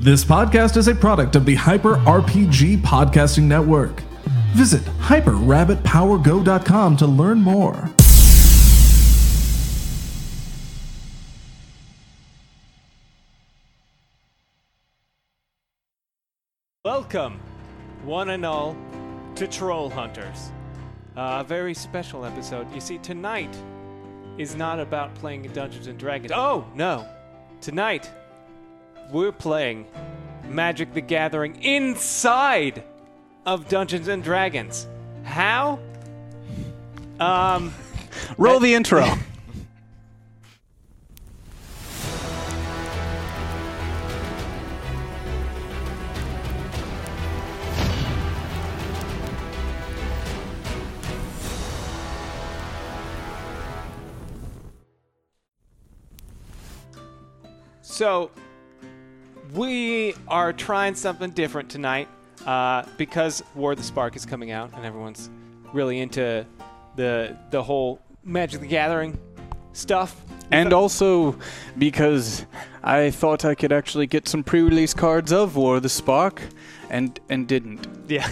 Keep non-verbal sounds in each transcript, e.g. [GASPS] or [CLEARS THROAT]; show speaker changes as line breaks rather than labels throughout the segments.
This podcast is a product of the Hyper RPG Podcasting Network. Visit hyperrabbitpowergo.com to learn more.
Welcome, one and all, to Troll Hunters. a very special episode. You see, tonight is not about playing Dungeons and Dragons. Oh, no. Tonight, we're playing Magic the Gathering inside of Dungeons and Dragons. How? Um,
Roll the intro.
So, we are trying something different tonight uh, because War of the Spark is coming out and everyone's really into the the whole Magic the Gathering stuff.
and also because I thought I could actually get some pre-release cards of War of the Spark and and didn't.
yeah,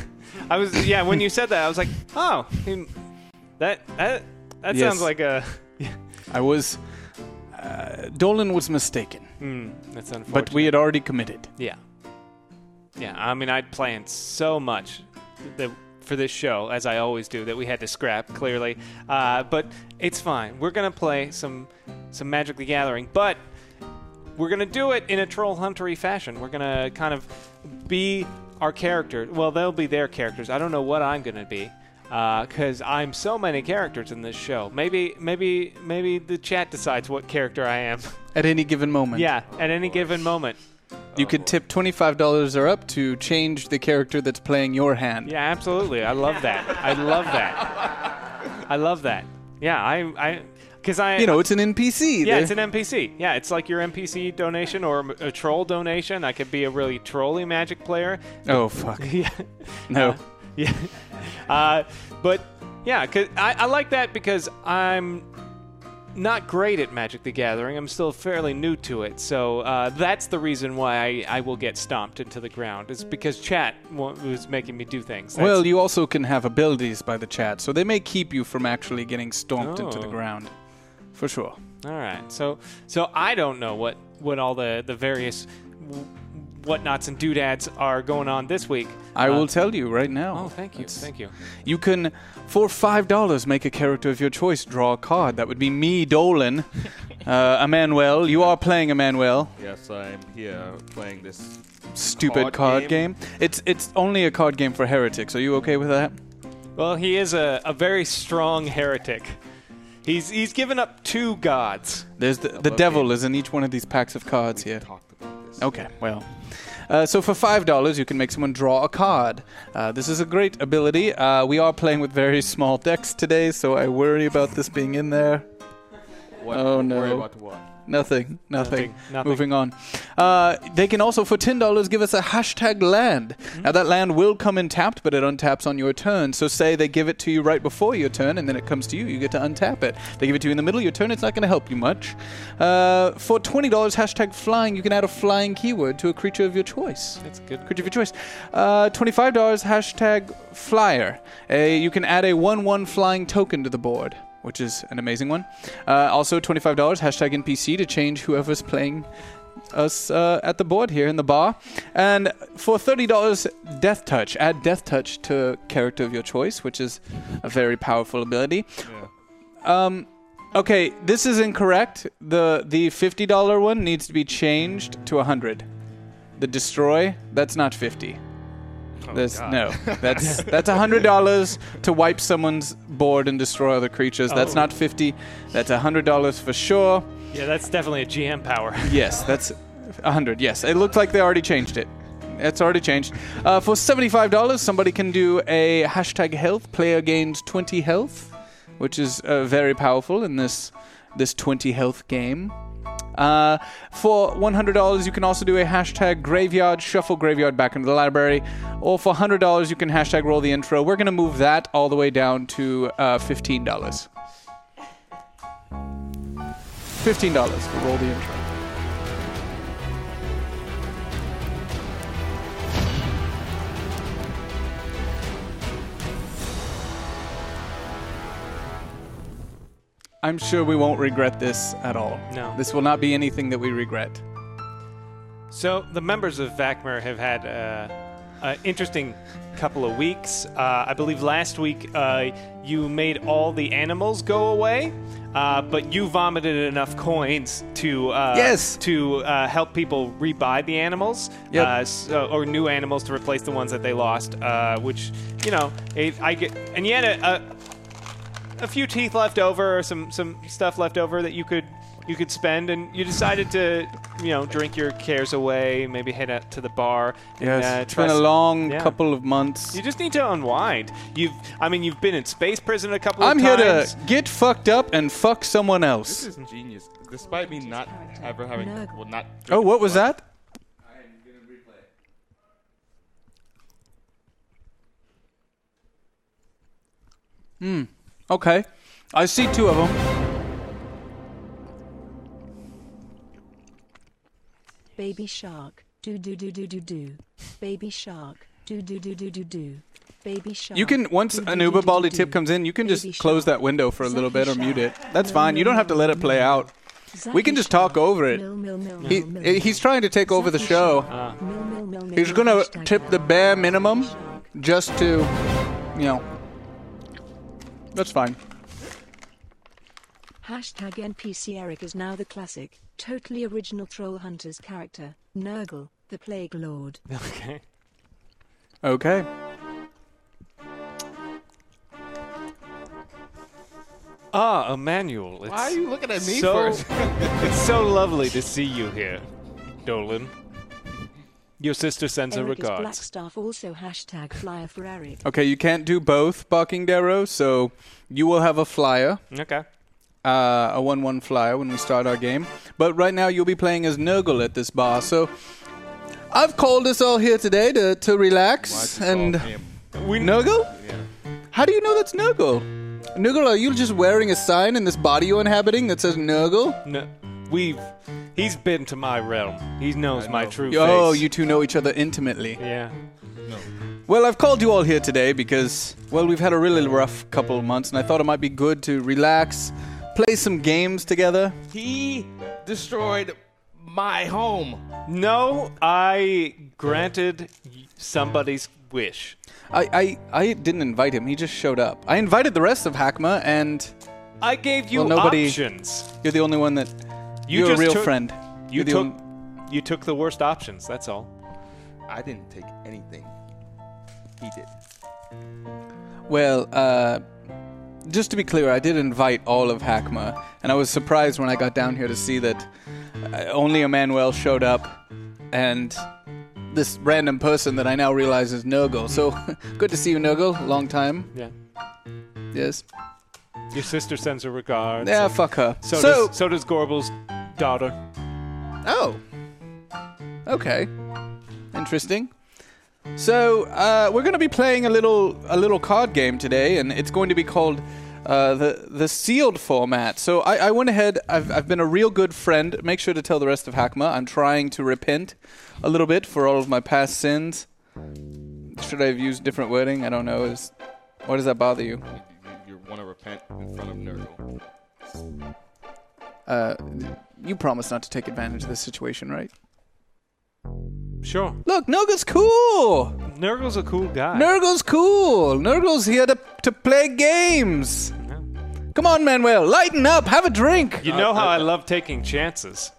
I was yeah. When you said that, I was like, oh, hmm, that that that
Yes.
sounds like a.
I was uh, Dolan was mistaken,
Hmm, that's unfortunate.
but we had already committed.
Yeah. Yeah, I mean, I'd planned so much that for this show, as I always do, that we had to scrap, clearly. Uh, but it's fine. We're going to play some, some Magic the Gathering, but we're going to do it in a troll huntery fashion. We're going to kind of be our character. Well, they'll be their characters. I don't know what I'm going to be. Because I'm so many characters in this show. Maybe, maybe, maybe the chat decides what character I am. [LAUGHS]
At any given moment,
yeah, at any given moment.
you could tip twenty-five dollars or up to change the character that's playing your hand.
Yeah, absolutely. I love that. I love that. I love that. Yeah, I, I, because I,
You know, it's an NPC.
yeah,
They're-
it's an NPC. Yeah, it's like your NPC donation or a troll donation. I could be a really trolly magic player. [LAUGHS]
oh fuck,
yeah,
no.
yeah. Uh, but yeah, 'cause I, I like that because I'm not great at Magic the Gathering. I'm still fairly new to it, so uh, that's the reason why I, I will get stomped into the ground. It's because chat wa- was making me do things. That's-
Well, you also can have abilities by the chat, so they may keep you from actually getting stomped into the
Oh.
ground, for sure.
All right. So so I don't know what what all the the various w- whatnots and doodads are going on this week.
I
Uh,
will tell you right now.
Oh, thank you.
It's-
Thank you.
You can, for five dollars, make a character of your choice draw a card. That would be me, Dolan, uh, Emmanuel. You are playing Emmanuel.
Yes, I'm here playing this.
Stupid card,
Card
game.
game?
It's it's only a card game for heretics. Are you okay with that?
Well, he is a, a very strong heretic. He's he's given up two gods.
There's the, the
love
devil
games.
is in each one of these packs of cards
We
here.
talked about this.
Okay, well. Uh, so for five dollars, you can make someone draw a card. Uh, this is a great ability. Uh, we are playing with very small decks today, so I worry about this being in there.
What,
Oh,
worry
no.
about what?
Nothing, nothing.
Nothing, nothing.
Moving on. Uh, they can also, for ten dollars, give us a hashtag land.
Mm-hmm.
Now that land will come in tapped, but it untaps on your turn. So say they give it to you right before your turn, and then it comes to you. You get to untap it. They give it to you in the middle of your turn. It's not going to help you much. Uh, for twenty dollars, hashtag flying. You can add a flying keyword to a creature of your choice.
That's good.
Creature of your choice. Uh, Twenty-five dollars, hashtag flyer. Uh, you can add a one-one flying token to the board. Which is an amazing one. Uh, also, $25, hashtag NPC to change whoever's playing us uh, at the board here in the bar. And for $30, Death Touch. Add Death Touch to character of your choice, which is a very powerful ability.
Yeah.
Um, okay, this is incorrect. The the $50 one needs to be changed to 100 The Destroy, that's not 50
Oh,
That's
God. [LAUGHS]
no. That's that's hundred dollars to wipe someone's board and destroy other creatures. That's
Oh.
not fifty. That's hundred dollars for sure.
Yeah, that's definitely a GM power. [LAUGHS]
Yes, that's 100. Yes, it looked like they already changed it. It's already changed. Uh, for $75, somebody can do a hashtag health. Player gains 20 health, which is uh, very powerful in this this 20 health game. Uh, for $100, you can also do a hashtag graveyard, shuffle graveyard back into the library. Or for $100, you can hashtag roll the intro. We're going to move that all the way down to uh, $15. $15 for roll the intro. I'm sure we won't regret this at all.
No.
This will not be anything that we regret.
So the members of VACMER have had uh, an interesting couple of weeks. Uh, I believe last week uh, you made all the animals go away, uh, but you vomited enough coins to uh,
Yes.
to uh, help people rebuy the animals
Yep.
uh, so, or new animals to replace the ones that they lost. Uh, which you know, it, I get, and uh, you had a, a a few teeth left over, or some some stuff left over that you could you could spend, and you decided to you know drink your cares away, maybe head out to the bar. And, uh,
it's
try
been a
s-
long
yeah.
couple of months.
You just need to unwind. You've I mean you've been in space prison a couple
I'm
of
here
times. [LAUGHS]
to get fucked up and fuck someone
This
else.
is genius. Despite me not ever having,
No.
well, not.
Oh, what was that? Hmm. Okay. I see two of them.
Baby shark, do do do do do do. Baby shark, do do do do do do. Baby shark.
You can once
do, do,
an
do,
Uber
do,
Baldy
do.
tip comes in, you can
Baby
just close
shark.
that window for a little bit or
Zappy
mute it.
shark.
That's fine. You don't have to let it play out. We can
Zappy
just talk
shark.
over it.
Mil, mil, mil,
He,
mil, mil,
he's
mil.
trying to take over the
Zappy
show.
shark. Mil, mil, mil, mil,
He's
mil.
gonna
Hashtag
tip the bare minimum
shark.
just to, you know. That's fine.
Hashtag NPC Eric is now the classic, totally original Troll Hunters character, Nurgle, the Plague Lord.
Okay.
Okay.
Ah, Emmanuel. It's,
Why are you looking at me
so,
first?
[LAUGHS] it's so lovely to see you here, Dolan. Your sister sends her
Eric is
regards.
Blackstaff also hashtag flyer for Eric.
Okay, you can't do both, Barking Darrow, so you will have a flyer,
Okay.
uh, a 1 1 flyer when we start our game. But right now you'll be playing as Nurgle at this bar, so I've called us all here today to, to relax.
Why'd you
And
call him?
We
Nurgle?
Yeah.
How do you know that's Nurgle? Nurgle, are you just wearing a sign in this body you're inhabiting that says Nurgle?
No, we've. He's been to my realm. He knows my
know.
true
Oh,
face.
you two know each other intimately.
Yeah.
Well, I've called you all here today because, well, we've had a really rough couple of months, and I thought it might be good to relax, play some games together.
He destroyed my home.
No, I granted somebody's wish.
I, I, I didn't invite him, he just showed up. I invited the rest of Hackma, and
I gave you
Well, nobody-
options.
you're the only one that.
You
are
just
a real
took-
friend.
You
You're the
took.
only-
You took the worst options. That's all.
I didn't take anything. He did.
Well, uh, just to be clear, I did invite all of Hackma, and I was surprised when I got down here to see that uh, only Emmanuel showed up, and this random person that I now realize is Nurgle. So [LAUGHS] good to see you, Nurgle. Long time.
Yeah.
Yes.
Your sister sends her regards.
Yeah. Fuck her.
So, does, so does Gorbel's daughter.
Oh. Okay. Interesting. So uh, we're going to be playing a little a little card game today, and it's going to be called uh, the the sealed format. So I, I went ahead. I've I've been a real good friend. Make sure to tell the rest of Hakma. I'm trying to repent a little bit for all of my past sins. Should I have used different wording? I don't know. Is why does that bother you?
You, want to repent in front of Nurgle.
Uh, you promised not to take advantage of this situation, right?
Sure.
Look, Nurgle's cool.
Nurgle's a cool guy.
Nurgle's cool. Nurgle's here to, to play games. Come on, Manuel, lighten up. Have a drink.
You know how I love taking chances.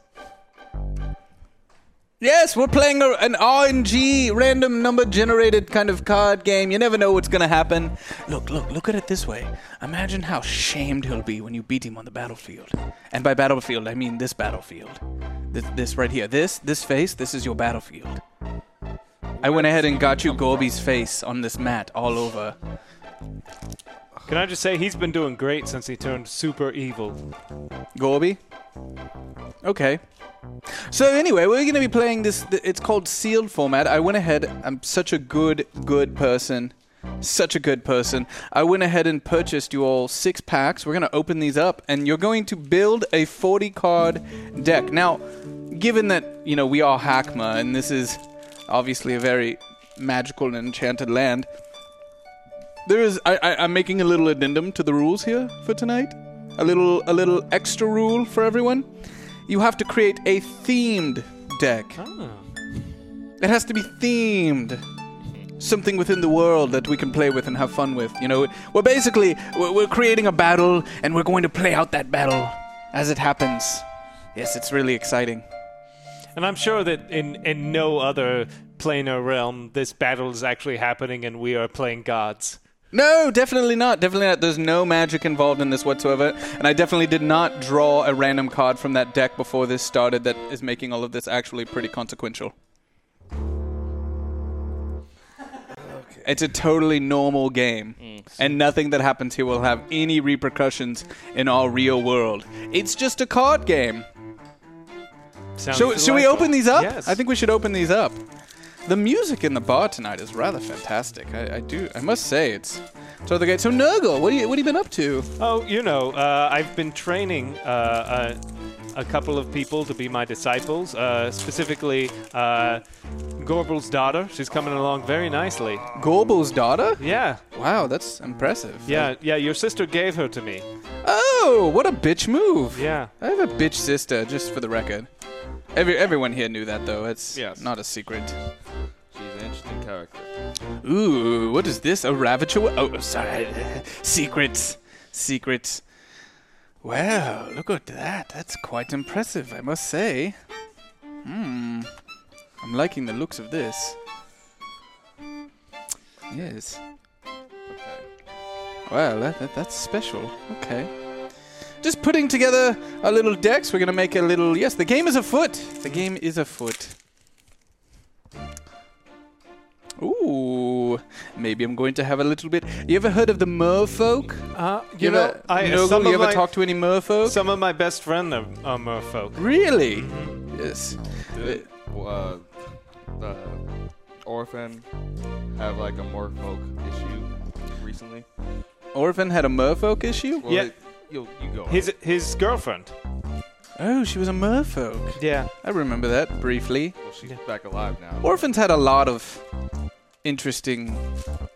Yes, we're playing a, an RNG random number generated kind of card game. You never know what's going to happen. Look, look, look at it this way. Imagine how shamed he'll be when you beat him on the battlefield. And by battlefield, I mean this battlefield. This, this right here. This, this face, this is your battlefield. I went ahead and got you Gorby's face on this mat all over.
Can I just say he's been doing great since he turned super evil?
Gorby. Okay. So anyway, we're going to be playing this. th- It's called sealed format. I went ahead. I'm such a good, good person. Such a good person. I went ahead and purchased you all six packs. We're going to open these up, and you're going to build a 40 card deck. Now, given that you know we are Hackma, and this is obviously a very magical and enchanted land, there is. I, I, I'm making a little addendum to the rules here for tonight. a little a little extra rule for everyone. You have to create a themed deck. It has to be themed. Something within the world that we can play with and have fun with. You know, we're basically we're, we're creating a battle and we're going to play out that battle as it happens. Yes, it's really exciting.
And I'm sure that in, in no other planar realm, this battle is actually happening and we are playing gods.
No, definitely not. Definitely not. There's no magic involved in this whatsoever. And I definitely did not draw a random card from that deck before this started that is making all of this actually pretty consequential. It's a totally normal game. And nothing that happens here will have any repercussions in our real world. It's just a card game.
Sounds
Should, should we
delightful.
open these up?
Yes.
I think we should open these up. The music in the bar tonight is rather fantastic. I, I do. I must say it's. So the gate. So Nurgle, what do you what have you been up to?
Oh, you know, uh, I've been training uh, a, a couple of people to be my disciples, uh, specifically uh, Gorbel's daughter. She's coming along very nicely.
Gorbel's daughter?
Yeah,
Wow, that's impressive.
yeah, yeah. Your sister gave her to me.
Oh, what a bitch move.
Yeah.
I have a bitch sister, just for the record. Every everyone here knew that though. It's
Yes.
not a secret.
She's an interesting character.
Ooh, what is this? A ravager? we- Oh, sorry. [LAUGHS] Secrets. Secrets. Well, look at that. That's quite impressive, I must say. Hmm. I'm liking the looks of this. Yes. Well, that, that, that's special. Okay. Just putting together a little decks. We're going to make a little. Yes, the game is afoot. The game is afoot. Ooh, maybe I'm going to have a little bit. You ever heard of the merfolk?
Uh, you,
You,
know,
ever,
I
Nurgle,
some
you
of
ever
my,
talk to any merfolk?
some of my best friends are, are merfolk.
really? Yes.
Did uh, the orphan have like a more folk issue recently?
Orphan had a merfolk issue?
Well,
Yeah.
it- you, you go. on.
His his girlfriend.
Oh, she was a merfolk.
Yeah.
I remember that briefly.
Well, she's back alive now.
Orphans had a lot of interesting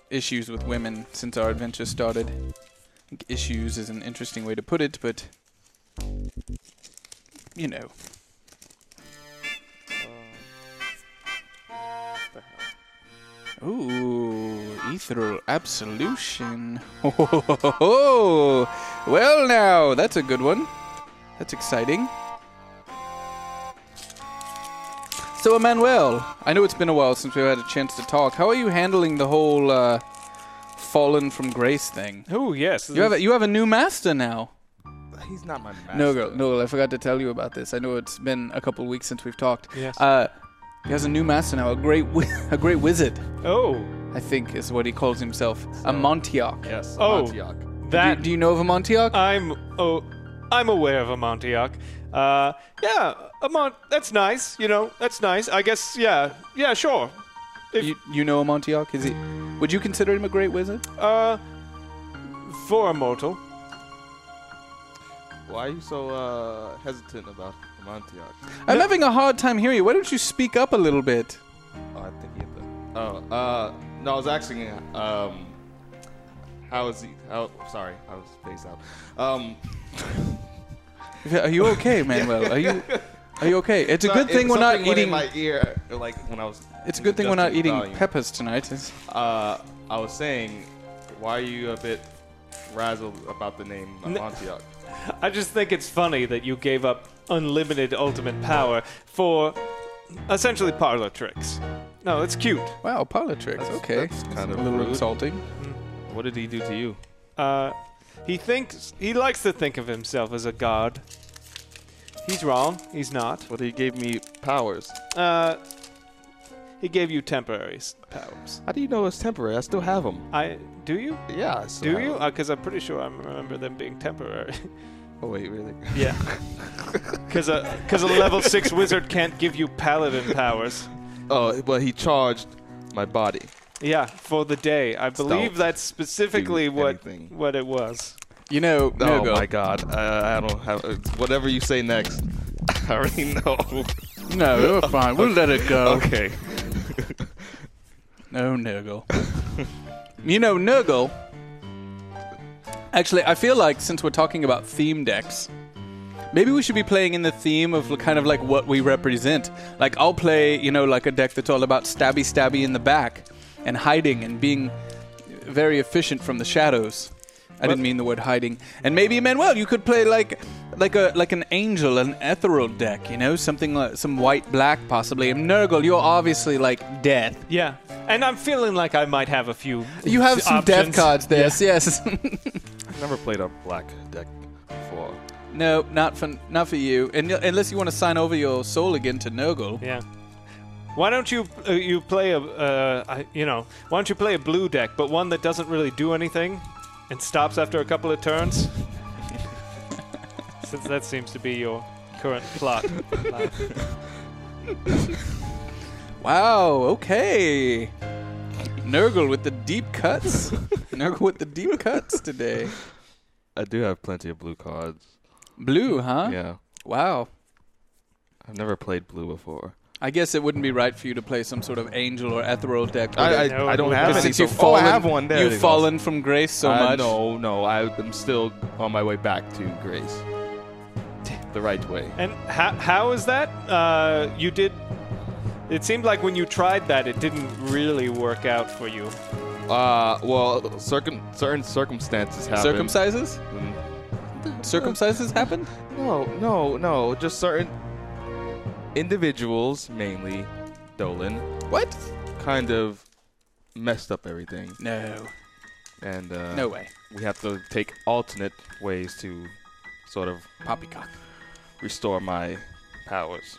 issues with women since our adventure started. I think issues is an interesting way to put it, but. You know. Ooh, ethereal absolution. [LAUGHS] Oh, well now, that's a good one. That's exciting. So, Emmanuel, I know it's been a while since we've had a chance to talk. How are you handling the whole uh, fallen from grace thing?
Oh yes.
You have a, you have a new master now.
He's not my master.
No, girl, no, girl, I forgot to tell you about this. I know it's been a couple weeks since we've talked.
Yes.
Uh, he has a new master now, a great, wi- [LAUGHS] a great wizard.
oh,
I think is what he calls himself, a Montioc.
Yes.
Oh.
Antioch.
that
do, do you know of a Montioc?
I'm oh, I'm aware of a Montioc. Uh, yeah, a Mont. That's nice. You know, that's nice. I guess. Yeah, yeah, sure. if-
you, you know a Montioc? Is he? Would you consider him a great wizard?
Uh, for a mortal,
Why are you so uh, hesitant about the Antioch?
I'm having a hard time hearing you. Why don't you speak up a little bit?
Oh, I think he had the. Oh, uh, no, I was asking, um, how is he? How, sorry, I was spaced out. Um,
Are you
[LAUGHS]
okay, Manuel? Are you? Are you okay? It's a good
it-
thing we're not
something went in
eating.
my ear, like when I was.
It's a good thing we're not
adjusting
eating
volume.
peppers tonight. It's-
Uh, I was saying, why are you a bit razzled about the name
N-
Antioch?
I just think it's funny that you gave up unlimited ultimate power for essentially parlor tricks. No, it's cute.
Wow, parlor tricks.
That's-
okay,
that's kind
a
of
little
rude.
insulting.
What did he do to you?
Uh, he thinks he likes to think of himself as a god. He's wrong. He's not.
Well, he gave me powers.
Uh, he gave you temporary s- powers.
How do you know it's temporary? I still have them.
I do you?
Yeah, I still
Do
have
you?
'em.
Because I'm pretty sure I remember them being temporary.
Oh, wait, really?
[LAUGHS] yeah. Because a, [LAUGHS] 'cause a level 6 wizard can't give you paladin powers.
Oh, well, he charged my body.
Yeah, for the day. I believe
Don't
that's specifically
do
what
anything.
what it was.
You know,
Oh
Nurgle.
my god. I, I don't have. It's whatever you say next, [LAUGHS] I already know.
No, we're fine. We'll let it go.
[LAUGHS] Okay.
Oh, No, Nurgle. you know, Nurgle Actually, I feel like since we're talking about theme decks, maybe we should be playing in the theme of l- kind of like what we represent. Like I'll play, you know, like a deck that's all about stabby stabby in the back and hiding and being very efficient from the shadows. I didn't mean the word hiding. And maybe Manuel, you could play like like a like an angel, an ethereal deck, you know, something like some white black possibly. And Nurgle, you're obviously like death.
Yeah, and I'm feeling like I might have a few.
You have some death
options.
cards there. Yes.
I've never played a black deck before.
No, not for not for you. And unless you want to sign over your soul again to Nurgle.
Yeah. Why don't you uh, you play a uh, I- you know Why don't you play a blue deck, but one that doesn't really do anything, and stops after a couple of turns? Since that seems to be your current plot.
Wow. Okay. Nurgle with the deep
[LAUGHS]
cuts. Nurgle with the deep cuts today.
I do have plenty of blue cards.
Blue, huh?
Yeah.
Wow.
I've never played blue before.
I guess it wouldn't be right for you to play some sort of angel or ethereal deck. would
I,
it?
I,
No,
I don't
blue
have
cards.
any.
since
so-
you've fallen,
oh, I have one. There it
you've
is.
fallen from grace so
Uh,
much.
No, no, I, I'm still on my way back to Grace. The right way.
and how how is that? Uh, you did. It seemed like when you tried that, it didn't really work out for you.
Uh, well, circum certain circumstances happen.
Circumcises? Circumcises happen?
No, no, no. Just certain individuals, mainly Dolan,
What?
kind of messed up everything,
No.
and uh,
No way.
we have to take alternate ways to sort of
Poppycock.
restore my powers.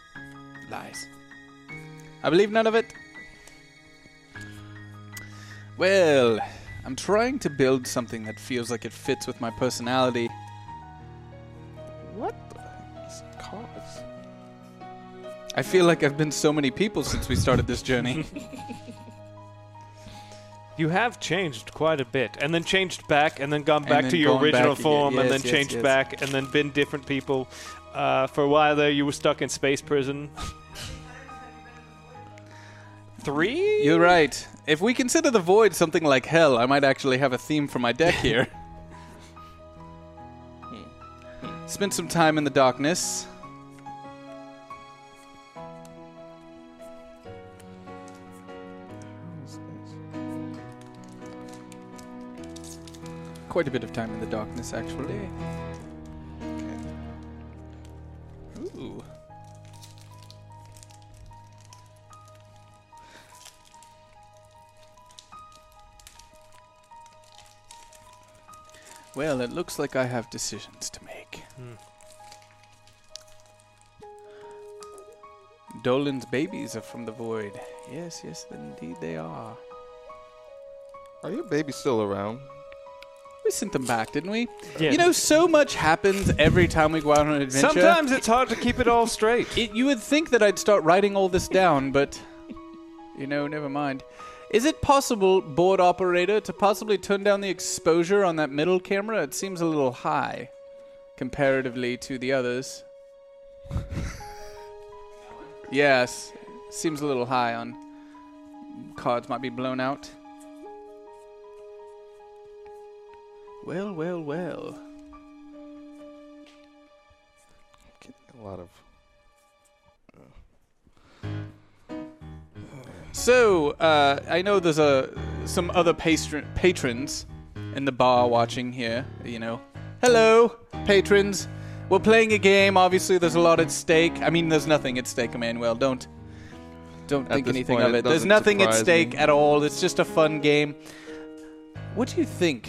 Lies. I believe none of it. Well, I'm trying to build something that feels like it fits with my personality.
What? The, these cards.
I feel like I've been so many people since we started this journey. [LAUGHS]
You have changed quite a bit, and then changed back, and then gone back
then
to your
gone
original
back again.
form, and
Yes,
then
yes,
changed
yes.
back, and then been different people. Uh, for a while there, you were stuck in space
[LAUGHS]
prison. Three?
You're right. If we consider the void something like hell, I might actually have a theme for my deck here. Spent some time in the darkness. Quite a bit of time in the darkness, actually. Ooh. Well, it looks like I have decisions to make.
Hmm.
Dolan's babies are from the void. Yes, yes, indeed they are.
Are your babies still around?
We sent them back, didn't we?
Yeah.
You know, so much happens every time we go out on an adventure.
Sometimes it's hard to keep it all straight.
It, you would think that I'd start writing all this down, but you know, never mind. Is it possible, board operator, to possibly turn down the exposure on that middle camera? It seems a little high comparatively to the others. [LAUGHS] yes, seems a little high on cards might be blown out. Well, well, well.
A lot of.
So uh, I know there's a some other patron patrons in the bar watching here. You know, hello patrons. We're playing a game. Obviously, there's a lot at stake. I mean, there's nothing at stake, Emmanuel. Don't don't
At
think
this
anything
point,
of
it
it. There's
doesn't
nothing at
surprise
stake
me.
at all. It's just a fun game. What do you think,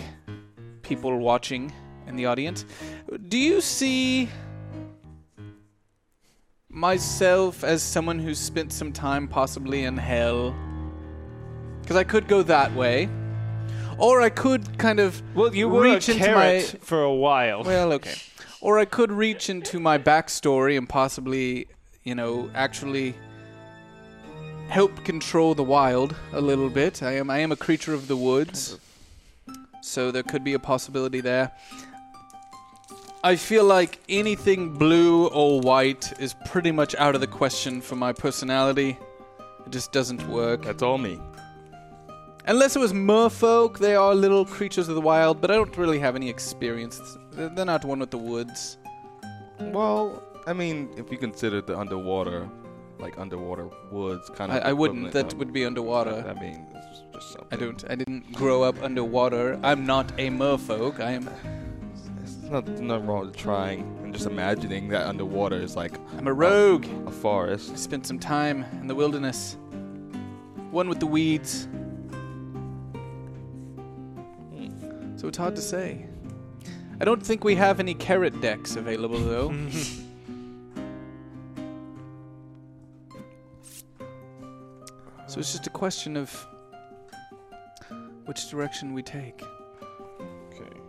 people watching in the audience? Do you see myself as someone who's spent some time possibly in hell? Because I could go that way, or I could kind of
Well, you were
reach
a
into
carrot
my
for a while.
[LAUGHS] well, okay, or I could reach into my backstory and possibly, you know, actually help control the wild a little bit. I am I am a creature of the woods. So there could be a possibility there. I feel like anything blue or white is pretty much out of the question for my personality. It just doesn't work.
That's all me.
Unless it was merfolk, they are little creatures of the wild, but I don't really have any experience. They're they're not one with the woods.
Well, I mean, if you consider the underwater, like underwater woods, kind
I,
of.
I wouldn't.
equivalent
That
of-
would be underwater.
I mean, it's just something.
I don't. I didn't grow up underwater. I'm not a merfolk. I am.
There's nothing, nothing wrong with trying and just imagining that underwater is like
I'm a rogue.
a
I
forest.
spent some time in the wilderness. One with the weeds. So it's hard to say. I don't think we have any carrot decks available though. so it's just a question of which direction we take.
Okay.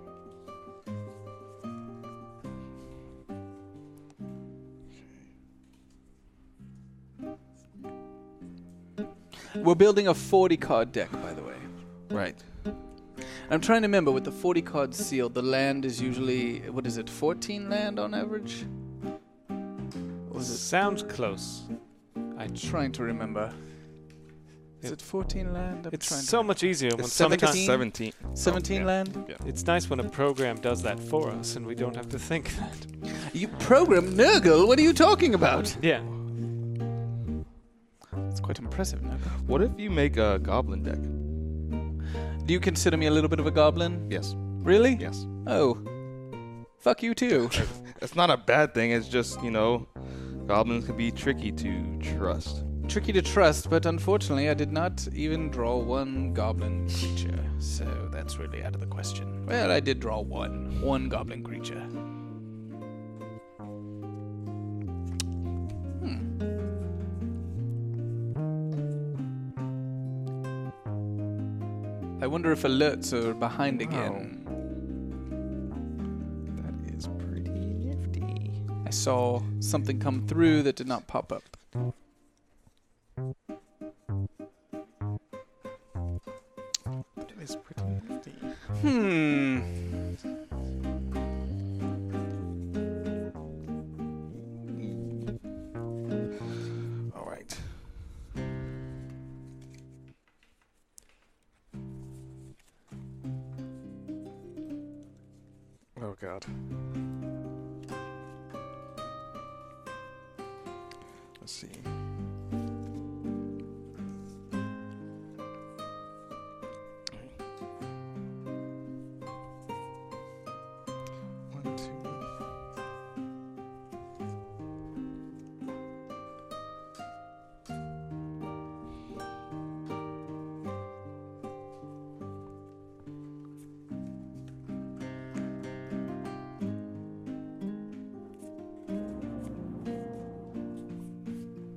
We're building a 40 card deck, by the way.
Right.
I'm trying to remember with the 40 card seal, the land is usually what is it, 14 land on average? Or is it
Sounds close. I
trying to remember? Is
It-
it 14 land? I'm
It's
trying
so much easier when
It's
sometimes
17? to 17
Seventeen. yeah.
land.
it's nice when a program does that for us and we don't have to think that.
You program Nurgle. What are you talking about?
Yeah.
It's quite impressive. Nurgle.
What if you make a goblin deck?
Do you consider me a little bit of a goblin?
Yes.
Really?
Yes.
Oh, fuck you too.
It's not a bad thing. It's just you know, goblins can be tricky to trust.
Tricky to trust, but unfortunately, I did not even draw one goblin creature, so that's really out of the question. Well, I did draw one, one goblin creature. Hmm. Hmm. I wonder if alerts are behind again.
That is pretty nifty.
I saw something come through that did not pop up.
That is pretty nifty.
Hmm.
All right. Oh God. Let's see. One, two.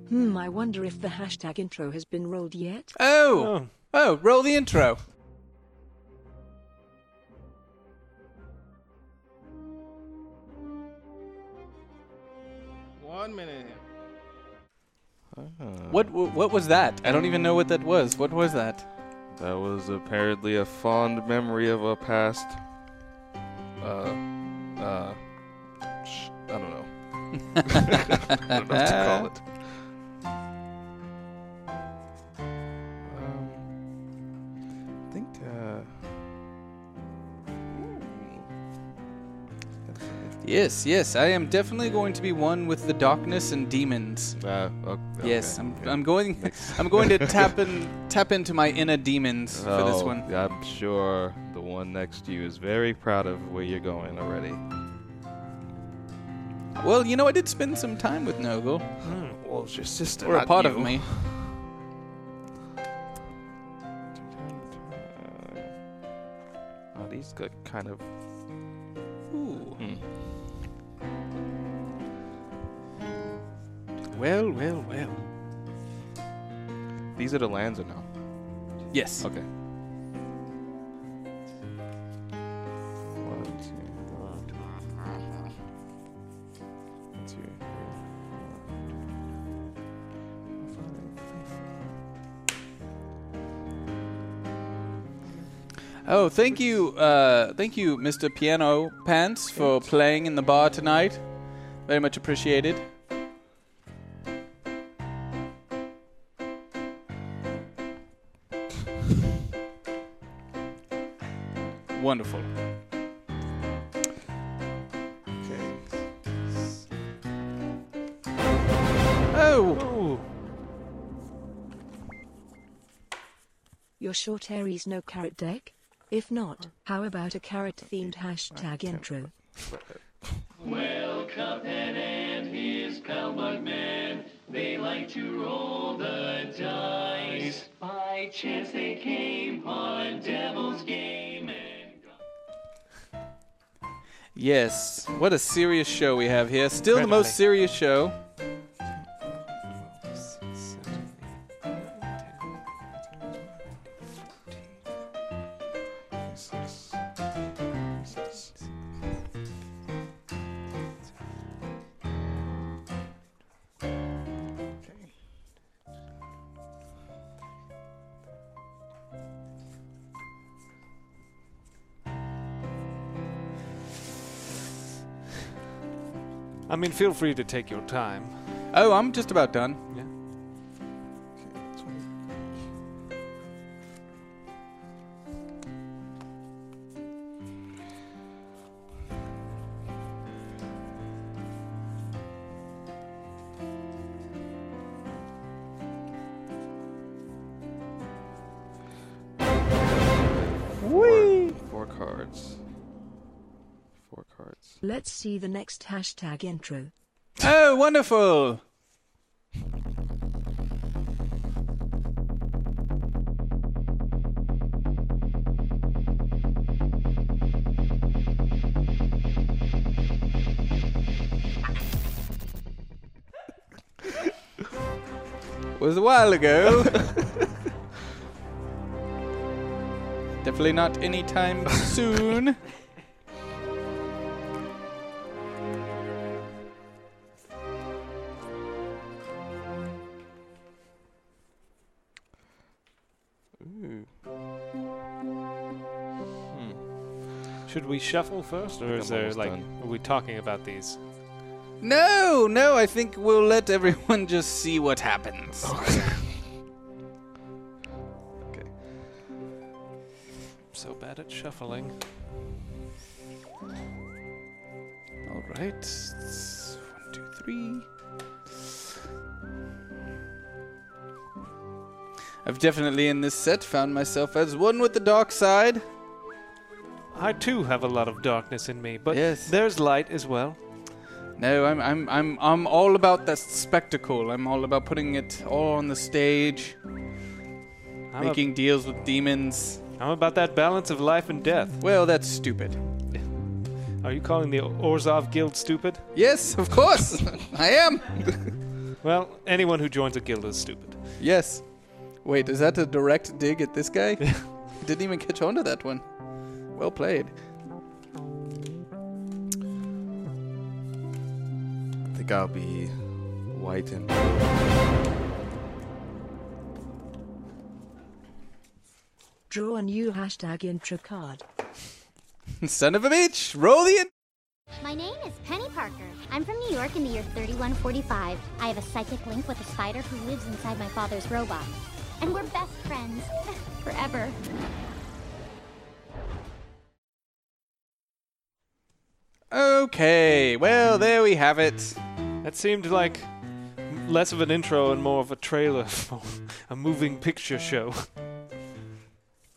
Hmm, I wonder if the hashtag intro has been rolled yet.
Oh!
Oh.
Oh, roll the intro.
One minute.
What what was that? I don't even know what that was. What was that?
That was apparently a fond memory of a past. Uh, uh, sh- I don't know. [LAUGHS] I don't know what to call it. Um, I think. Uh,
Yes, yes, I am definitely going to be one with the darkness and demons.
uh, o- okay,
Mm. Yes, I'm,
okay.
I'm
[LAUGHS]
going I'm going to tap in, tap into my inner demons for this
Oh,
one.
I'm sure the one next to you is very proud of where you're going already.
Well, you know I did spend some time with Noggle.
Well, it's your sister.
Or a
not
part of
you.
me.
Oh, these got kind of.
Ooh.
Hmm.
Well, well, well.
These are the lands or no?
Yes.
Okay. One, two, one, two. One, two, three, four,
Oh, thank you, uh, thank you, Mr. Piano Pants, for playing in the bar tonight. Very much appreciated. Wonderful. Oh,
Ooh.
Your short hair is no carrot deck? If not, how about a carrot themed hashtag intro?
yes. What a serious show we have here. Still the most
Incredibly.
serious show.
I mean, feel free to take your time.
Oh, I'm just about done.
Yeah.
Four, four cards. Four cards.
Let's see the next hashtag intro.
Oh, wonderful. [LAUGHS] was a while ago. [LAUGHS] Definitely not [LAUGHS] anytime soon.
Should we shuffle first, or is
I'm
there
almost
like
done.
are we talking about these?
No, no, I think we'll let everyone just see what happens.
Okay.
so bad at shuffling.
All right. it's One, two, three. I've definitely in this set found myself as one with the dark side.
I too have a lot of darkness in me, but
Yes.
there's light as well.
No, I'm, I'm, I'm, I'm all about the spectacle. I'm all about putting it all on the stage,
I'm, a-
making deals with demons.
I'm about that balance of life and death.
Well, that's stupid.
Are you calling the Orzov Guild stupid?
Yes, of course, [LAUGHS] I am.
Well, anyone who joins a guild is stupid.
Yes. Wait, is that a direct dig at this guy? Didn't even catch on to that one. Well played.
I think I'll be white and
Draw a new hashtag intro card.
[LAUGHS] Son of a bitch! Roll the. In-
My name is Penny Parker. I'm from New York in the year 3145. I have a psychic link with a spider who lives inside my father's robot. And we're best friends. [LAUGHS] Forever.
okay, well there we have it.
That seemed like less of an intro and more of a trailer [LAUGHS] for a moving picture [LAUGHS] show.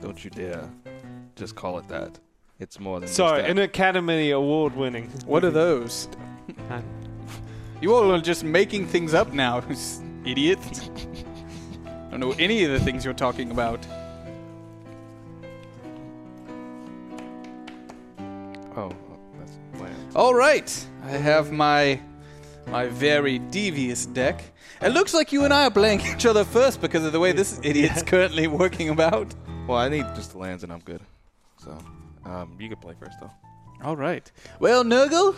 Don't you dare just call it that. It's more than just
Sorry,
that.
an Academy Award winning.
What are those? [LAUGHS] You all are just making things up now, [LAUGHS] idiot. Don't know any of the things you're talking about.
Oh, oh, that's land.
All right, I have my my very devious deck. It looks like you and I are playing [LAUGHS] each other first because of the way [LAUGHS] this idiot's currently working about.
Well, I need just the lands and I'm good. So, um, you can play first though.
All right. Well, Nurgle,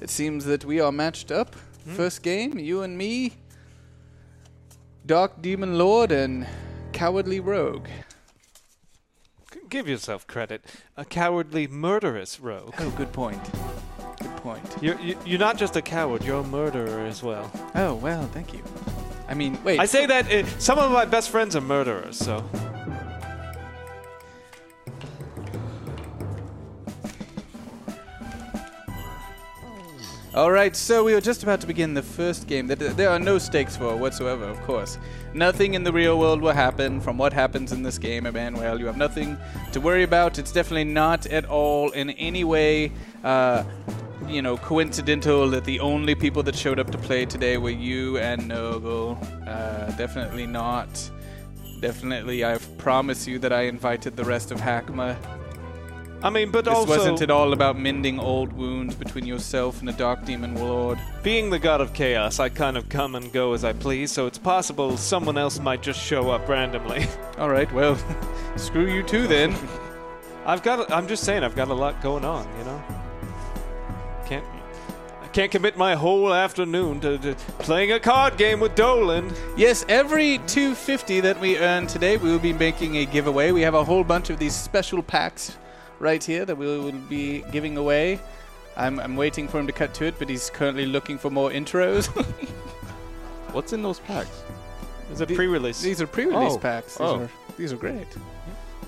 it seems that we are matched up. First game, you and me, Dark Demon Lord and Cowardly Rogue.
G- Give yourself credit. A cowardly, murderous rogue.
Oh, good point. Good point.
You're, you- you're not just a coward, you're a murderer as well.
Oh, well, thank you. I mean, wait.
I say that uh, some of my best friends are murderers, so.
All right, so we are just about to begin the first game that there are no stakes for whatsoever, of course. Nothing in the real world will happen from what happens in this game, Emmanuel. You have nothing to worry about. It's definitely not at all in any way, uh, you know, coincidental that the only people that showed up to play today were you and Noble. Uh, definitely not. Definitely, I promise you that I invited the rest of Hackma.
I mean, but
This
also
wasn't at all about mending old wounds between yourself and the Dark Demon Warlord.
being the god of chaos, I kind of come and go as I please. So it's possible someone else might just show up randomly. [LAUGHS]
All right, well, [LAUGHS] screw you too then.
I've got. I'm just saying, I've got a lot going on. You know, can't. I can't commit my whole afternoon to, to playing a card game with Dolan.
yes, every 250 that we earn today, we will be making a giveaway. We have a whole bunch of these special packs right here that we will be giving away. I'm, I'm waiting for him to cut to it, but he's currently looking for more intros. [LAUGHS]
What's in those packs?
It's a pre-release.
These are pre-release
Oh.
packs. These,
Oh.
are, these are great.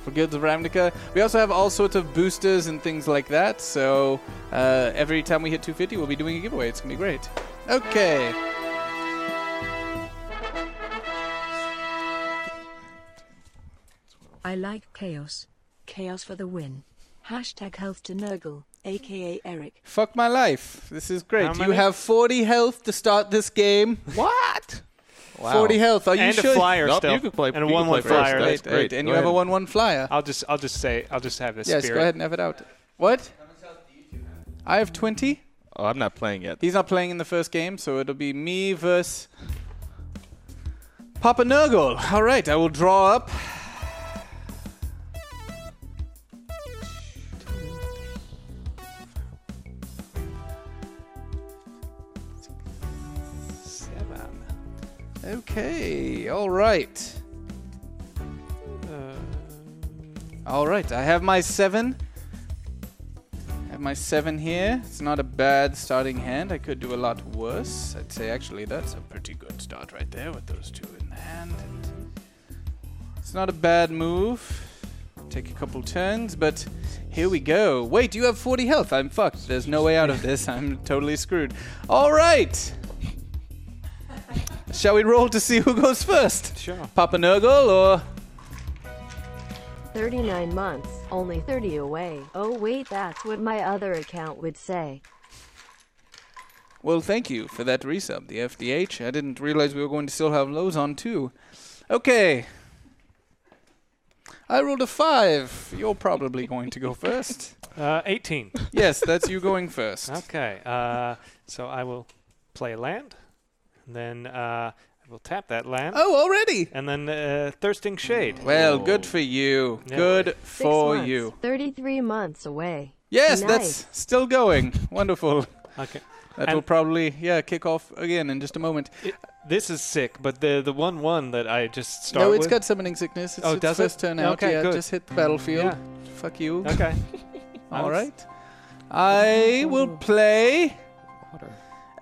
For Guilds of Ravnica, we also have all sorts of boosters and things like that. So uh, every time we hit 250, we'll be doing a giveaway. It's gonna be great. Okay.
I like chaos. Chaos for the win. Hashtag health to Nurgle, aka Eric.
Fuck my life. This is great.
How
You
many?
have 40 health to start this game. [LAUGHS] What? 40 health. Are you
and
sure?
a flyer
Nope,
still.
you could play-
and
you
a
could
one-one
play first.
flyer.
Great,
That's great.
great. And
Go
you have a
ahead.
1 1 flyer.
I'll just, I'll just say, I'll just have this.
yes,
Oh, spirit.
go ahead and have it out. What? I have 20.
Oh, I'm not playing yet.
He's not playing in the first game, so it'll be me versus Papa Nurgle. All right, I will draw up.
Seven.
Okay, all right.
Uh,
All right, I have my seven. I have my seven here. It's not a bad starting hand. I could do a lot worse. I'd say actually that's a pretty good start right there with those two in hand. And it's not a bad move. Take a couple turns, but here we go. Wait, you have 40 health. I'm fucked. There's no way out of this. I'm totally screwed. All right. Shall we roll to see who goes first?
Sure.
Papa Nurgle or
39 months, only 30 away. Oh wait, that's what my other account would say.
Well, thank you for that resub, the FDH. I didn't realize we were going to still have those on too. Okay. I rolled a five. You're probably going to go first.
uh, Eighteen.
Yes, that's you going first.
Okay, uh, so I will play land, and then uh, I will tap that land,
Oh, already?
and then uh, thirsting shade.
Well, good for you.
Yeah.
Good
Six
for
months,
you.
33 months away.
Yes,
Nice.
that's still going. Wonderful.
Okay,
That
And-
will probably, yeah, kick off again in just a moment.
It- this is sick, but the the one one that I just started.
no, it's got summoning sickness. It's
Oh,
its
does it?
first turn out.
Okay,
yeah,
good.
just hit the battlefield. Fuck you.
Okay. I
All
was-
right. I will play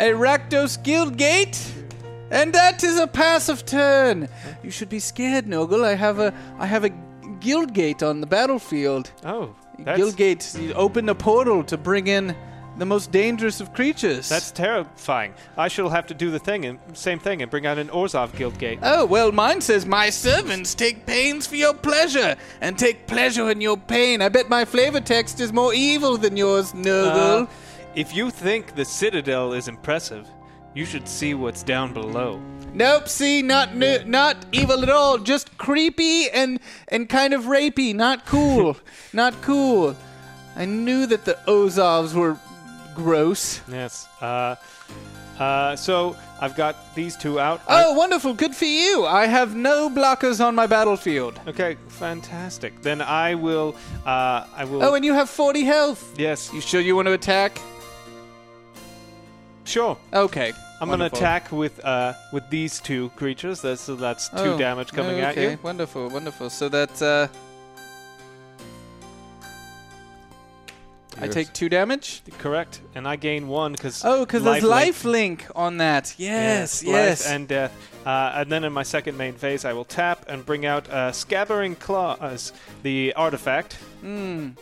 a Rakdos Guildgate, and that is a passive turn. You should be scared, Noggle. I have a I have a Guildgate on the battlefield. [LAUGHS]
Oh, that's
Guildgate, you open a portal to bring in the most dangerous of creatures.
that's terrifying. I shall have to do the thing, and, same thing, and bring out an Orzov guild gate.
Oh, well, mine says, My servants take pains for your pleasure, and take pleasure in your pain. I bet my flavor text is more evil than yours, Nurgle.
Uh, if you think the Citadel is impressive, you should see what's down below.
Nope, see, not nu- not evil at all. Just creepy and and kind of rapey. Not cool. [LAUGHS] not cool. I knew that the Ozovs were gross.
Yes. Uh, uh, so I've got these two out.
Oh, wonderful. Good for you. I have no blockers on my battlefield.
I- okay, fantastic. Then I will. Uh, I will.
Oh, and you have 40 health.
yes,
You sure you want to attack?
sure.
Okay.
I'm
Wonderful.
gonna attack with uh, with these two creatures. That's so that's two
Oh,
damage coming
no,
at you.
okay. Wonderful, wonderful. So that uh, I
Yes.
take two damage.
Correct, and I gain one because
Oh, because there's life link on that. Yes, yes.
life and death. Uh, and then in my second main phase, I will tap and bring out uh, Scabbering Claws, the artifact. and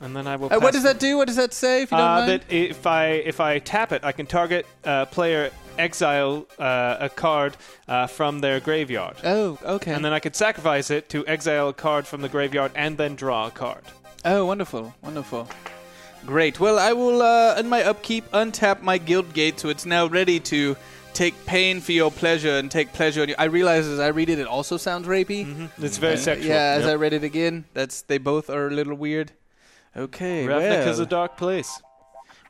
then I will.
Hmm. Uh,
pass
what does that do? What does that say? If you don't
Uh,
mind?
that if I if I tap it, I can target uh, player exile uh, a card uh, from their graveyard,
oh, okay.
and then I could sacrifice it to exile a card from the graveyard and then draw a card.
Oh, wonderful, wonderful. Great. Well, I will, uh, in my upkeep, untap my guild gate so it's now ready to take pain for your pleasure and take pleasure in your. I realize as I read it, it also sounds rapey. Uh,
It's Mm-hmm. very sexual.
Mm, Yeah, as I read it again, that's they both are a little weird. Okay,
Ravnica's
well.
a dark place.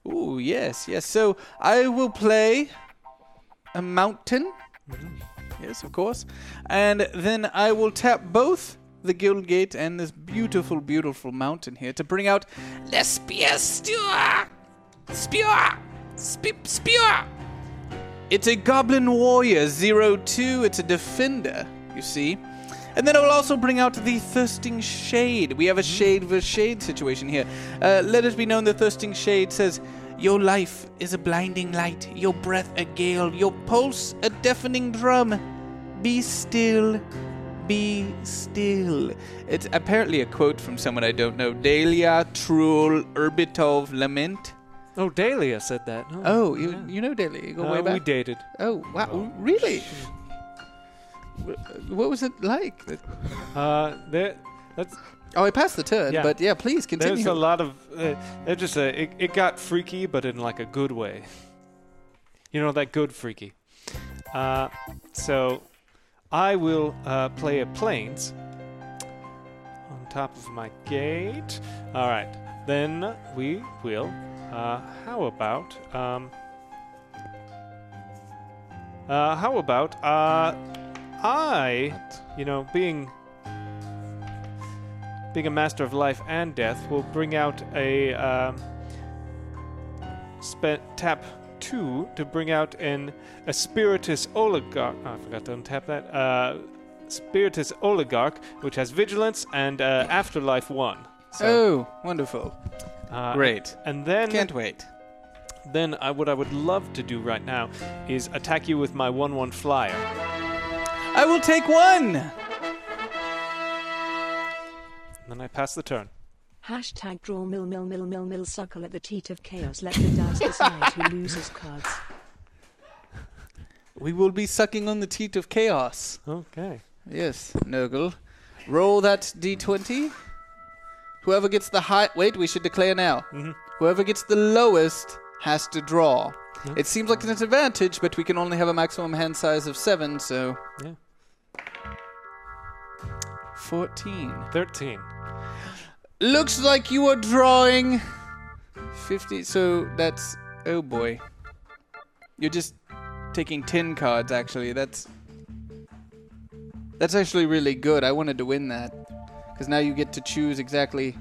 Ooh, yes, yes. So I will play a mountain. Yes, of course. And then I will tap both the guild gate and this beautiful, beautiful mountain here to bring out the spear spear spear Spe- spear. It's a goblin warrior zero two. It's a defender. You see. And then I will also bring out the Thirsting Shade. We have a shade versus shade situation here. Uh, let it be known the Thirsting Shade says, Your life is a blinding light, your breath a gale, your pulse a deafening drum. Be still, be still. It's apparently a quote from someone I don't know Delia Truel Erbitov Lament.
Oh, Dahlia said that.
Oh, you, you know Delia, you go way back.
Uh, we dated.
Oh, wow, really? Wh- What was it like?
Uh, there, that's
Oh, I passed the turn,
Yeah.
but yeah, please continue.
There's a lot of. Uh, they're just a. It, it got freaky, but in like a good way. You know that good freaky. Uh, so, I will uh, play a planes on top of my gate. All right, then we will. Uh, how about? Um, uh, how about? Uh, I, you know, being being a master of life and death, will bring out a um, spe- tap two to bring out an Aspiritus oligarch. oh, I forgot to untap that. Uh, Spiritus oligarch, which has vigilance and uh, afterlife one. So,
Oh, wonderful.
uh,
Great.
And then,
Can't wait.
then I, what I would love to do right now is attack you with my one-one flyer.
I will take one!
And then I pass the turn.
Hashtag draw mill mill mill mill mill suckle at the teat of chaos. Let the dice decide who loses cards.
We will be sucking on the teat of chaos.
Okay.
Yes, Nurgle. Roll that d20. Whoever gets the high. Wait, we should declare now. Whoever gets the lowest has to draw. It seems like an advantage, but we can only have a maximum hand size of seven, so.
Yeah.
14.
Thirteen.
Looks like you are drawing 50. So that's. Oh boy. You're just taking 10 cards, actually. That's. That's actually really good. I wanted to win that. Because now you get to choose exactly.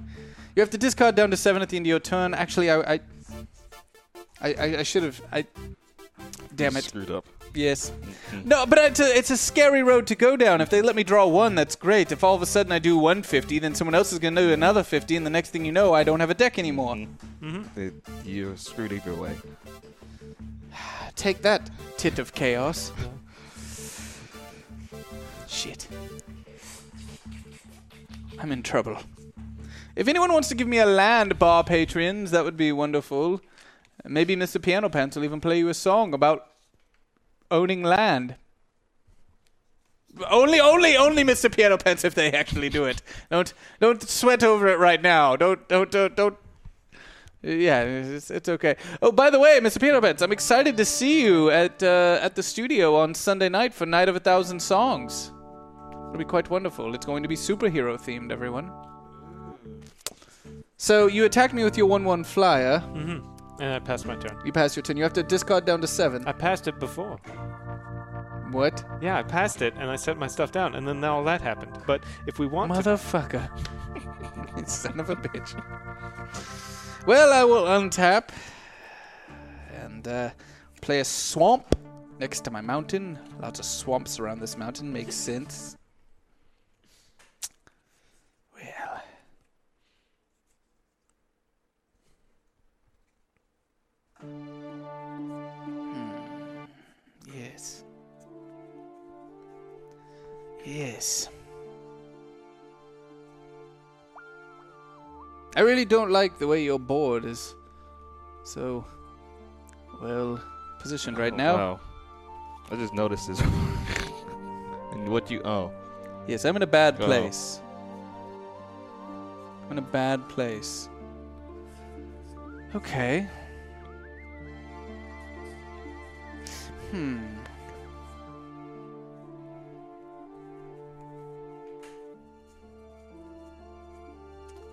You have to discard down to 7 at the end of your turn. Actually, I. I, I, I- I should have. I. Damn it.
Screwed up.
Yes. No, but it's a, it's a scary road to go down. If they let me draw one, that's great. If all of a sudden I do 150, then someone else is going to do another 50, and the next thing you know, I don't have a deck anymore.
They, you're screwed either way.
Take that, tit of chaos. Shit. I'm in trouble. If anyone wants to give me a land bar, patrons, that would be wonderful. Maybe Mr. Piano Pants will even play you a song about owning land. Only, only, only Mr. Piano Pants if they actually do it. Don't, don't sweat over it right now. Don't, don't, don't, don't. Yeah, it's, it's okay. Oh, by the way, Mr. Piano Pants, I'm excited to see you at uh, at the studio on Sunday night for Night of a Thousand Songs. It'll be quite wonderful. It's going to be superhero themed, everyone. So you attacked me with your one-one flyer.
And I passed my turn.
You pass your turn. You have to discard down to seven.
I passed it before.
What?
Yeah, I passed it and I set my stuff down, and then all that happened. But if we want to,
Motherfucker. [LAUGHS] Son of a bitch. Well, I will untap and uh, play a swamp next to my mountain. Lots of swamps around this mountain. Makes sense. Well. Hmm. Yes. Yes. I really don't like the way your board is so well positioned right
Oh,
now.
wow. I just noticed this. [LAUGHS] and what you? Oh,
Yes, I'm in a bad
Oh.
place. I'm in a bad place. Okay. Hmm.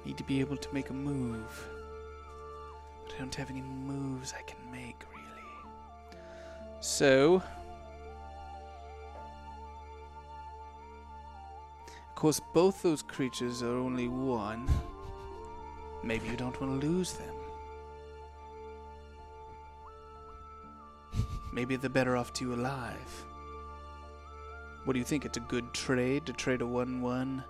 Need to be able to make a move. But I don't have any moves I can make, really. So. Of course, both those creatures are only one. Maybe you don't want to lose them. Maybe they're better off to you alive. What do you think? It's a good trade to trade a 1 1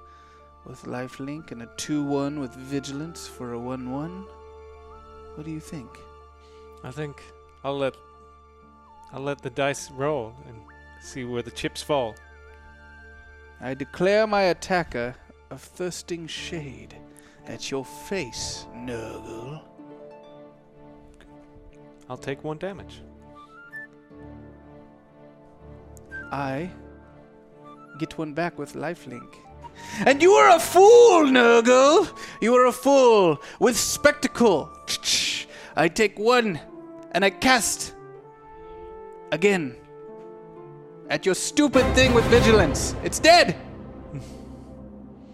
with Lifelink and a 2 1 with Vigilance for a 1 1? What do you think?
I think I'll let I'll let the dice roll and see where the chips fall.
I declare my attacker of Thirsting Shade at your face, Nurgle.
I'll take one damage.
I get one back with lifelink. And you are a fool, Nurgle! You are a fool with spectacle! Ch-ch. I take one and I cast again at your stupid thing with vigilance. It's dead!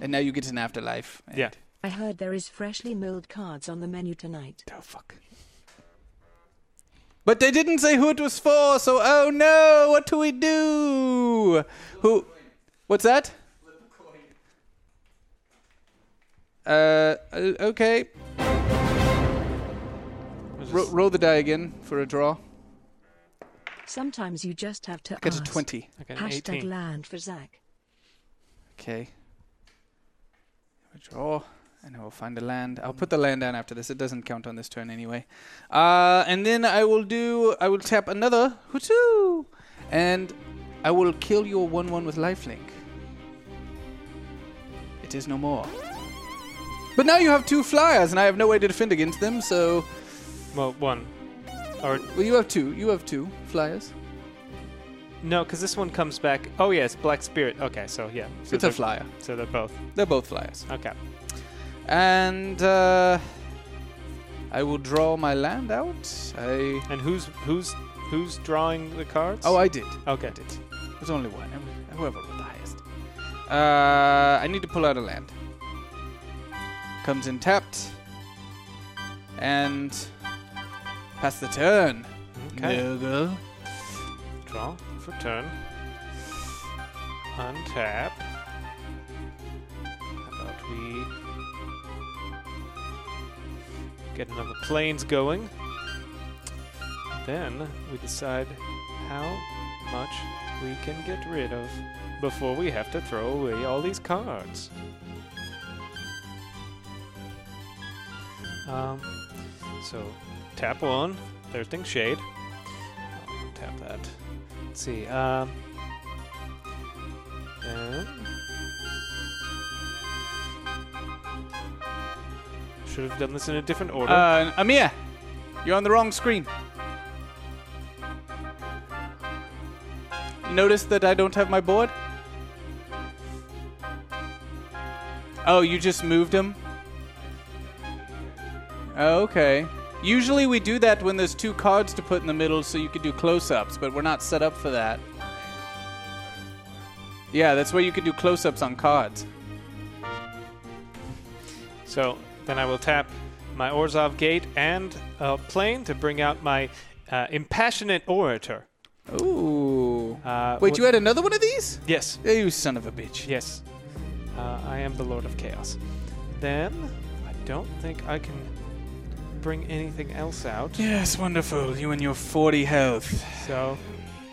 and now you get an afterlife. and-
Yeah.
I heard there is freshly milled cards on the menu tonight.
Oh, fuck. But they didn't say who it was for, so oh no, what do we do? Who? What's that? Uh, o- okay. Ro- roll the die again for a draw.
Sometimes you just have to
Get a
ask.
20.
Okay, an
Hashtag
18.
land for Zach.
Okay. A draw, and I will find a land. I'll put the land down after this. It doesn't count on this turn anyway. Uh, and then I will do. I will tap another Hutu, and I will kill your one-one with lifelink. It is no more. But now you have two flyers, and I have no way to defend against them. So,
Well, one. Or
well, you have two. You have two flyers.
no, because this one comes back. Oh yes, Black Spirit. Okay, so yeah, so
it's a
they're-
flyer.
So they're both
They're both flyers.
okay.
And uh, I will draw my land out. I
And who's who's who's drawing the cards?
Oh, I did.
okay.
There's only one. Whoever with the highest. Uh, I need to pull out a land. Comes in tapped. And pass the turn.
Okay.
Nurgle.
Draw for turn. Untap. How about we get another planes going? Then we decide how much we can get rid of before we have to throw away all these cards. Um, so tap one, Thirsting Shade. I'll tap that. Let's see. Um, and should have done this in a different order.
Uh, Amir, you're on the wrong screen. Notice that I don't have my board? Oh, you just moved him? Oh, Okay. Usually we do that when there's two cards to put in the middle so you could do close ups, but we're not set up for that. Yeah, that's where you could do close ups on cards.
So then I will tap my Orzov gate and uh, plane to bring out my uh, impassionate orator.
Ooh.
Uh,
Wait,
what-
you had another one of these?
Yes,
You son of a bitch.
yes. Uh, I am the Lord of Chaos. Then I don't think I can bring anything else
[LAUGHS]
out.
Yes, wonderful. You and your 40 health.
So,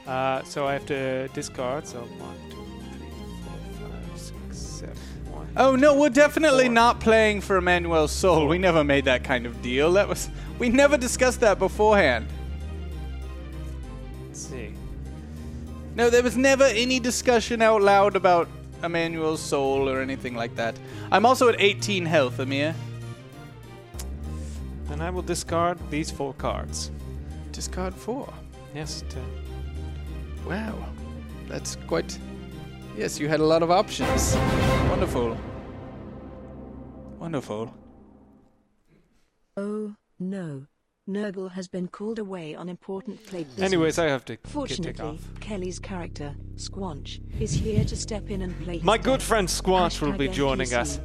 uh, so I have to discard. So one, two, three, four, five, six, seven, one.
Oh no, we're definitely
Four.
not playing for Emmanuel's soul. We never made that kind of deal. That was we never discussed that beforehand.
Let's see.
No, there was never any discussion out loud about Emmanuel's soul or anything like that. I'm also at 18 health, Amir.
Then I will discard these four cards.
Discard four.
Yes, to
Wow. That's quite. Yes, you had a lot of options. Wonderful. Wonderful.
Oh, no. Nurgle has been called away on important plate business.
Anyways, I have to get take
Fortunately,
off.
Kelly's character, Squanch, is here to step in and play.
My good friend Squatch will
Hashtag
be joining
NPC.
us.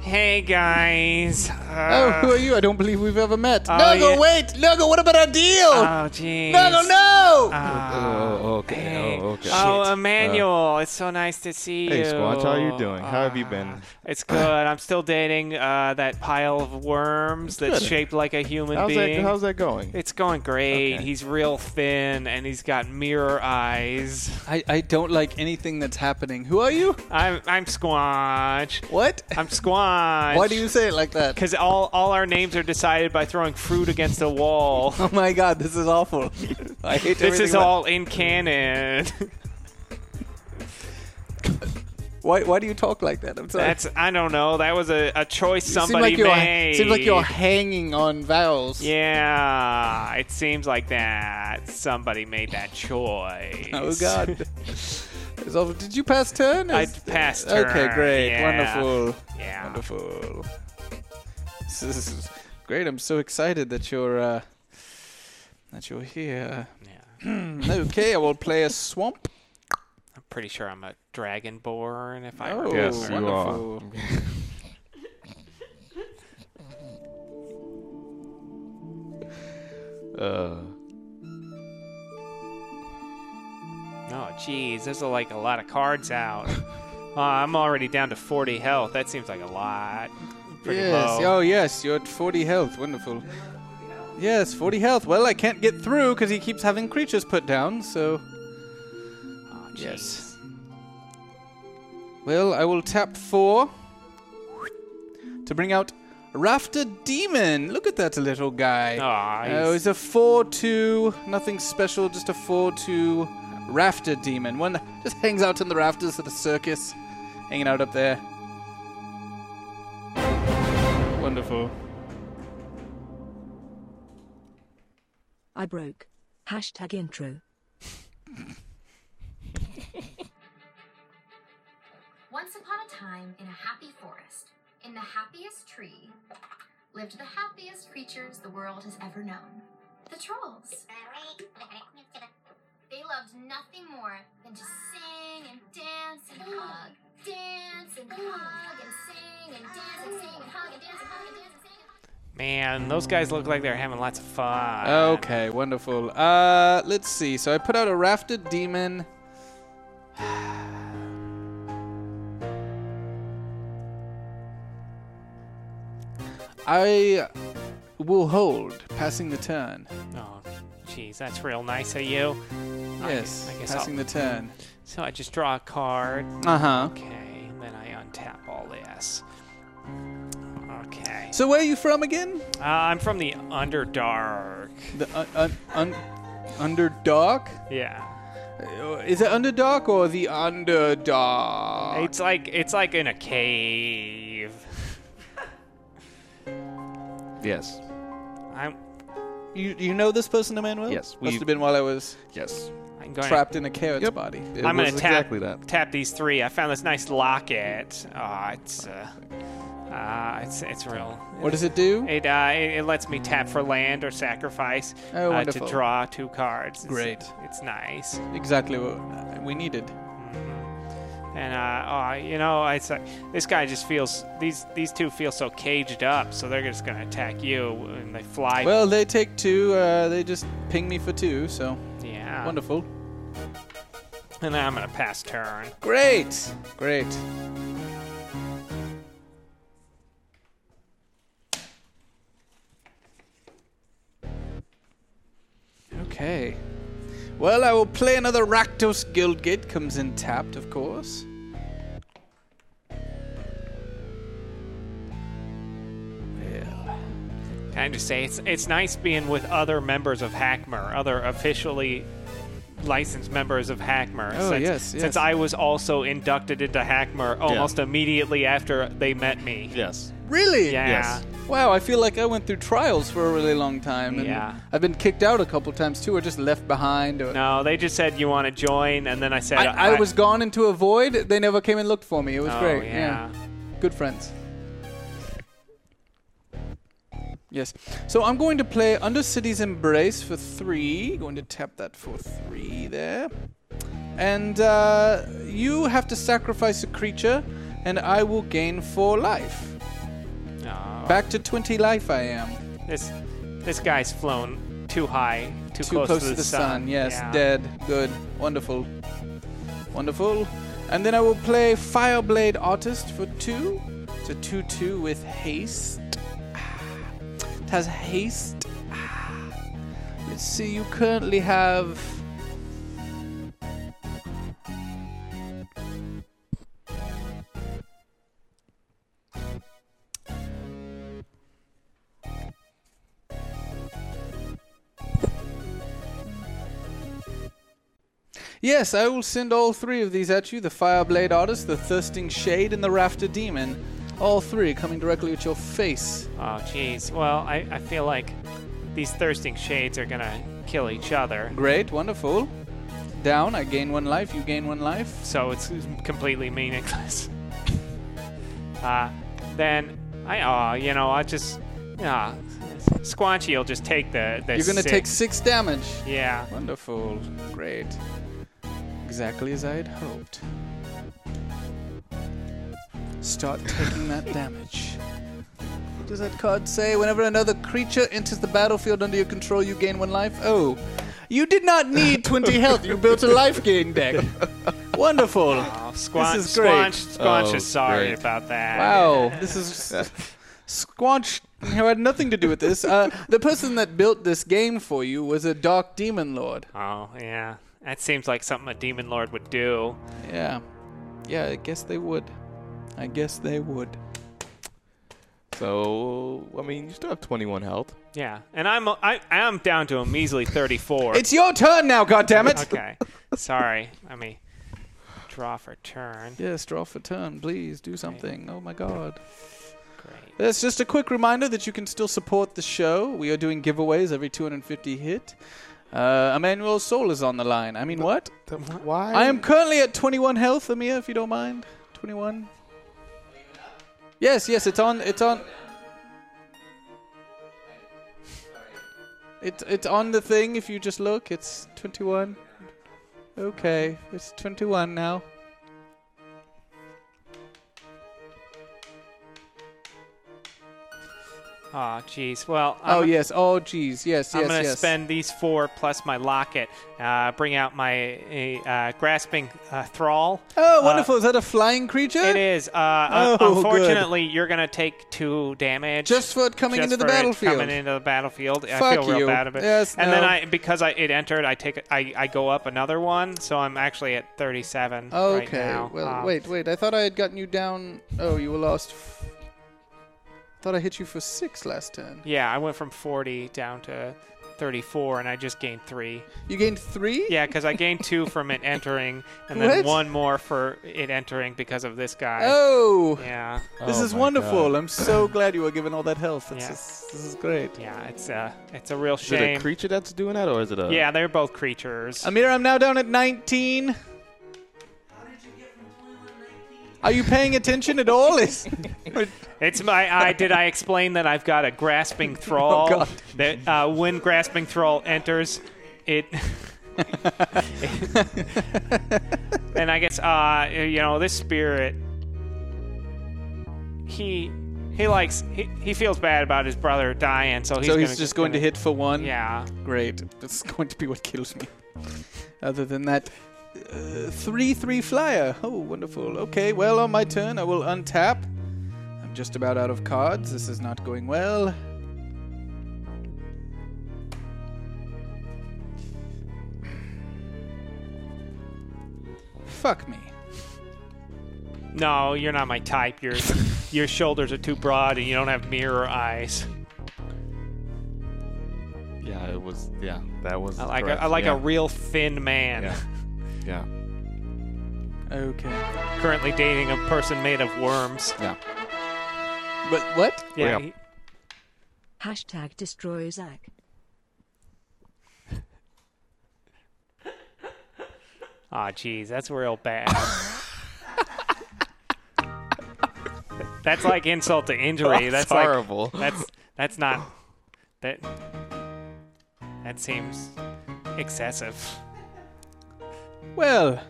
Hey guys.
Oh,
Uh,
who are you? I don't believe we've ever met.
Oh,
Nurgle,
yeah.
wait! Nurgle, what about our deal?
Oh, jeez.
Nurgle, no!
Uh,
Oh, oh, okay.
Hey.
Oh, okay.
Ah, Oh,
Shit.
Emmanuel, it's so nice to see
Hey,
you.
Squatch, how you doing? How have you
Ah,
been?
It's good. I'm still dating uh, that pile of worms that's
Good.
shaped like a human
Uh, how's
being.
that? How's that going?
It's going great.
Okay.
He's real thin and he's got mirror eyes.
I, I don't like anything that's happening. Who are you?
I'm I'm Squatch.
What?
I'm Squatch.
Why do you say it like
[LAUGHS]
that?
Because all all our names are decided by throwing fruit against a
[LAUGHS]
wall.
Oh my god, this is awful. I hate
this
everything
is
about-
all in
[LAUGHS]
canon.
Why, why do you talk like that? I'm sorry.
That's I don't know. That was a, a choice
You seem
somebody
like you're,
made.
Seems like you're hanging on vowels.
Yeah, it seems like that somebody made
[LAUGHS]
that choice.
Oh
[LAUGHS]
god. It's awful. Did you pass turn?
I
Is-
passed
Okay,
turn,
great.
yeah.
Wonderful.
Yeah.
Wonderful. This is great. I'm so excited that you're uh, that you're here.
Yeah.
[CLEARS THROAT] okay, I will play a swamp.
I'm pretty sure I'm a dragonborn. If I
Oh,
remember.
Yes, you are.
wonderful.
Uh,
Oh, jeez, there's like a lot of cards
[LAUGHS]
out. Uh, I'm already down to 40 health. That seems like a lot. Pretty
yes.
low.
Oh, yes. You're at 40 health. Wonderful. Yes, 40 health. Well, I can't get through because he keeps having creatures put down. So,
Oh, jeez.
yes. well, I will tap four to bring out Rafter Demon. Look at that little guy.
Aw,
Oh,
he's-
it's a 4 2, nothing special, just a 4 2 rafter demon. One that [LAUGHS] just hangs out in the rafters of the circus, hanging out up there. Wonderful.
I broke. Hashtag intro.
Once upon a time, in a happy forest, in the happiest tree, lived the happiest creatures the world has ever known the trolls. They loved nothing more than to sing and dance and hug. Dance and hug and sing and dance and sing and hug and dance and hug and dance and sing. and hug.
Man, those guys look like they're having lots of fun.
Uh, Okay, wonderful. Uh, let's see. So I put out a rafter demon. [SIGHS] I will hold, passing the turn.
Oh, jeez, that's real nice of you. I
Yes,
guess- I guess
passing
I'll-
the turn.
So I just draw a card.
Uh huh.
Okay, and then I untap all this. Okay.
So where are you from again?
Uh, I'm from the Underdark.
The un- un- un- underdog?
Yeah.
Uh, Is it underdog or the underdog?
It's like it's like in a cave.
yes.
I'm
You you know this person, Emmanuel?
Yes,
Must
we-
have been while I was
Yes.
I'm going
trapped in a carrot's
Yep.
body.
It
I'm
was
gonna tap
exactly that.
tap these three. I found this nice locket. Ah, it's uh, uh, it's it's real.
What does it do?
It, uh, it it lets me tap for land or sacrifice
Oh,
uh, to
wonderful.
draw two cards. It's-
Great.
It's nice.
Exactly what uh, we needed.
And uh, oh, you know, it's like this guy just feels these these two feel so caged up, so they're just gonna attack you and they fly.
Well, they take two. Uh, they just ping me for two, so
yeah,
wonderful.
And then I'm gonna pass turn.
Great, great. Okay. Well, I will play another Rakdos Guildgate. Comes in tapped, of course.
Can I just say it's it's nice being with other members of Hackmer, other officially licensed members of Hackmer.
Oh,
since,
yes, yes.
Since I was also inducted into Hackmer almost immediately after they met me.
Yes.
Really?
Yeah.
Yes.
Wow, I feel like I went through trials for a really long time. And
Yeah.
I've been kicked out a couple times too, or just left behind. Or
No, they just said you want to join, and then I said
I, I, was gone into a void. They never came and looked for me. It was
Oh,
great.
yeah.
Good friends. Yes. So I'm going to play Undercity's Embrace for three. Going to tap that for three there. And uh, you have to sacrifice a creature, and I will gain four life.
Oh,
Back to 20 life I am.
this this guy's flown too high, too,
Too close, to the, sun. Yes,
Yeah.
dead. Good. Wonderful. Wonderful. And then I will play Fireblade Artist for two. It's a 2 2 with haste. It has haste. Let's see, you currently have. Yes, I will send all three of these at you the Fireblade Artist, the Thirsting Shade, and the Rafter Demon. All three coming directly at your face.
Oh, jeez. Well, I, I feel like these thirsting shades are gonna kill each other.
Great, wonderful. Down, I gain one life, you gain one life.
so it's completely meaningless. [LAUGHS] uh, then I, oh, you know, I just, ah, Squanchy will just take the. the
You're gonna
six.
take six damage.
Yeah.
Wonderful, great. Exactly as I had hoped. Start taking [LAUGHS] that damage. What does that card say? Whenever another creature enters the battlefield under your control, you gain one life. Oh, you did not need 20 [LAUGHS] health. You built a life gain deck. Wonderful.
Oh, Squanch,
This is great.
Squanch, Squanch
Oh,
is sorry
great.
about that.
[LAUGHS] Wow, this is uh, Squanch who had nothing to do with this. Uh, [LAUGHS] the person that built this game for you was a dark demon lord.
Oh, yeah. That seems like something a demon lord would do.
Yeah, yeah, I guess they would. I guess they would.
So I mean, you still have 21 health.
Yeah. And I'm I, I'm down to a measly 34.
It's your turn now, goddammit!
okay. Sorry. Let me draw for turn.
Yes, draw for turn, please. Do something. Oh my god.
Great.
That's just a quick reminder that you can still support the show. We are doing giveaways every 250 hit. Uh, Emmanuel Soul is on the line. I mean, what?
Why?
I am currently at 21 health, Amir, if you don't mind. 21. Yes, yes, it's on. It's on. It's it's on the thing. If you just look, it's 21. Okay, it's 21 now.
Oh, jeez. Well,
oh
I'm-
yes. Oh geez. Yes.
I'm
yes.
gonna
yes.
spend these four plus my locket. Uh, bring out my uh, uh, grasping uh, thrall.
Oh,
Uh,
wonderful! is that a flying creature? [LAUGHS]
it is. Uh, uh,
Oh, good.
unfortunately, you're gonna take two damage
Just for it coming
just
into
for
the
it
battlefield.
Coming into the battlefield,
Fuck
I feel real
you.
bad about it.
Yes,
and
no.
then I because I it entered, I take I, I go up another one, so I'm actually at 37
Okay.
right now.
Well,
Um,
wait, wait. I thought I had gotten you down. Oh, you were lost. F- thought I hit you for six last turn.
Yeah, I went from 40 down to 34, and I just gained three.
You gained three.
Yeah, because I gained
[LAUGHS]
two from it entering, and then
What?
one more for it entering because of this guy.
Oh,
Yeah,
this
Oh
is
my
wonderful.
[LAUGHS]
I'm so glad you were given all that health. This,
Yeah.
is, this is great.
yeah, it's a it's a real
Is it a
shame.
creature that's doing that, or is it a?
yeah, they're both creatures.
Amir, I'm now down at 19. Are you paying attention at
[LAUGHS]
all? Is
It's my I did I explain that I've got a
[LAUGHS]
grasping thrall
Oh, God.
that uh, when grasping thrall enters, it. [LAUGHS] and I guess uh you know this spirit. He he likes he, he feels bad about his brother dying, so he's
so
gonna,
he's just going to hit for one.
Yeah.
Great. That's [LAUGHS] going to be what kills me. Other than that, uh, three three flyer. Oh, wonderful. Okay, well, on my turn, I will untap. I'm just about out of cards. This is not going well. Fuck me.
No, you're not my type. Your your shoulders are too broad, and you don't have mirror eyes.
Yeah, it was
was
Yeah, that was.
I like a,
correct.
I like
yeah.
a real thin man.
[LAUGHS] Yeah. Yeah.
Okay.
Currently dating a person made of worms.
Yeah.
But what?
Yeah.
Yeah.
he-
Hashtag destroy Zach.
Aw, jeez, that's real
[LAUGHS]
bad. that's like insult to
Oh,
injury. That's,
That's
like-
horrible.
that's that's not that. That seems excessive.
Well,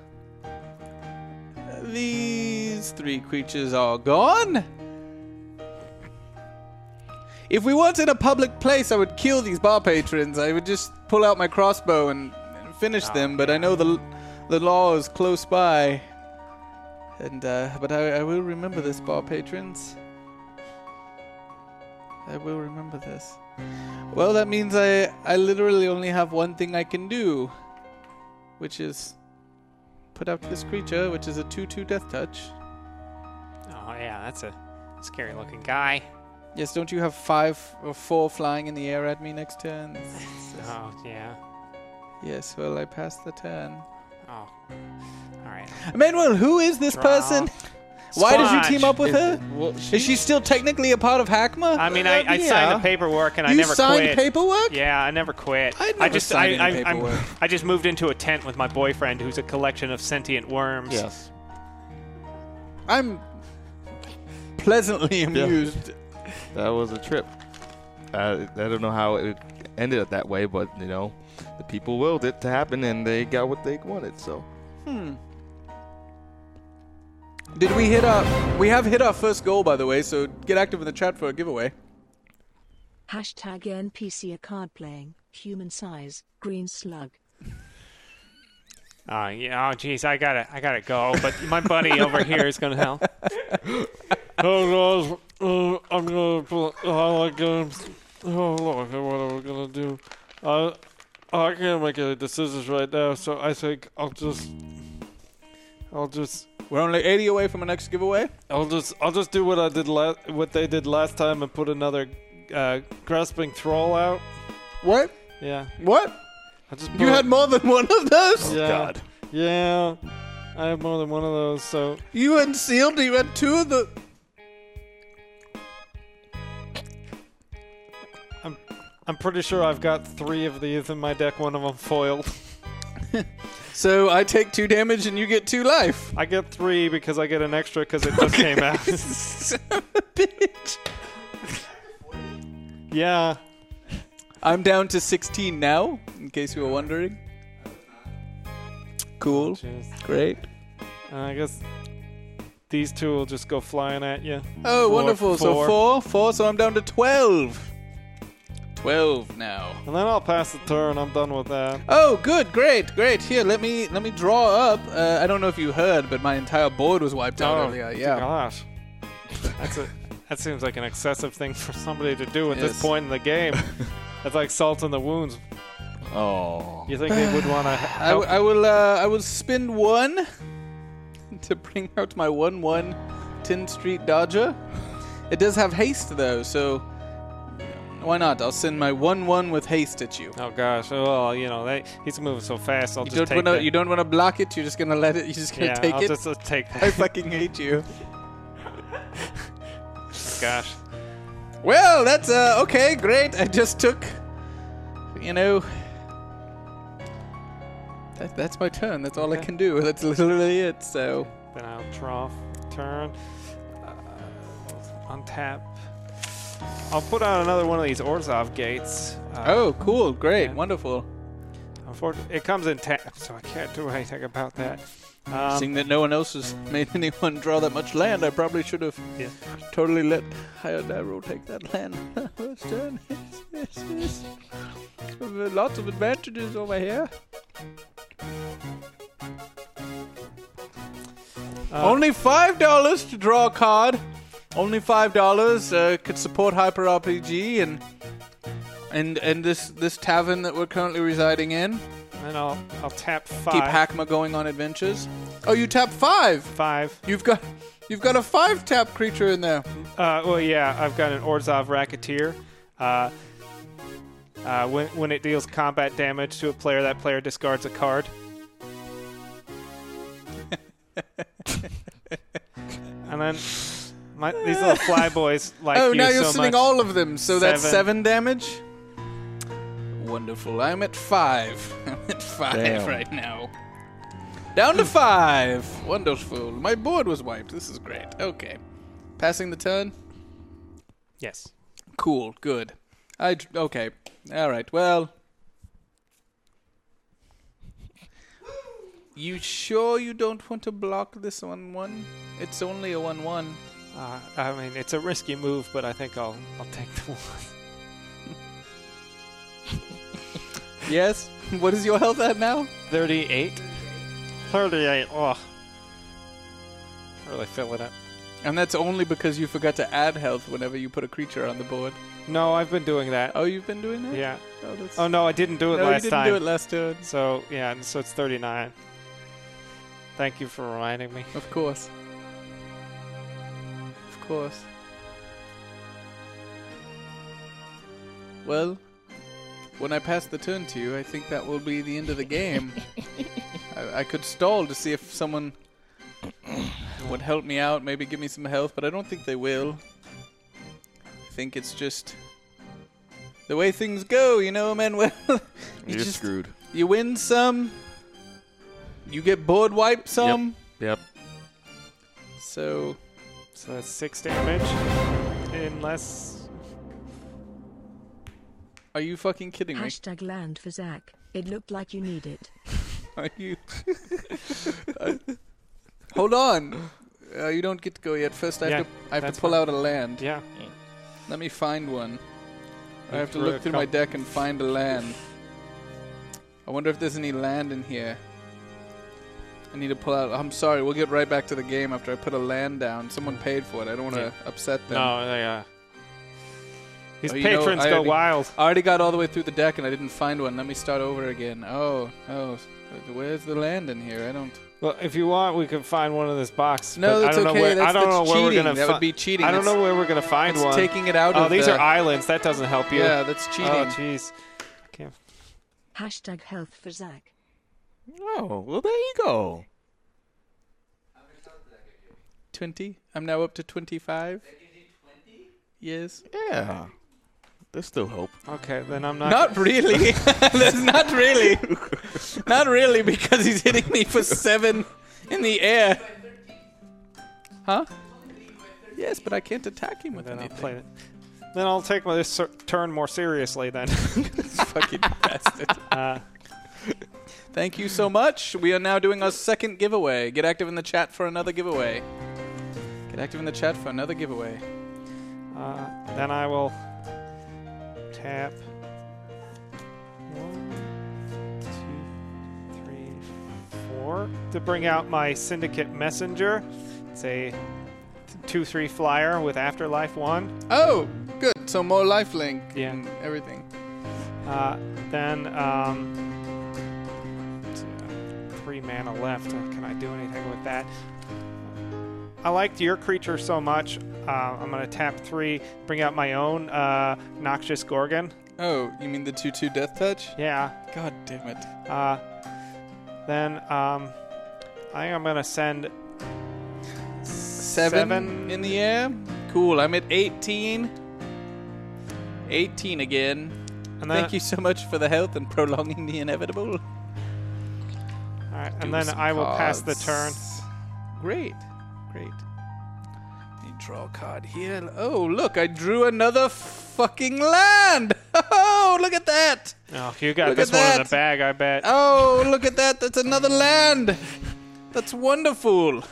these three creatures are gone. If we weren't in a public place, I would kill these bar patrons. I would just pull out my crossbow and, and finish them. But I know the the law is close by. And uh, but I, I will remember this, bar patrons. I will remember this. Well, that means I I literally only have one thing I can do which is put out this creature, which is a 2 2 death touch.
Oh yeah, that's a scary looking guy.
Yes, don't you have five or four flying in the air at me next turn?
Oh yeah.
yes, well, I passed the turn.
Oh. All right.
Manuel, who is this
Draw.
person? Why did you team
Squatch.
up with her?
[LAUGHS] Well,
Is she still technically a part of Hackma?
I mean, I, I signed the paperwork and I
You
never
signed
quit.
paperwork?
Yeah, I never quit.
I'd
I
never
just
signed
I,
any
I, I'm-
paperwork.
I just moved into a tent with my boyfriend, who's a collection of sentient worms.
Yes.
I'm pleasantly amused.
That was a trip. I, I don't know how it ended up that way, but you know, the people willed it to happen, and they got what they wanted. So
Did we hit our. We have hit our first goal, by the way, so get active in the chat for a giveaway.
Hashtag NPC a card playing, human size, green slug.
Uh, yeah. Oh, jeez, I gotta, I gotta go. But my buddy over here is
[LAUGHS]
gonna help.
Oh, guys, uh, I'm gonna play. I like games. Oh, look at what I'm gonna do. I, I can't make any decisions right now, so I think I'll just, I'll just,
We're only 80 away from our next giveaway.
I'll just, I'll just do what I did last, what they did last time, and put another uh, grasping thrall out.
What?
Yeah,
What?
I just.
You
put-
had more than one of those?
yeah, God. Yeah, I have more than one of those, so
You and Sealed, you had two of the.
I'm pretty sure I've got three of these in my deck. One of them foiled.
So I take two damage and you get two life.
I get three because I get an extra because it just came
[LAUGHS]
out.
Bitch.
yeah.
I'm down to 16 now, in case you were wondering. Cool.
Cheers.
Great.
Uh, I guess these two will just go flying at you.
Oh,
Four,
wonderful. So
four.
four, four, so I'm down to 12. 12 now.
And then I'll pass the turn. I'm done with that.
Oh, good, great, great. Here, let me let me draw up. Uh, I don't know if you heard, but my entire board was wiped out
Oh.
earlier. Yeah.
Gosh. That's a, that seems like an excessive thing for somebody to do at
Yes.
this point in the
[LAUGHS]
game. That's like salt in the wounds.
oh,
You think they would want to
I,
help?
w- I will uh, I will spend one [LAUGHS] to bring out my one one 10 Street Dodger. It does have haste though, so why not? I'll send my one one with haste at you.
oh gosh. Oh, Well, you know, they, he's moving so fast. I'll
You
just
don't
take
want to
that.
you don't want to block it. You're just gonna let it. You're just gonna
yeah,
take
I'll
it.
just uh, take
[LAUGHS] I
that.
fucking hate you.
Gosh.
Well, that's uh, okay, great. I just took, you know, that, that's my turn. That's all I
Okay.
can do. That's literally it. So.
Then I'll draw, turn, uh, untap. I'll put out another one of these Orzov gates. Uh,
Oh, cool, great,
Yeah.
wonderful.
Unfortunately, it comes in tap, so I can't do anything about that. Um,
Seeing that no one else has [LAUGHS] made anyone draw that much land, I probably should have
Yeah.
totally let Hayadaro take that land. [LAUGHS] First [LAUGHS] turn. Yes, yes, yes. With Lots of advantages over here.
Uh,
Only five dollars to draw a card. Only five dollars uh, could support Hyper RPG and and and this this tavern that we're currently residing in.
and I'll I'll tap five.
Keep Hackma going on adventures. Oh, you tap five.
five.
You've got you've got a five tap creature in there.
Uh, well, yeah, I've got an Orzov Racketeer. Uh,
Uh, when, when it deals combat damage to a player, that player discards a card. [LAUGHS] and then my, these little fly
[LAUGHS]
boys like
oh,
you
now you're
so
sending
much.
all of them, so that's
Seven.
seven damage. Wonderful. I'm at five. [LAUGHS] I'm at five
Damn.
right now. Down to five. Wonderful. My board was wiped. This is great. Okay. Passing the turn.
yes.
Cool. Good. I d- okay. All right. Well, you sure you don't want to block this one? One. It's only a one-one.
Uh, I mean, it's a risky move, but I think I'll I'll take the one. [LAUGHS]
Yes. [LAUGHS] What is your health at now?
Thirty-eight. Thirty-eight. Oh, really fill it up.
And that's only because you forgot to add health whenever you put a creature on the board.
No, I've been doing that.
Oh, you've been doing that?
Yeah.
Oh, that's...
Oh no, I didn't do it
no,
last
you didn't
time.
do it last turn.
So yeah, and so it's 39. Thank you for reminding me.
Of course. Of course. Well, when I pass the turn to you, I think that will be the end of the game. I, I could stall to see if someone would help me out, maybe give me some health, but I don't think they will. I think it's just the way things go, you know, Manuel. [LAUGHS] you
You're
just-
screwed.
You win some, you get board wiped some.
Yep.
So
So that's six damage, unless
Are you fucking kidding me?
Hashtag land for Zach. It looked like you need it.
[LAUGHS] Are you? [LAUGHS] Hold on. Uh, you don't get to go yet. First, I have
Yeah,
to, I have
that's
to pull
fine.
out a land.
yeah.
Let me find one. I have to
threw a
look through my
couple-
deck and find a land. I wonder if there's any land in here. I need to pull out. I'm sorry. We'll get right back to the game after I put a land down. Someone paid for it. I don't want to upset them.
Mm. No, they, uh, these
Oh, you know,
patrons
I
go
already-
wild.
I already got all the way through the deck and I didn't find one. Let me start over again. Oh, oh. Where's the land in here? I don't.
Well, if you want, we can find one in this box.
No,
but
that's
I don't
okay.
know where,
That's-
I don't
that's
know where we're
cheating.
gonna.
That would
fi-
be cheating.
I don't
It's-
know where we're gonna find
It's
one.
taking it out
oh,
of
these
the-
are islands. That doesn't help you.
Yeah, that's cheating.
Oh, jeez. I can't-
Hashtag health for Zach.
Oh, well, there you go.
20. I'm now up to 25. Yes.
Yeah. There's still hope.
Okay, then I'm not.
Not really. [LAUGHS] That's not really. Not really because he's hitting me for 7 in the air. Huh? Yes, but I can't attack him with
Then I'll
anything.
play it. Then I'll take my this ser- turn more seriously. Then.
[LAUGHS] Fucking bastard.
[LAUGHS] uh,
Thank you so much. We are now doing our second giveaway. Get active in the chat for another giveaway. Get active in the chat for another giveaway.
Uh, then I will tap one, two, three, four to bring out my Syndicate Messenger. It's a th- two three flyer with Afterlife one.
Oh, good. So more lifelink
Yeah.
and everything.
Uh, then um, t- three mana left. Uh, Can I do anything with that? I liked your creature so much. Uh, I'm gonna tap three, bring out my own uh, Noxious Gorgon.
Oh, you mean the 2 2 Death Touch?
Yeah,
God damn it.
Uh, then um, I think I'm gonna send
Seven,
Seven.
in the air. Cool. I'm at 18. 18 again.
and then,
Thank you so much for the health and prolonging the inevitable.
All right,
Do
and then
some
I will pass the turn.
cards. Great. Great. Let me draw a card here. Oh, look, I drew another fucking land. [LAUGHS] Oh, look at that.
Oh, you got
Look
this
at
one in the
that.
bag, I bet.
Oh, look at that. That's another land. That's wonderful.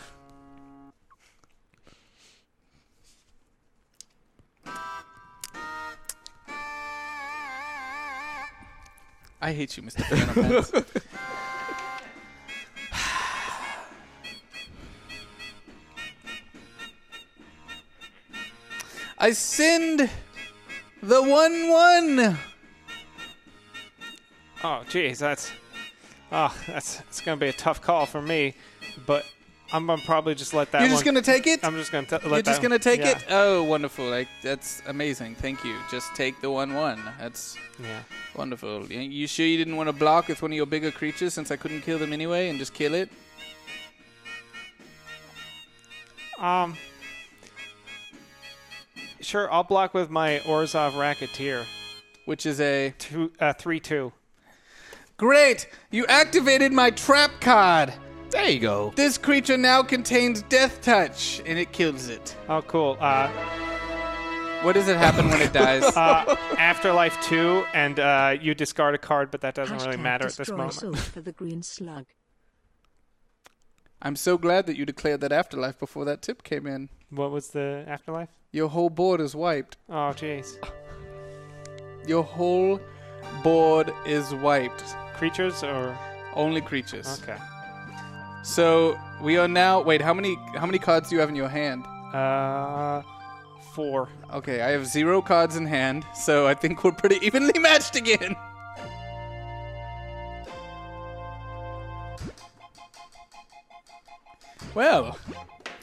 I hate you, Mr. Banner
[LAUGHS]
Pants. I send the one one.
Oh, jeez, that's oh, that's it's gonna be a tough call for me, but I'm gonna probably just let that.
You're just
one-
gonna take it.
I'm just gonna t- let
You're just
that
gonna take
yeah,
it. Oh, wonderful! Like that's amazing. Thank you. Just take the one one. That's
Yeah.
wonderful. Y- You sure you didn't want to block with one of your bigger creatures since I couldn't kill them anyway and just kill it?
Um. Sure, I'll block with my Orzov Racketeer.
Which is a
Two, uh, three, two.
great. You activated my trap card.
There you go.
This creature now contains death touch, and it kills it.
Oh, cool. Uh,
[LAUGHS] What does it happen when
[LAUGHS]
it dies?
Ah.
uh, Afterlife two, and uh, you discard a card, but that doesn't really
Hashtag
matter at this
destroy
moment.
soul for the green slug.
I'm so glad that you declared that afterlife before that tip came in.
What was the Afterlife?
Your whole board is wiped.
Oh, jeez.
Your whole board is wiped.
Creatures or
Only creatures.
okay.
So we are now. Wait, how many how many cards do you have in your hand?
Uh, four.
Okay, I have zero cards in hand, so I think we're pretty evenly [LAUGHS] matched again. Well,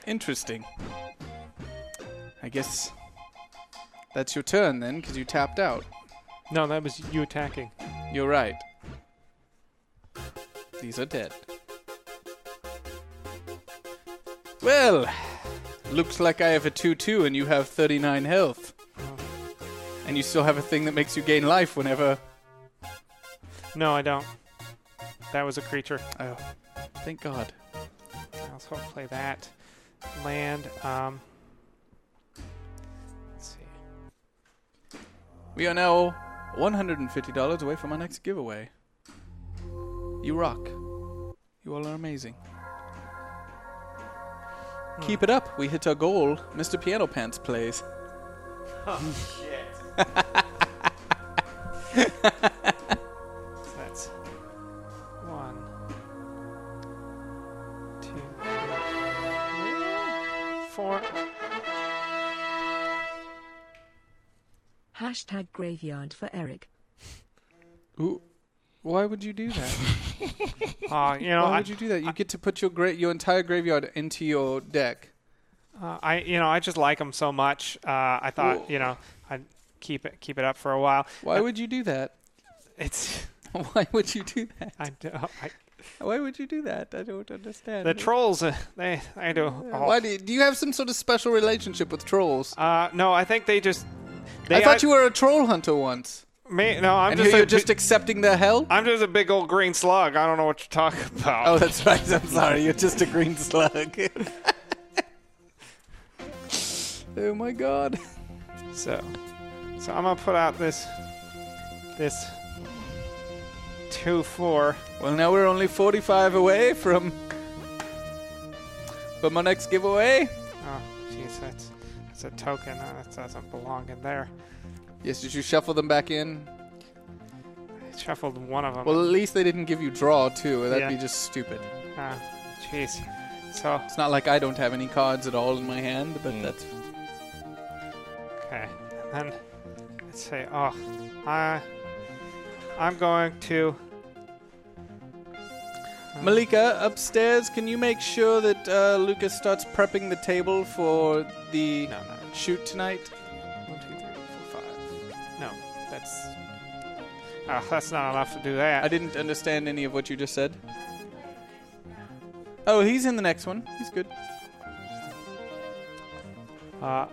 interesting. I guess that's your turn then, because you tapped out.
No, that was you attacking.
You're right. These are dead. Well, looks like I have a 2 2 and you have 39 health. And you still have a thing that makes you gain life whenever.
No, I don't. That was a creature.
Oh, thank God.
Let's hope play that land. Um, let's see.
We are now $150 away from our next giveaway. You rock. You all are amazing. Keep it up. We hit our goal. Mr. Piano Pants plays.
So that's one, two, four.
Hashtag graveyard for Eric.
Ooh, why would you do that? [LAUGHS]
Uh, you know,
Why
I,
would you do that? You get to put your gra- your entire graveyard into your deck.
uh, I, you know, I just like them so much. Uh, I thought, you know, I'd keep it, keep it up for a while. Uh,
Why would you do that? [LAUGHS]
It's,
Why would you do that?
I, do- I,
Why would you do that? I don't understand.
the trolls, uh, they, I do. Oh.
Why do you, do you have some sort of special relationship with trolls?
Uh, no, I think they just. They,
I thought you were a troll hunter once,
Me, no, I'm
and
just. Uh,
here
A,
you're just accepting their hell.
I'm just a big old green slug. I don't know what you're talking [LAUGHS] about.
oh, that's right. I'm sorry. You're just a green slug. [LAUGHS] oh my god. Oh.
So, so I'm gonna put out this, this two four.
Well, now we're only 45 away from from our next giveaway.
Oh, jeez, that's that's a token. Uh, that doesn't belong in there.
Yes, did you shuffle them back in?
I shuffled one of them.
Well, at least they didn't give you draw too. That'd
Yeah.
be just stupid.
uh, jeez. So
It's not like I don't have any cards at all in my hand, but that's
Oh. okay, and then let's say, oh, I, I'm going to.
Malika upstairs. Can you make sure that uh, Lucas starts prepping the table for the
No, no,
shoot tonight?
One, two, three, four, five. No, that's. Uh, that's not enough to do that.
I didn't understand any of what you just said. Oh, he's in the next one. He's good.
Uh,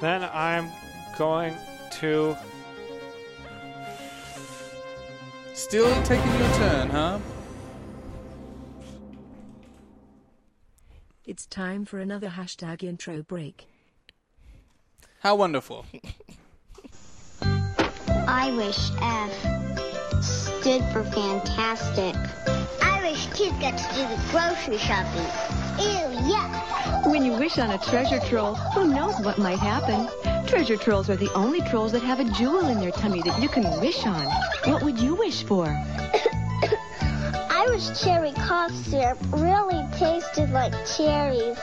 then I'm going to.
Still taking your turn, huh?
It's time for another hashtag intro break.
How wonderful.
I wish F stood for fantastic. I wish kids got to do the grocery shopping. Ew, yuck.
When you wish on a treasure troll, who knows what might happen? Treasure trolls are the only trolls that have a jewel in their tummy that you can wish on. What would you wish for?
I wish cherry cough syrup really tasted like cherries.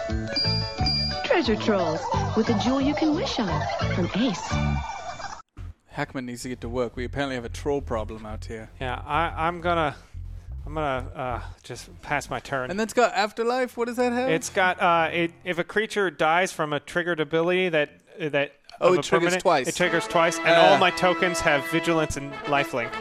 Treasure trolls with a jewel you can wish on from Ace.
Hackman needs to get to work. We apparently have a troll problem out here.
Yeah, I, I'm gonna. I'm gonna uh, just pass my turn.
And that's got afterlife. What does that have?
It's got uh, it, if a creature dies from a triggered ability that uh, that
Oh,
of
it
a
triggers
permanent-
twice.
It triggers twice, and
Uh.
all my tokens have vigilance and lifelink.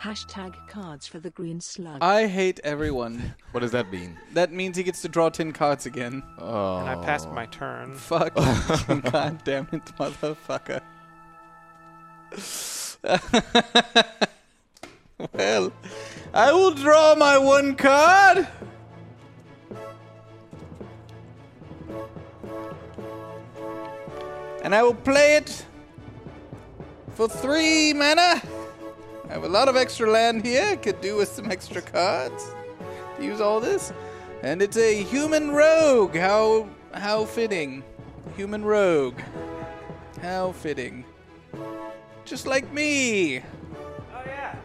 Hashtag cards for the green slug.
I hate everyone.
What does that mean?
That means he gets to draw ten cards again.
Oh.
And I passed my turn.
Fuck. God damn it, motherfucker. [LAUGHS] well, I will draw my one card. And I will play it for three mana. I have a lot of extra land here. Could do with some extra cards. Use all this. And it's a human rogue. How how fitting. Human rogue. How fitting. Just like me. Oh yeah.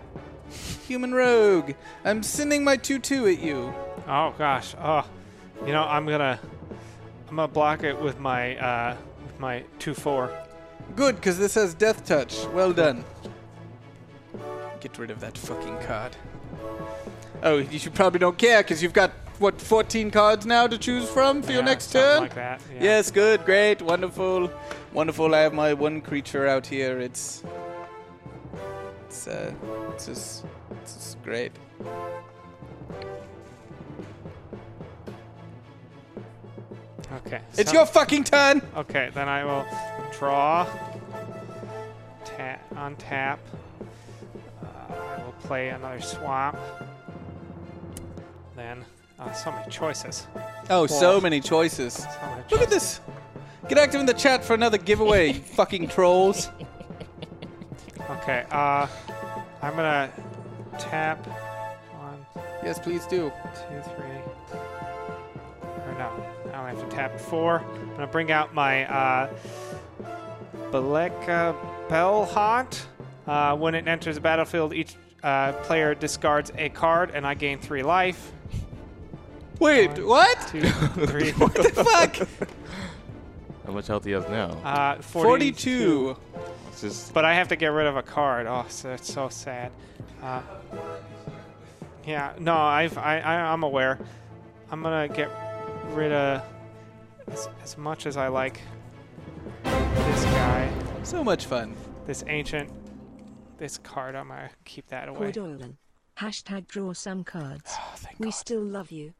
Human rogue. I'm sending my 2-2 at you.
Oh gosh. Oh, you know I'm gonna I'm gonna block it with my uh, with my two four.
Good, because this has death touch. Well done. Get rid of that fucking card. Oh, you should probably don't care because you've got what 14 cards now to choose from for your
Yeah,
next
something
turn.
like that, yeah.
Yes, good, great, wonderful, wonderful. I have my one creature out here. It's it's uh, it's just it's just great.
Okay.
It's
so-
your fucking turn.
Okay, then I will draw, tap, untap. Uh, I will play another swamp. Then, oh, so many choices.
Oh, so
Well,
many choices.
many
Look at this. Get active in the chat for another giveaway, [LAUGHS] you fucking trolls.
Okay, uh, I'm gonna tap one,
Yes, please do.
two, three. Or no, I only have to tap four. I'm gonna bring out my uh, Beleka Bellhaunt. Uh, when it enters the battlefield, each uh, player discards a card, and I gain three life.
Wait, what?
Two, three.
what [LAUGHS] the fuck?
How much health he has now?
Uh,
42.
It's just
But I have to get rid of a card. Oh, so it's so sad. Uh, yeah, no, I've, I, I, I'm aware. I'm gonna get rid of as, as much as I like this guy,
So much fun.
this ancient, this card. I'm gonna keep that away.
Cord Oilen. Hashtag draw some cards. we still love you.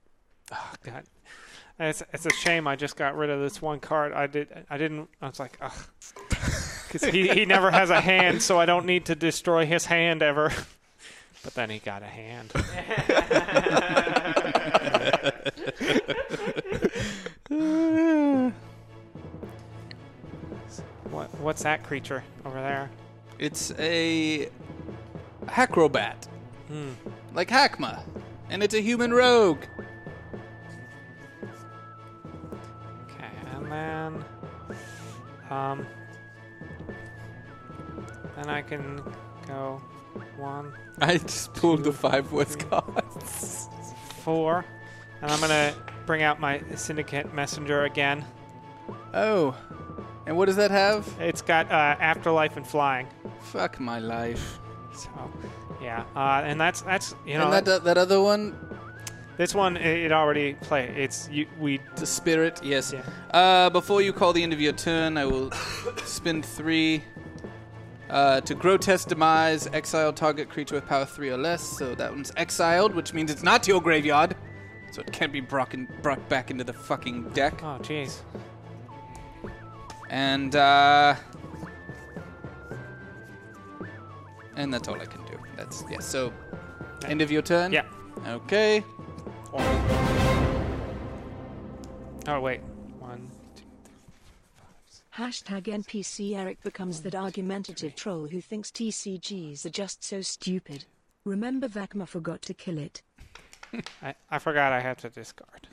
Oh, God. And It's, it's a shame I just got rid of this one card. I did I didn't I was like ugh. 'Cause he, he never has a hand, so I don't need to destroy his hand ever. But then he got a hand. what what's that creature over there?
It's a hackrobat,
Hmm.
like Hackma, and it's a human rogue.
Okay, and then um then I can go one
I just pulled the five worst cards.
four, and I'm gonna bring out my syndicate messenger again.
Oh, and what does that have?
It's got uh, afterlife and flying,
Fuck my life.
so yeah, uh, and that's that's you know
and that, that other one,
this one i- it already play. It's you, we
the spirit. Yes.
Yeah.
Uh, before you call the end of your turn, I [LAUGHS] will spend three. Uh, to grotesque demise, exile target creature with power three or less. So that one's exiled, which means it's not to your graveyard, so it can't be brought, in, brought back into the fucking deck.
oh jeez
And uh And that's all I can do. That's yeah, so end of your turn?
yeah.
Okay.
Oh wait, one. two-
Hashtag NPC Eric becomes that argumentative troll who thinks TCGs are just so stupid. Remember Vakma forgot to kill it.
I, I forgot I had to discard.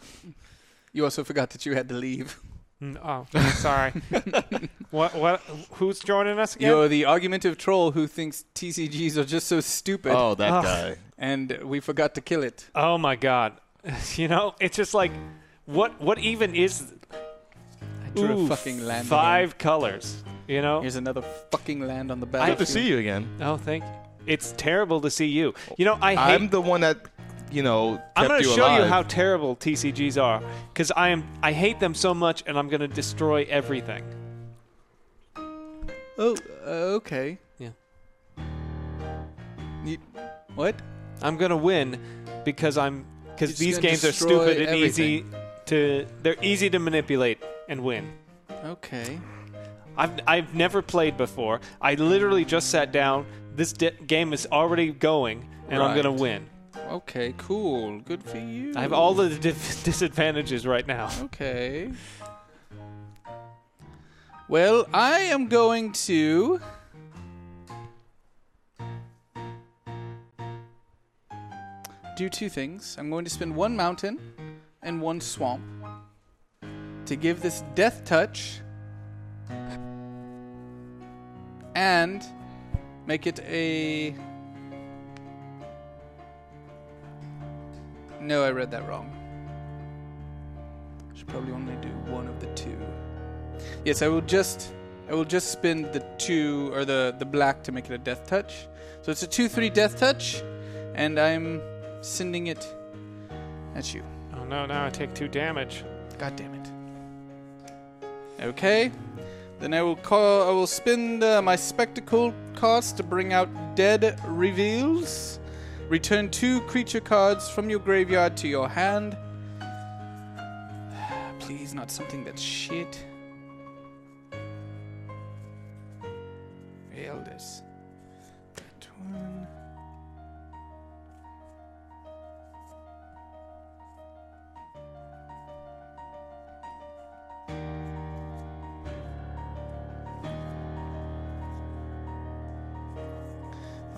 You also forgot that you had to leave.
Mm, Oh,
[LAUGHS]
sorry. what what? Who's joining us again?
You're the argumentative troll who thinks TCGs are just so stupid.
Oh, that
Ugh.
guy.
And we forgot to kill it.
Oh my god. [LAUGHS] You know, it's just like what what even is
I drew
Ooh,
a fucking land. again.
five colors, you know?
Here's another fucking land on the
Good to
battlefield.
see you again.
Oh, thank It's terrible to see you. You know, I hate.
I'm the one that, you know, kept
I'm going to
you
show
alive.
you how terrible TCGs are because I am I hate them so much, and I'm going to destroy everything.
Oh, uh, okay.
Yeah.
You, what?
I'm going to win because I'm
You're
because
just
these
gonna
games are
destroy
stupid and easy to. They're easy to manipulate and win.
Okay.
I've I've never played before. I literally just sat down. This di- game is already going, and I'm going
Right.
to win.
Okay, cool. Good for you.
I have all the [LAUGHS] di- disadvantages right now.
Okay. Well, I am going to. Do two things. I'm going to spend one mountain and one swamp to give this death touch and make it a. No, I read that wrong. Should probably only do one of the two. Yes, I will just I will just spend the two or the the black to make it a death touch. So it's a two three death touch, and I'm sending it at you.
Oh no! Now I take two damage.
God damn it. Okay. Then I will call. I will spend uh, my spectacle cost to bring out dead reveals. Return two creature cards from your graveyard to your hand. [SIGHS] Please, not something that's shit. Elders. That one.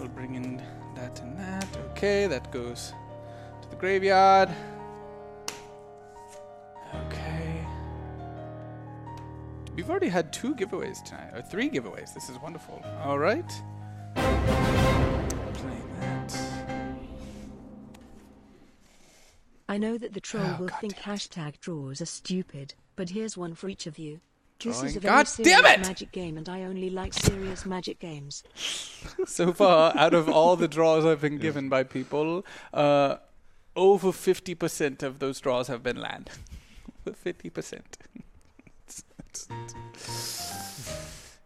I'll bring in that and that. Okay, that goes to the graveyard. Okay. We've already had two giveaways tonight, or three giveaways. This is wonderful. All right. Playing that.
I know that the troll
Oh,
will
God
think hashtag draws are stupid, but here's one for each of you. This
Drawing-
is a very
God
serious
damn it!
magic game, and I only like serious magic games.
So far, out of all the draws I've been given by people, uh, over 50% of those draws have been land. [LAUGHS] Over 50%. [LAUGHS]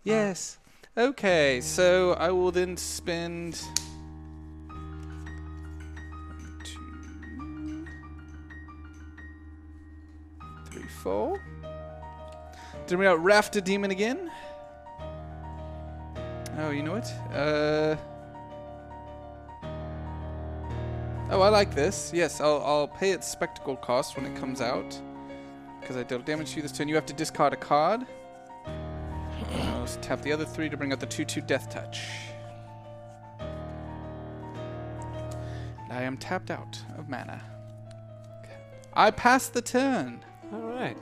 Yes. Okay, so I will then spend. two, three, four. Did we out Rafter Demon again? Oh, you know what? Uh. Oh, I like this. Yes, I'll, I'll pay its spectacle cost when it comes out. Because I deal damage to you this turn. You have to discard a card. I'll just tap the other three to bring out the 2 2 Death Touch. And I am tapped out of mana. I passed the turn.
All right.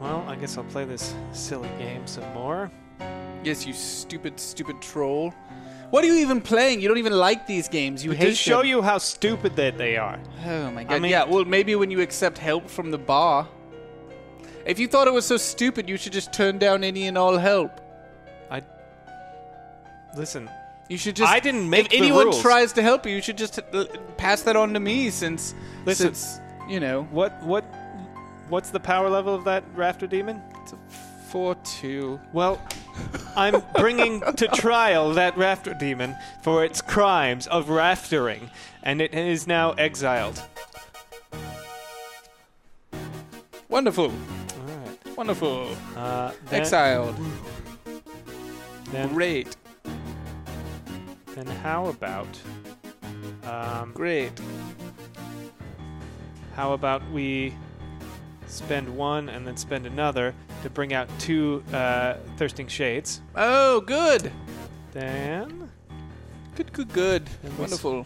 Well, I guess I'll play this silly game some more.
Yes, you stupid, stupid troll. What are you even playing? You don't even like these games. You
But
hate
to show
them.
you how stupid that they are.
Oh my god.
mean-
yeah, well, maybe when you accept help from the bar. If you thought it was so stupid, you should just turn down any and all help.
I listen.
You should just.
I didn't make
If
the
anyone
rules.
tries to help you, you should just uh, pass that on to me, since
Listen.
since you know
What what what's the power level of that rafter demon?
it's a four two.
Well, I'm bringing to trial that rafter demon for its crimes of raftering, and it is now exiled.
Wonderful,
All right.
wonderful.
Uh, then,
Exiled.
Then,
Great,
then how about um,
great.
How about we spend one and then spend another to bring out two uh, Thirsting Shades?
Oh, good,
Then,
good, good, good.
And we s-
Wonderful.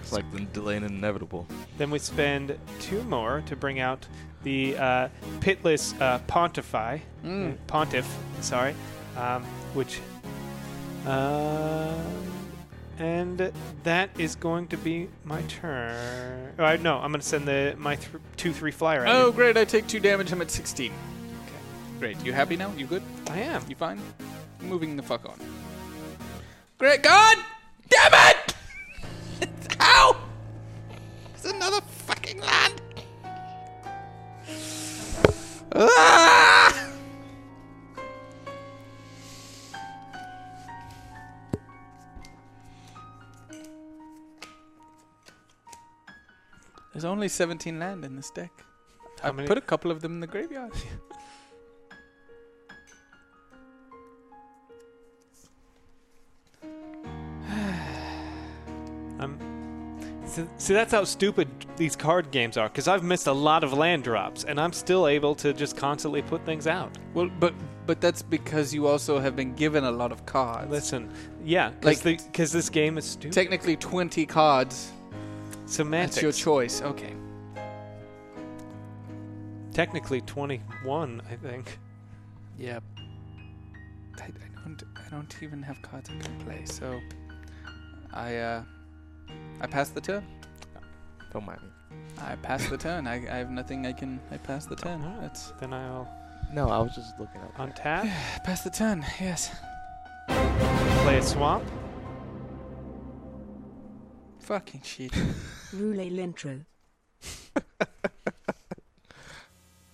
It's like the delaying inevitable.
then we spend two more to bring out the uh, Pitless uh, Pontify,
Mm.
uh, Pontiff, sorry, um, which, uh, and that is going to be my turn. Oh, I- no, I'm going to send the my th- two three flyer. At
Oh,
you.
great! I take two damage. I'm at sixteen. Great. You happy now? You good?
I am.
You fine? Moving the fuck on. Great God! Damn it! [LAUGHS] How?
It's another fucking land.
Ah! There's only 17 land in this deck.
How
I
many-
put a couple of them in the graveyard. [LAUGHS]
I'm, see, see, that's how stupid these card games are, because I've missed a lot of land drops, and I'm still able to just constantly put things out.
well, but but that's because you also have been given a lot of cards.
Listen, yeah,
Like-
because this game is stupid.
Technically, 20 cards.
Semantics.
That's your choice. Okay.
Technically 21, I think.
Yeah. I, I don't. I don't even have cards I can play. So, I uh, I passed the turn.
Don't mind me.
I passed the turn. I, I have nothing I can. I passed the turn. That's
then I'll
No, I was just looking up.
untap,
pass the turn. Yes.
play a swamp.
Fucking shit.
Roulette Lintro.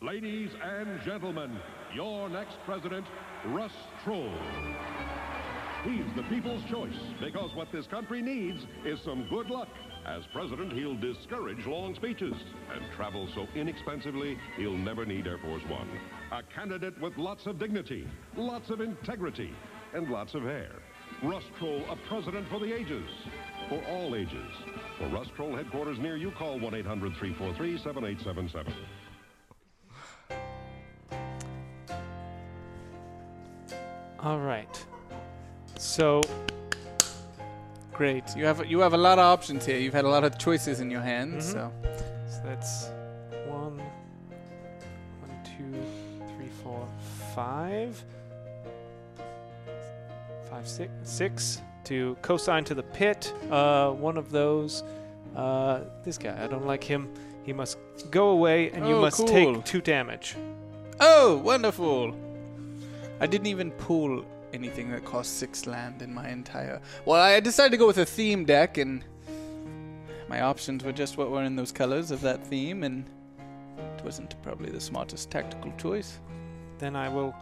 Ladies and gentlemen, your next president, Russ Troll. He's the people's choice because what this country needs is some good luck. As president, he'll discourage long speeches and travel so inexpensively he'll never need Air Force One. A candidate with lots of dignity, lots of integrity, and lots of hair. Russ Troll, a president for the ages, for all ages. For Russ Troll headquarters near you, call 1 800 343 7877.
All right. So
Great. You have you have a lot of options here. You've had a lot of choices in your hands.
Mhm.
So
So that's one, one, two, three, four, five, five, six, six to cosign to the pit. Uh, one of those. Uh, this guy, I don't like him. He must go away, and you
Oh,
must
cool.
take two damage.
Oh, wonderful! I didn't even pull anything that cost six land in my entire. Well, I decided to go with a theme deck, and my options were just what were in those colors of that theme, and it wasn't probably the smartest tactical choice.
Then I will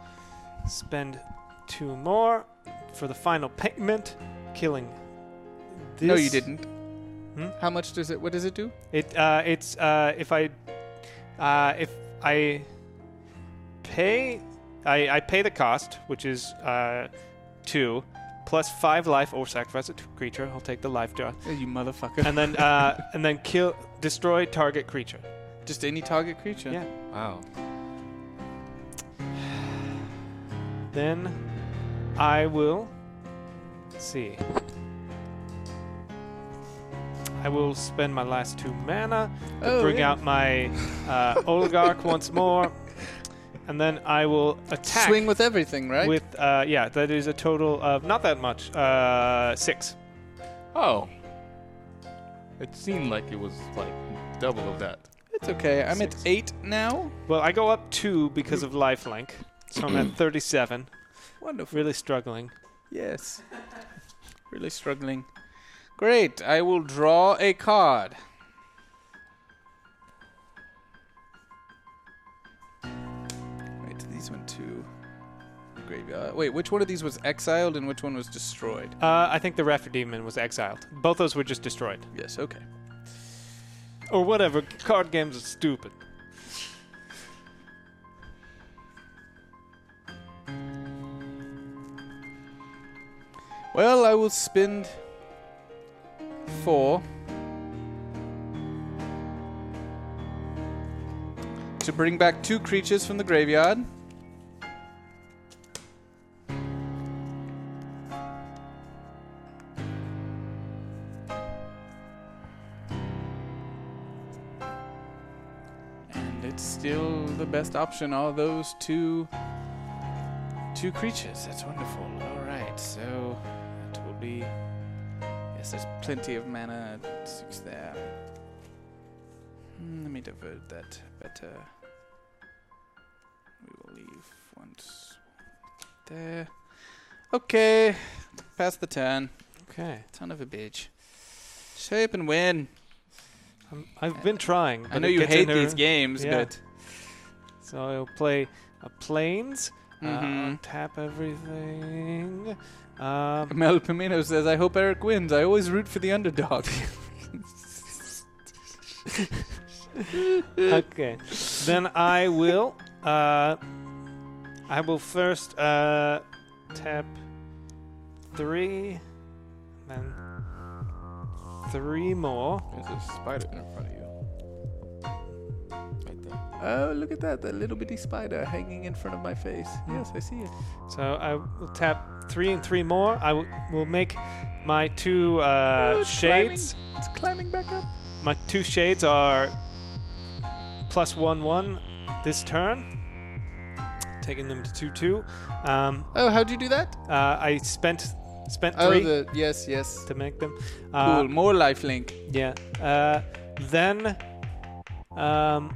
spend two more for the final payment, killing. This.
No, you didn't.
Hmm?
How much does it? What does it do?
It uh, it's uh, if I uh, if I pay I, I pay the cost, which is uh, two plus five life or sacrifice a t- creature. I'll take the life draw.
Oh, you motherfucker!
and then uh, and then kill destroy target creature.
just any target creature.
Yeah.
Wow.
Then I will let's see. I will spend my last two mana to
Oh,
bring
yeah.
out my uh,
[LAUGHS]
oligarch once more, and then I will attack
Swing with everything, right?
with uh, yeah. That is a total of not that much. Uh, six.
Oh. It seemed like it was like double of that.
it's okay. I'm at eight now.
Well, I go up two because of lifelink, so I'm
[CLEARS THROAT]
at 37.
Wonderful.
Really struggling.
Yes. really struggling. Great. I will draw a card. Wait, these went to graveyard. Wait, which one of these was exiled and which one was destroyed?
Uh, I think the Rafter Demon was exiled. Both those were just destroyed.
Yes, okay.
Or whatever. Card games are stupid.
Well, I will spend four to bring back two creatures from the graveyard. And it's still the best option are those two two creatures. That's wonderful. All right, so that will be yes. There's plenty of mana. Six there. Hmm, Let me divert that better. We will leave once there. Okay, pass the turn.
Okay.
Ton of a bitch. Shape and win.
Um, I've been trying.
I
but
know
it
you
gets
hate
into-
these games, but-
So I'll play uh, Planes. Uh,
Mhm.
tap everything. Um,
Mel Pimino says, I hope Eric wins. I always root for the underdog. [LAUGHS]
okay. Then I will. Uh, I will first uh, tap three, then three more.
There's a spider in front of you.
oh, look at that. That little bitty spider hanging in front of my face. Yes, I see it.
So I will tap three and three more. I will, will make my two uh,
Oh, it's climbing.
shades.
It's climbing back up.
My two shades are plus one one this turn, taking them to two two. Um,
oh, how'd you do that?
Uh, I spent spent
Oh,
three.
the- yes, yes.
To make them. Uh,
cool. More lifelink.
Yeah. Uh, then, um,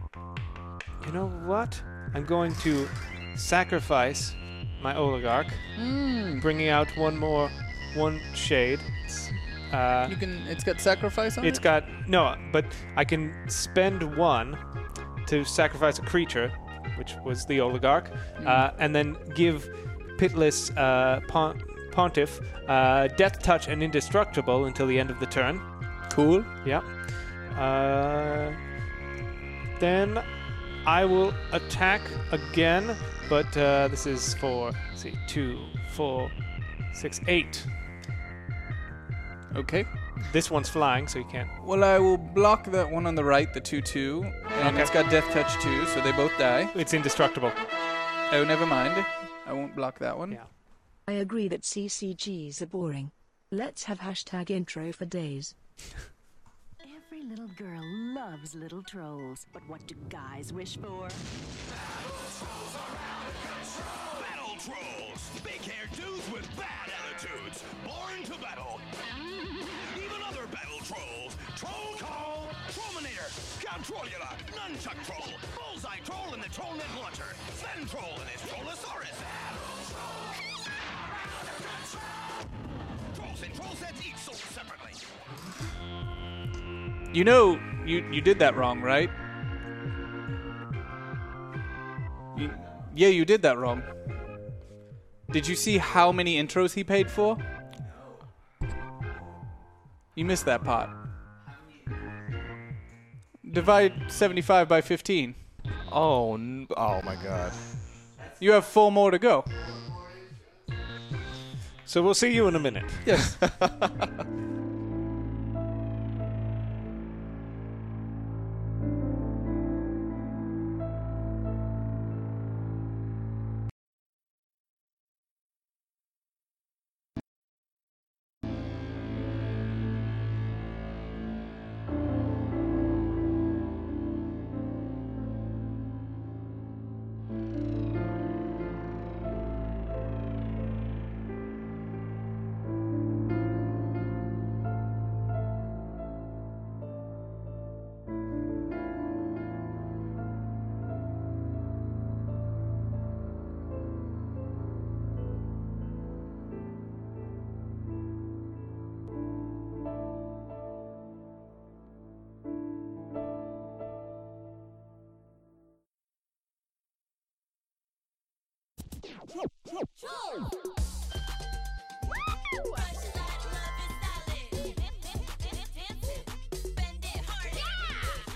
you know what? I'm going to sacrifice my oligarch,
Mm.
bringing out one more, one shade. Uh,
You can. It's got sacrifice on
it's
it?
got no, but I can spend one to sacrifice a creature, which was the oligarch,
Mm.
uh, and then give Pitless uh, pon- Pontiff uh, Death Touch and Indestructible until the end of the turn.
Cool.
Yeah. Uh, then I will attack again, but uh, this is for let's see two, four, six, eight.
Okay.
This one's flying, so you can't
Well, I will block that one on the right, the 2 2. And
Okay.
it's got Death Touch 2, so they both die.
It's indestructible.
Oh, never mind. I won't block that one. Yeah.
I agree that CCGs are boring. Let's have hashtag intro for days.
Every little girl loves little trolls, but what do guys wish for?
Battle trolls, big hair dudes with bad attitudes, born to battle. Even other battle trolls, troll call, trollminator, controllula, nunchuck troll, bullseye troll, and the trollnet launcher, Fen troll and his trollosaurus. Trolls and troll sets each sold separately.
You know, you, you did that wrong, right? You, yeah, you did that wrong. Did you see how many intros he paid for? You missed that part. Divide 75 by 15.
Oh, n- oh my god.
You have four more to go.
So we'll see you in a minute.
Yes.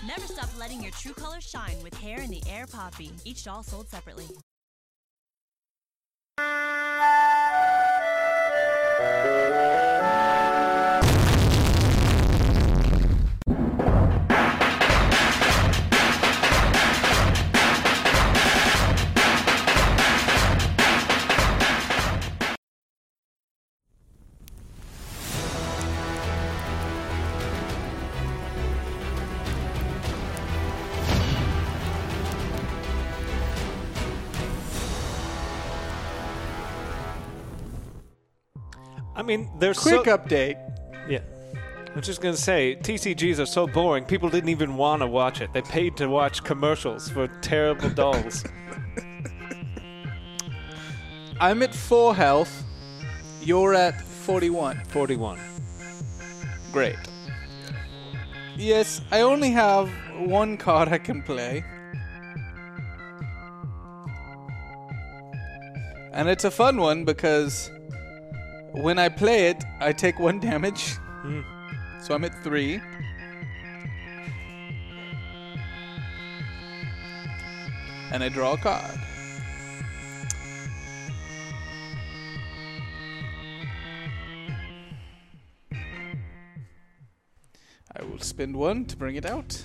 Never stop letting your true colors shine with hair in the air poppy. Each doll sold separately.
I mean, they're
Quick
so,
update.
Yeah. I was just gonna say, TCGs are so boring. People didn't even want to watch it. They paid to watch commercials for terrible dolls.
I'm at four health. You're at 41.
41.
Great. Yes, I only have one card I can play. And it's a fun one because when I play it, I take one [LAUGHS] damage. So I'm at three. And I draw a card. I will spend one to bring it out.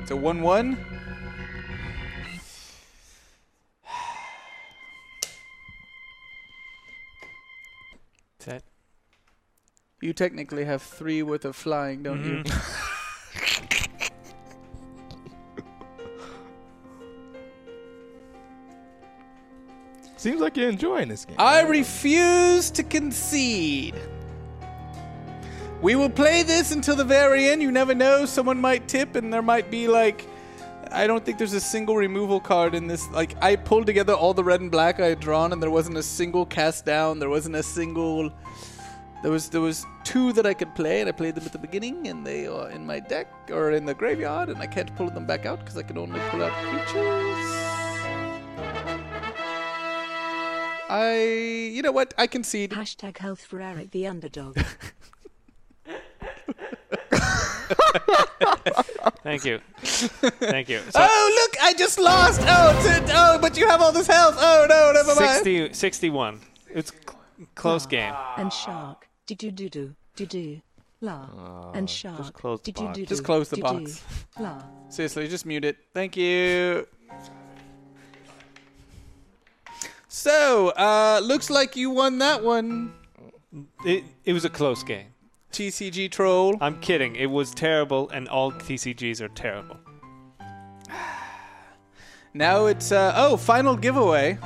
It's a 1 1.
Set.
You technically have three worth of flying, don't
Seems like you're enjoying this game.
you? I refuse to concede. We will play this until the very end. You never know. Someone might tip, and there might be like. I don't think there's a single removal card in this. Like, I pulled together all the red and black I had drawn, and there wasn't a single cast down. There wasn't a single. There was there was two that I could play, and I played them at the beginning, and they are in my deck or in the graveyard, and I can't pull them back out because I can only pull out creatures. I, you know what? I concede.
Hashtag health for Eric
[LAUGHS]
the underdog.
Thank you. Thank you. So-
oh look, I just lost. Oh, t- oh, but you have all this health. Oh no, never mind.
60, 61. It's cl- close game.
and shark. Do do do do do do. La. and shark.
just close the
do, do,
box.
do,
Just Ah,
do,
close the
do,
box.
do. La.
Seriously, just mute it. Thank you. So, uh, looks like you won that one,
It, it was a close game.
TCG troll.
I'm kidding. It was terrible, and all TCGs are terrible.
Now it's uh, oh, final giveaway.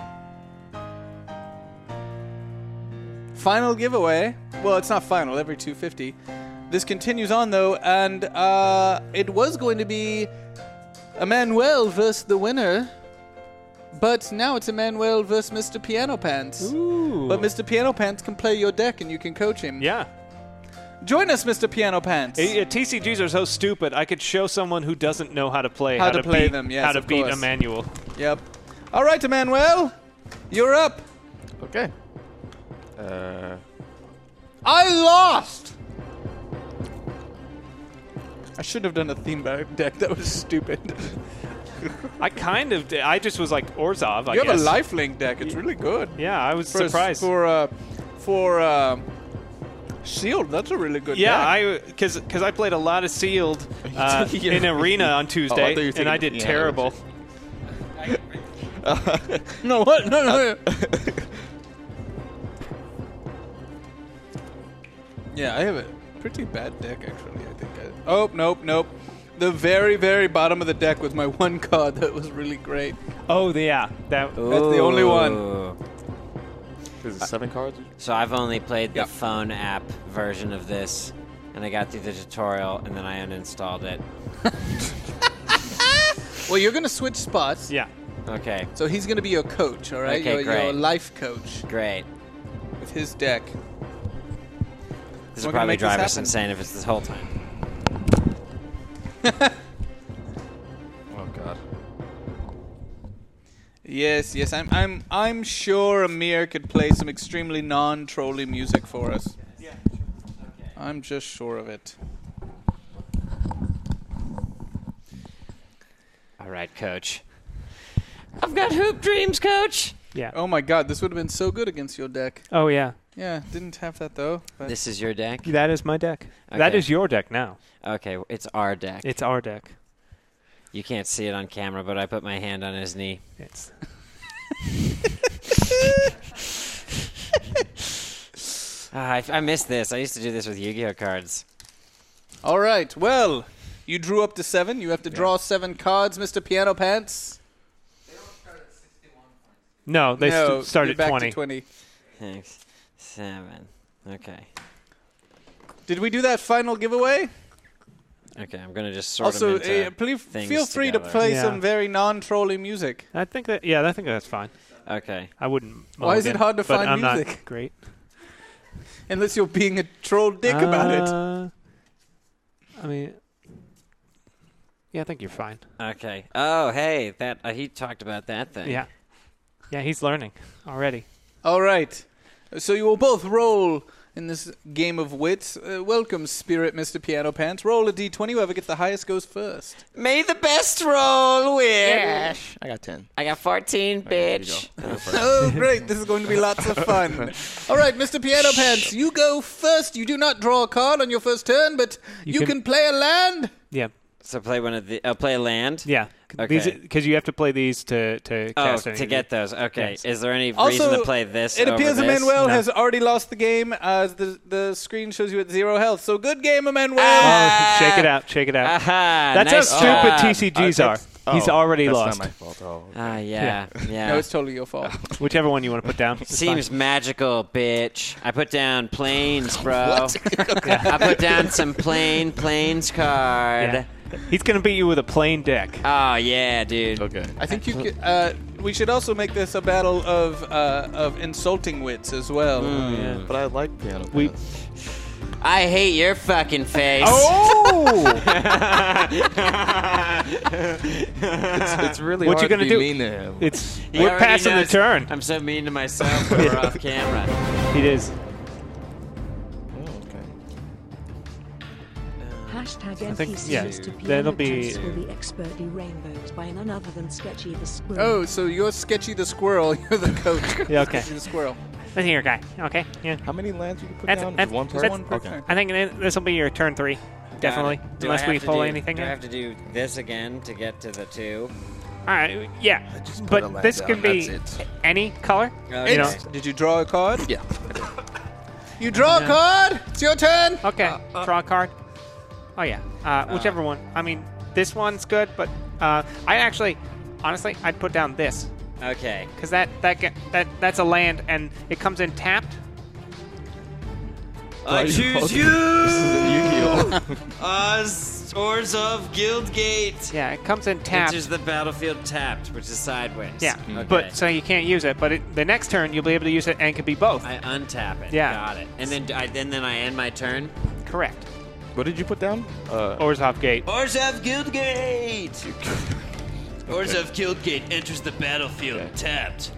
Final giveaway. Well, it's not final. Every 250. This continues on though, and uh, it was going to be Emmanuel versus the winner, but now it's Emmanuel versus Mr. Piano Pants. But Mr. Piano Pants can play your deck, and you can coach him.
Yeah.
Join us, Mr. Piano Pants.
Eh, eh, TCGs are so stupid. I could show someone who doesn't know how to play
How to play
beat,
them, yes,
how to
of
beat
course.
a manual.
Yep. All right, Emmanuel, you're up.
Okay. Uh,
I lost. I should have done a theme ba- deck. That was stupid. [LAUGHS]
I kind of did. I just was like Orzov. I
you have
guess.
a lifelink deck. It's really good.
Yeah, I was
For s-
surprised.
for uh, for uh, shield. That's a really good.
yeah,
deck.
I because because I played a lot of
[LAUGHS]
sealed uh,
thinking
in
of-
arena
[LAUGHS] Oh, I
on
thought you were
Tuesday,
thinking
and I
of
did
Piano.
terrible.
no what? No no. [LAUGHS] yeah, I have a pretty bad deck actually. I think. I, oh nope nope. The very very bottom of the deck was my [LAUGHS] one card that was really great.
Oh yeah, that
That's the only one.
Is
it seven
cards? So I've only played the phone app version of this, and I got through the tutorial, and then I uninstalled it.
Well, you're gonna switch spots.
Yeah.
Okay.
So he's going to be your coach, all right?
Okay,
your, your
great.
life coach.
Great.
With his deck.
This
We're gonna
will probably
make this
drive us
happen.
insane if it's this whole time.
oh God.
Yes, yes, I'm, I'm, I'm sure Amir could play some extremely non-trolly music for us. Yeah. I'm just sure of it.
All right, coach.
I've got hoop dreams, coach.
Yeah.
Oh my God, this would have been so good against your deck.
Oh yeah,
Yeah, didn't have that though. But
This is your deck.
that is my deck. That
Okay.
is your deck now.
Okay, it's our deck.
It's our deck.
You can't see it on camera, but I put my hand on his knee.
It's
Ah, I, I miss this. I used to do this with Yu-Gi-Oh cards.
All right. Well, you drew up to seven. You have to draw seven cards, Mr. Piano Pants.
no, they st-
no,
start
you're
at
back
twenty.
To Twenty.
Six, seven. Okay.
Did we do that final giveaway?
Okay, I'm gonna just sort
Also,
them into
uh, please
things
feel free to
together.
play some very non-trolly music.
I think that yeah, I think that's fine.
Okay.
I wouldn't.
Why is
mulligan,
it hard to
but
find
I'm not
music?
great.
Unless you're being a troll dick about
Ah.
it.
Uh, I mean, yeah, I think you're fine.
Okay. Oh, hey, that uh, he talked about that thing.
Yeah, yeah, he's learning already.
All right. So you will both roll in this game of wits. Uh, welcome, Spirit Mr. Piano Pants. Roll a d20. Whoever gets the highest goes first.
May the best roll win.
Yes.
I got 10. I got 14, bitch.
[LAUGHS] oh, great. This is going to be lots of
[LAUGHS]
fun. All right, Mr. Piano Pants, you go first. You do not draw a card on your first turn, but
You
you,
can-
can, play a land.
Yeah.
So play one of the. Uh, play land.
Yeah.
Okay.
Because you have to play these to to
oh,
cast
to
anything.
get those. Okay.
Yes.
Is there any
Also,
reason to play this?
It
over
appears
this?
Emmanuel has already lost the game as the, the screen shows you at zero health. So good game, Emmanuel.
Ah.
Oh, Shake it out. Shake it out.
Aha,
that's
Ah, nice Oh,
how
job.
stupid TCGs are.
oh,
oh,
he's already lost.
Ah, yeah, yeah.
No, it's totally your
[LAUGHS]
fault. [LAUGHS]
Whichever one you want to put down. it's fine.
Seems magical, bitch. I put down
[LAUGHS]
planes, bro. I put down some plain planes card.
He's gonna beat you with a plain deck.
Oh yeah, dude.
Okay.
I think you could, uh, we should also make this a battle of uh, of insulting wits as well.
Hmm. [LAUGHS]
But I like piano.
[LAUGHS]
We
I hate your fucking face.
Oh,
Oh!
it's, it's really
What you
hard
gonna
to be
do?
mean to him.
[LAUGHS] It's
He
we're
already
passing
knows
the turn.
I'm so mean to myself when we're
[LAUGHS]
off camera.
It is.
Oh,
Hashtag
I
NPC
think- yeah,
Mr. Piano
that'll be-
Pants will be expertly rainbowed by none other than Sketchy the Squirrel.
Oh, so you're Sketchy the Squirrel. [LAUGHS] You're the coach.
Yeah, okay.
Sketchy the Squirrel.
Listen here, guy. Okay. Yeah.
How many lands you can put
That's,
down?
that's,
One per-
that's-
One per turn.
I think it- this will be your turn three, definitely.
Do I
Unless
have
we
to
pull
do-
anything.
Do I
in.
have to do this again to get to the two?
All right. Yeah. But this
down,
could be
that's
any color.
Okay.
You know.
It's-
Did you draw a card? Yeah. You draw a card. It's your turn.
Okay. draw a card. Oh yeah. Uh,
Uh,
whichever one. I mean, this one's good, but uh, I actually, honestly, I'd put down this
Okay.
because that that ge- that that's a land and it comes in tapped.
[LAUGHS]
I choose you. [LAUGHS] Uh, Swords of Guildgate.
Yeah, it comes in tapped.
Enters the battlefield tapped, which is sideways.
Yeah,
Mm-hmm.
Okay.
but so you can't use it. But it, the next turn you'll be able to use it, and it could be both.
I untap it.
Yeah.
Got it. And then do I then then I end my turn.
Correct.
What did you put down? Uh,
Orzhov Gate.
Oh, Orzhov Guildgate. Orzhov Guildgate enters the battlefield tapped.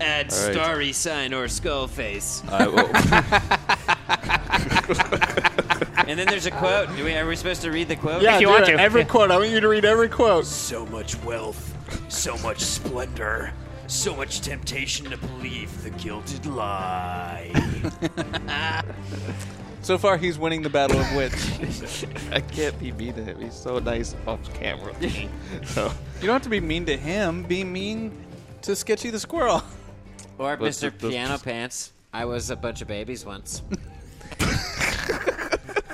Add
All right.
starry sign or skull face.
[LAUGHS] I will.
and then there's a quote. Do we, are we supposed to read the quote?
Yeah, If you do want it. to. Every Yeah. quote.
I want you to read every quote.
So much wealth, so much splendor, so much temptation to believe the gilded lie.
[LAUGHS] So far, he's winning the battle of wits.
[LAUGHS] I can't be mean to him. He's so nice off
[LAUGHS]
camera. so,
You don't have to be mean to him. Be mean to Sketchy the Squirrel. [LAUGHS]
Or
Let's
Mr.
just- let's
Piano
just-
Pants. I was a bunch of babies once.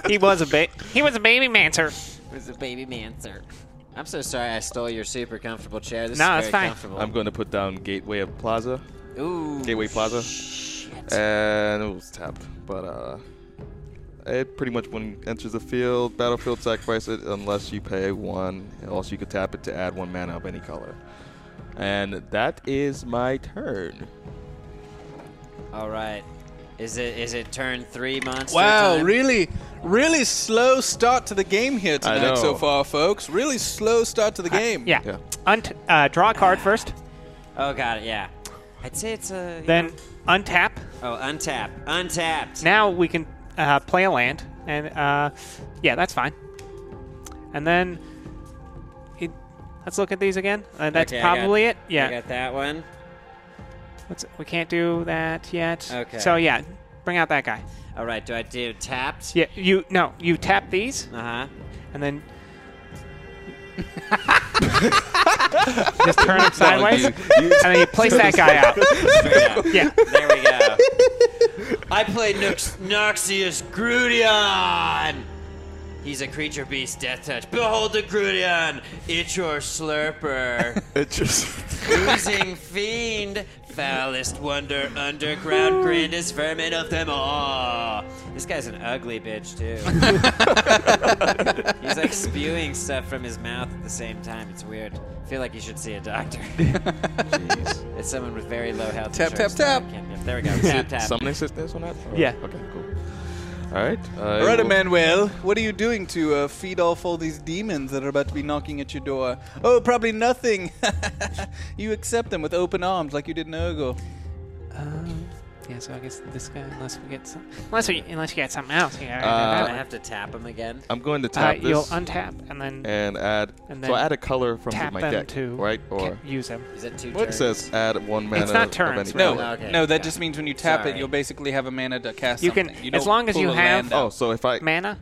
He was a ba- he was a baby mancer.
was a baby man, sir. I'm so sorry I stole your super comfortable chair. This
No,
is
it's
very
fine.
comfortable.
I'm going to put down Gateway of Plaza.
Ooh.
Gateway Plaza. And it was tapped, but uh, it pretty much when it enters the field, battlefield sacrifice it unless you pay one. Else you could tap it to add one mana of any color. And that is my turn.
All right. Is it is it turn three monster?
Wow,
time?
really, really slow start to the game here
I
tonight so
know.
far, folks. Really slow start to the game.
Yeah. Unt- uh, draw a card first,
Oh, got it. Yeah. I'd say it's a.
then untap.
Oh, untap. Untapped.
Now we can uh, play a land, and uh, yeah, that's fine. And then it, let's look at these again. Uh, that's
Okay, I got-
probably it. Yeah.
I got that one.
Let's, we can't do that yet.
Okay.
So yeah, bring out that guy.
All right. Do I do tapped?
Yeah. You no. You tap these.
Uh huh.
And then. Just turn him sideways, and then you place that guy out. Yeah.
There
[LAUGHS]
we go. I play Nox- Noxious Grudion. He's a creature beast, death touch. Behold the Grudion, it's your slurper.
[LAUGHS]
It just
Oozing fiend, foulest wonder, underground, grandest vermin of them all. This guy's an ugly bitch, too. He's like spewing stuff from his mouth at the same time. It's weird. I feel like you should see
[LAUGHS]
a doctor. Jeez. It's someone with very low health
Tap,
insurance.
tap,
No, I
tap.
can't do it. There we go.
Is
tap,
it
tap.
Summoning assistance on that?
Yeah.
Okay, cool. All right. I
All right,
will-
Emmanuel, what are you doing to uh, feed off all these demons that are about to be knocking at your door? Oh, probably nothing. [LAUGHS] you accept them with open arms like you did Nurgle.
Uh, yeah, so I guess this guy, unless we get some, unless we, unless you get something else here.
Uh,
I have to tap him again.
I'm going to
Uh,
tap this.
you'll untap and then-
and add.
and
so
then
I add a color from
tap
my
them
deck,
to
right? Or
ca- use them. Is it two
What
turns?
says add one mana?
It's not
of
turns,
any
No,
color.
no, that just means when you tap it, you'll basically have a mana to cast.
You can-
something.
as
don't
long as
pull
you
a
have
land
Oh,
out.
so if I
mana.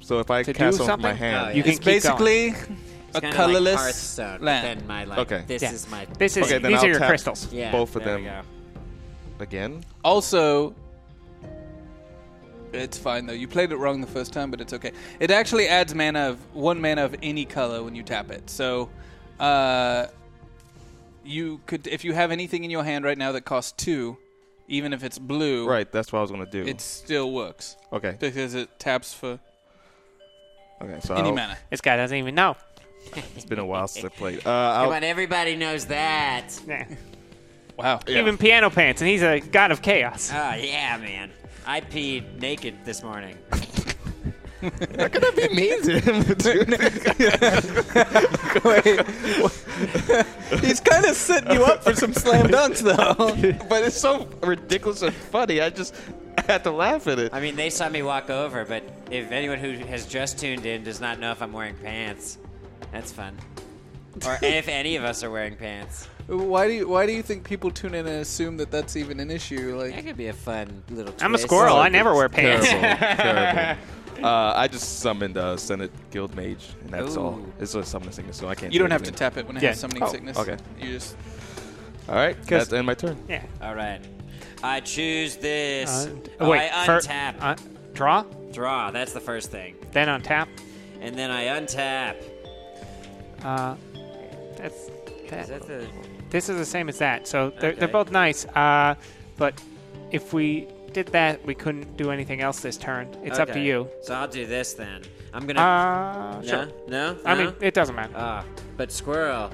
So if I
To do
cast something from my
something?
hand,
Oh, yeah. You can It's keep going. basically It's a
kinda like
colorless
Hearthstone, but
land.
then my, like, Okay. this
Yeah. is my- This is-
okay, then
these
I'll
are your
tap
crystals. Yeah,
Both of
there we
them. Again.
Also, it's fine though. You played it wrong the first time, but it's okay. It actually adds mana of one mana of any color when you tap it. So, uh, you could if you have anything in your hand right now that costs two, even if it's blue,
Right. That's what I was gonna do.
it still works.
Okay.
because it taps for
okay. So
any
I'll-
mana.
This guy doesn't even know.
It's been a while since
[LAUGHS]
I played. Uh,
Come
I'll,
on, everybody knows that.
Wow.
Even Piano Pants, and he's a god of chaos.
Oh, yeah, man. I peed naked this morning.
how could I be
[LAUGHS]
mean to him? dude?
He's kind of setting you up for some slam dunks, though.
but it's so ridiculous and funny. I just had to laugh at it.
I mean, they saw me walk over, but if anyone who has just tuned in does not know if I'm wearing pants, that's fun.
[LAUGHS]
Or if any of us are wearing pants.
Why do you Why do you think people tune in and assume that that's even an issue? Like
that could be a fun little.
I'm a squirrel. I never wear pants.
Terrible, terrible. [LAUGHS] Uh, I just summoned uh, Senate Guild Mage, and that's all.
Ooh.
It's a summoning sickness, so I can't.
You don't
do
have to
anything.
tap it when it has summoning
Oh,
sickness.
Okay.
You just
All right. That's the end of my turn.
Yeah.
[LAUGHS] All right. I choose this.
Uh, oh, wait,
I
fir-
untap.
uh, draw,
Draw. That's the first thing.
then untap.
And then I untap.
Uh, that's that.
Is that the?
This is the same as that, so they're, they're
Okay.
both nice. Uh, but if we did that, we couldn't do anything else this turn. It's up to
Okay.
you.
So I'll do this then. I'm gonna.
Uh,
no,
sure.
no,
I mean,
no?
it doesn't matter.
Ah, but squirrel,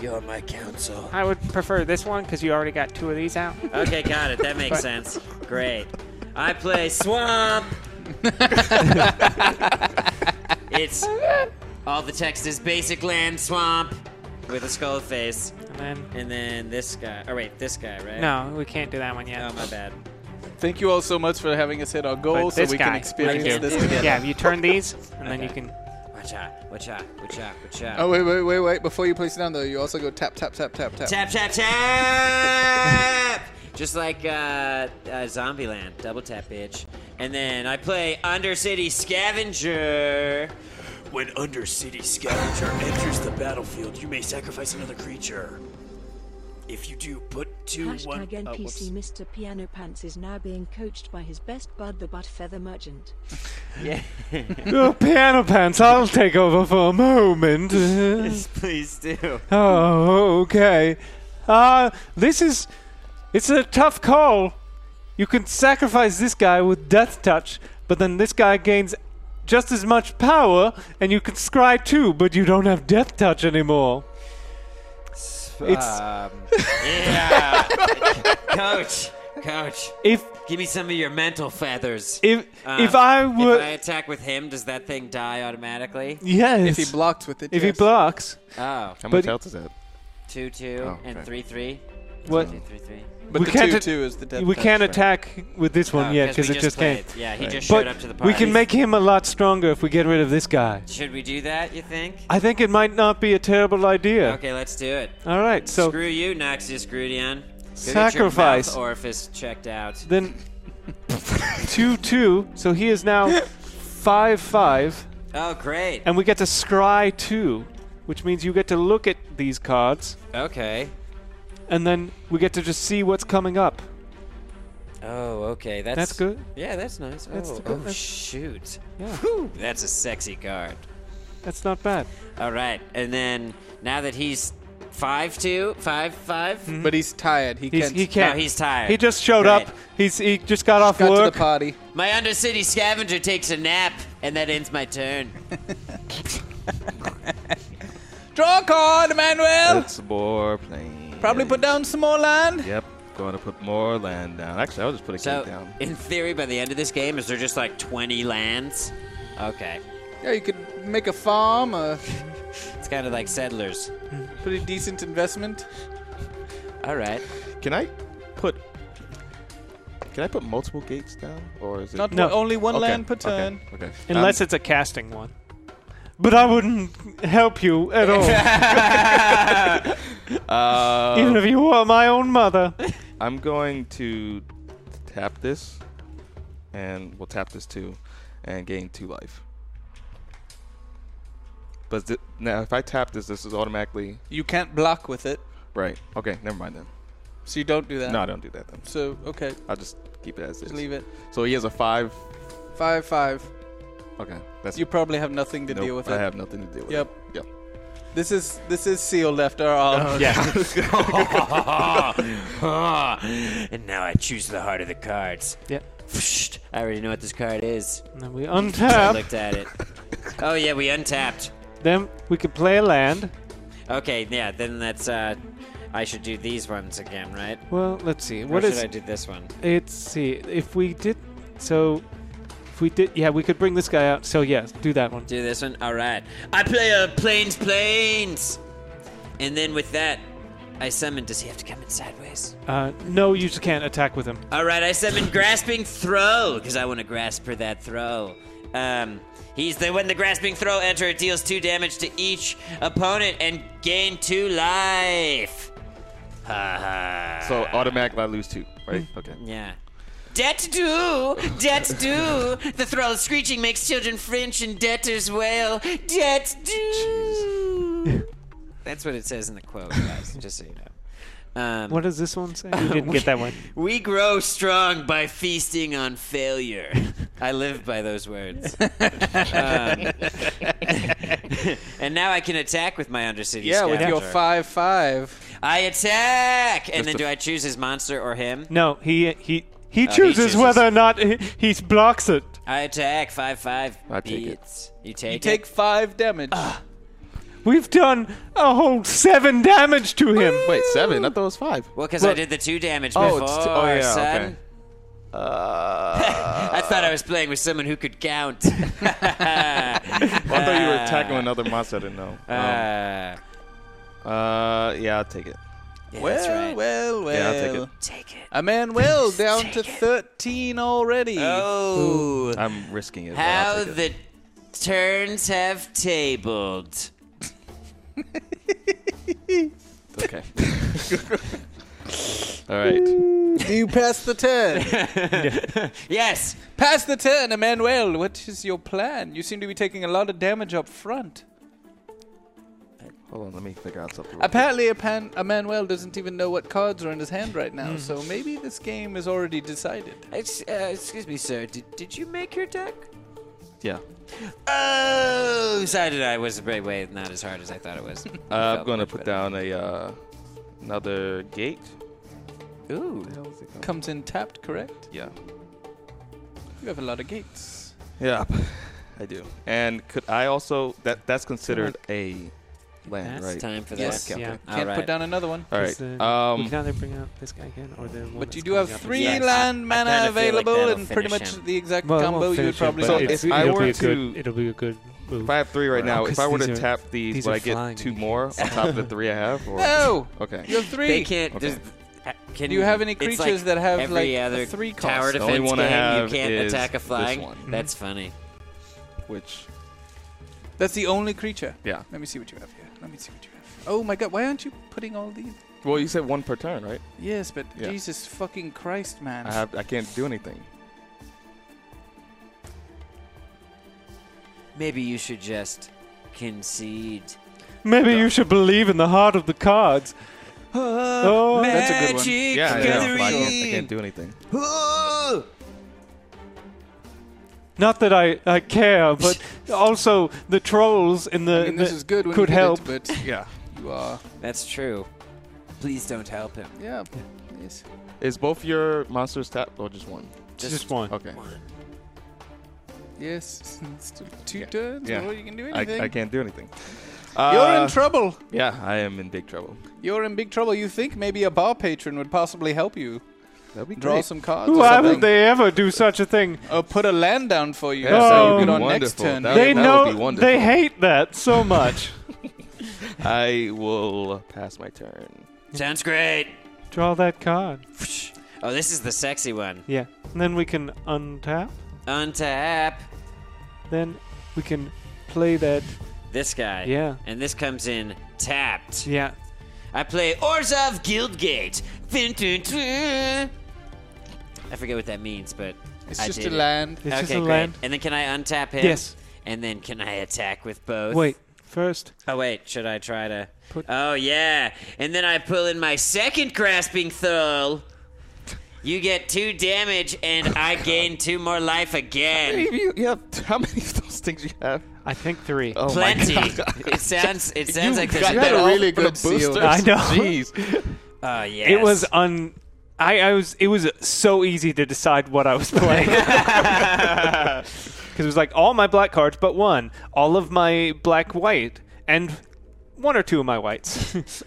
you're my counsel.
I would prefer this one because you already got two of these out.
Okay, got it. That makes
But-
sense. Great. I
[LAUGHS]
play swamp. it's all the text is basic land swamp with a skull face.
And then,
this guy. Oh wait, this guy, right?
No, we can't do that one yet.
Oh my bad.
Thank you all so much for having us hit our goal,
But
so
this
we
guy,
can experience
Thank you.
this together.
Yeah, you turn these, and then you can.
Watch out! Watch out! Watch out! Watch out!
Oh wait, wait, wait, wait! Before you place it down, though, you also go tap, tap, tap, tap, tap.
Tap tap tap. Just like uh, uh, Zombieland, double tap, bitch. And then I play Undercity Scavenger.
When Undercity Scavenger enters the battlefield, you may sacrifice another creature. If you do, put two one.
uh,
Hashtag
oh, whoops.
NPC Mr. Piano Pants is now being coached by his best bud, the Butt Feather Merchant.
Yeah.
Oh, piano pants, I'll take over for a moment. [LAUGHS]
Please do.
Oh, okay. Uh, this is. It's a tough call. You can sacrifice this guy with Death Touch, but then this guy gains just as much power, and you can scry too, but you don't have Death Touch anymore. It's.
Um, yeah. [LAUGHS] coach, coach.
If
give me some of your mental feathers. Uh,
If- if I were-
Ah, if I attack with him, does that thing die automatically?
Yes.
If he blocks with it,
If he
yes.
blocks.
Oh. How
How
But-
much health is that?
Two two
Oh,
and
okay.
three three.
What?
Two, three, three.
But
we
the
can't
two,
at-
two is the death
We
touch,
can't
right.
attack with this one
Oh,
yet
'cause
because
we
it
just
just came.
played. Yeah, he Right. just
but
showed up to the
We
party.
can make him a lot stronger if we get rid of this guy.
Should we do that? You think?
I think it might not be a terrible idea.
Okay, let's do it.
All right, so
screw you, Noxious Grudion. Go
Sacrifice.
Get your mouth orifice checked out.
then two two. So he is now five five,
Oh, great.
and we get to scry two, which means you get to look at these cards,
Okay.
and then we get to just see what's coming up.
Oh, okay. That's
That's good.
Yeah, that's nice.
That's
oh,
good.
oh
That's-
shoot.
Yeah.
Whew, that's a sexy card.
That's not bad.
All right, and then now that he's Five two five five.
But he's tired. He
He's-
can't.
he can't. No, he's tired. He
just showed
up.
He's he just got off
work.
to the party.
My undercity scavenger takes a nap, and that ends my turn.
Draw a card, Emmanuel.
It's more plain.
Oh. Probably put down some more land.
Yep, going to put more land down. Actually, I'll just put a
So,
gate down.
in theory, by the end of this game, is there just like 20 lands? Okay.
Yeah, you could make a farm. A
It's kind of like settlers.
pretty decent investment.
All right.
Can I put? Can I put multiple gates down, or is it
Not No. one- only one land per
okay,
turn.
Okay.
Unless it's a casting one. But I wouldn't help you at
[LAUGHS]
all.
Uh,
Even if you were my own mother.
I'm going to tap this, and we'll tap this too, and gain two life. But th- now, if I tap this, this is automatically
You can't block with it,
right. Okay, never mind then.
so you don't do that.
No, I don't do that then.
So okay,
I'll just keep it as is.
Just leave it.
So he has a five.
five five.
Okay, that's
You probably have nothing to
Nope,
deal with
I
it.
have nothing to deal with.
Yep.
It. Yep.
This is this is sealed after all.
[LAUGHS] and now I choose the heart of the cards.
Yep.
Psht, I already know what this
[LAUGHS]
card is.
And then we untap.
I looked at it. Oh yeah, we untapped.
Then we could play a land.
Okay, yeah. Then that's. uh I should do these ones again, right?
Well, let's see.
Or
What
should
is-
I do this one?
Let's see. If we did. So. If we did. Yeah, we could bring this guy out. So, yeah, do that one.
Do this one. All right. I play a planes, planes, and then with that, I summon. Does he have to come in sideways?
Uh, no, you just can't attack with him.
All right, I summon grasping throw because I want to grasp for that throw. Um, he's the when the grasping throw enter, it deals two damage to each opponent and gain two life. Ha ha.
So automatically I lose two, right?
Hmm.
Okay.
Yeah. Debt due, debt due. The thrill of screeching makes children flinch and debtors wail. Debt due.
[LAUGHS]
That's what it says in the quote, guys. just so you know. Um,
What does this one say? You didn't get that one.
we grow strong by feasting on failure. I live by
[LAUGHS]
those words. um, [LAUGHS] and now I can attack with my Undercity
yeah, with your
Scavenger.
five five.
I attack! And
Just
then
a-
do I choose his monster or him?
[LAUGHS] No, he he he
Oh, he
chooses,
chooses.
whether or not he, he blocks it.
I attack five five.
I take it.
beats. You take
You
it.
take five damage.
We've done Uh, a whole seven damage to him.
Wait, seven? I thought it was five.
Well, because I
Look.
did the two damage
Oh,
before,
it's t- oh, yeah,
son.
okay.
I thought I was playing with someone who could count. Uh,
Well, I thought you were attacking
Ah.
another monster. I didn't know.
Um,
uh, yeah, I'll take it.
Yeah,
well,
that's right.
well, well.
Yeah, I'll take it.
Take
Uh,
it.
A man
[LAUGHS]
well down to thirteen already.
Oh,
I'm risking it. but I'll
how
take it.
the turns have tabled.
Okay. [LAUGHS] All right.
Do you pass the turn?
[LAUGHS] yes.
Pass the turn, Emmanuel. What is your plan? You seem to be taking a lot of damage up front.
Hold on, let me figure out something. real quick.
Apparently, a pan- Emmanuel doesn't even know what cards are in his hand right
Hmm.
now, so maybe this game is already decided.
Ex- uh, excuse me, sir. Did, did you make your deck?
Yeah. Uh,
Oh, so did I. It Was a great way, not as hard as I thought it was.
Uh, I'm going to put down a uh, another gate.
Ooh.
Comes in tapped, correct?
Yeah.
You have a lot of gates.
Yeah, I do. And could I also that that's considered a land,
That's
right?
time for
Yes.
this.
Okay,
Yeah.
okay.
All
Can't
right.
put down another one.
All
Is
right.
the- we
Um,
can either bring out this guy again or the one
But
that's
you do have
coming up
three
again.
Yes.
land
I- I kinda
mana
feel like
available
that'll
and pretty
finish
much
him.
the exact
Well, it won't
combo you would
finish him,
probably
but
So
it's-
if I
it'll
were
be a good-
to-
it'll be a good move.
if I have three right
Oh,
now, if
'cause
I were
these
to
are-
tap these,
these
would
are
I get
flying.
two more on top of the three I have?
[LAUGHS]
Or?
No!
Okay.
You have three.
They can't.
Okay.
there's- uh, Can,
Do you have any
it's like
creatures that have,
every
like,
other
three cost?
tower
The only
defense
one I
game?
have
you can't
is
attack a
this
flying.
one. Mhm.
That's funny.
Which?
That's the only creature.
Yeah.
Let me see what you have here. Let me see what you have. Oh my god, why aren't you putting all these?
Well, you said one per turn, right?
Yes, but
Yeah.
Jesus fucking Christ, man.
I have. I can't do anything.
Maybe you should just concede.
Maybe you should believe in the heart of the cards. Oh,
that's a good one.
Magic
Yeah, I, know, but I,
gathering.
can't, I can't do anything.
Ooh.
Not that I, I care, but also the trolls in the
I mean, this
the-
is good when
could
you did
help.
It, but
Yeah.
you you are.
That's true. Please don't help him.
Yeah. Yes.
Is both your monsters tapped or just one?
Just Just one.
Okay.
Yes. [LAUGHS] It's t- two turns.
Yeah.
Well, you can do
I-
anything.
I, can't do anything.
You're
Uh,
in trouble.
Yeah, I am in big trouble.
You're in big trouble. You think maybe a bar patron would possibly help you?
That'd be
Draw
great.
some cards. or
Why would
something.
they ever do such a thing?
Or Uh, put a land down for you.
Yes, that would
so
be
you get on Oh. next
wonderful.
turn.
That-
they
that
know.
would be wonderful.
They hate that [LAUGHS] so much.
I will pass my turn.
Sounds great.
Draw that card.
Oh, this is the sexy one.
Yeah. And then we can untap.
Untap
Then we can play that.
this guy.
Yeah.
And this comes in tapped.
Yeah.
I play Orzov Guildgate. Fin- tun- tun. I forget what that means, but
It's
I
just
did
a
it.
land. It's
okay,
just a
great.
land.
And then can I untap him?
Yes.
And then can I attack with both?
Wait. First.
Oh wait, should I try to? oh yeah, and then I pull in my second grasping throw. You get two damage, and I gain two more life again.
You, you have, how many of those things you have?
I think three.
[LAUGHS] Oh
[LAUGHS] Plenty.
My God.
It sounds.
[LAUGHS]
It sounds like there's
got that
better-
really good seal.
I know.
Jeez.
Oh yes.
It was un. I, I was. It was so easy to decide what I was
[LAUGHS]
playing. [LAUGHS] Because it was like all my black cards but one, all of my black white, and one or two of my
[LAUGHS]
whites.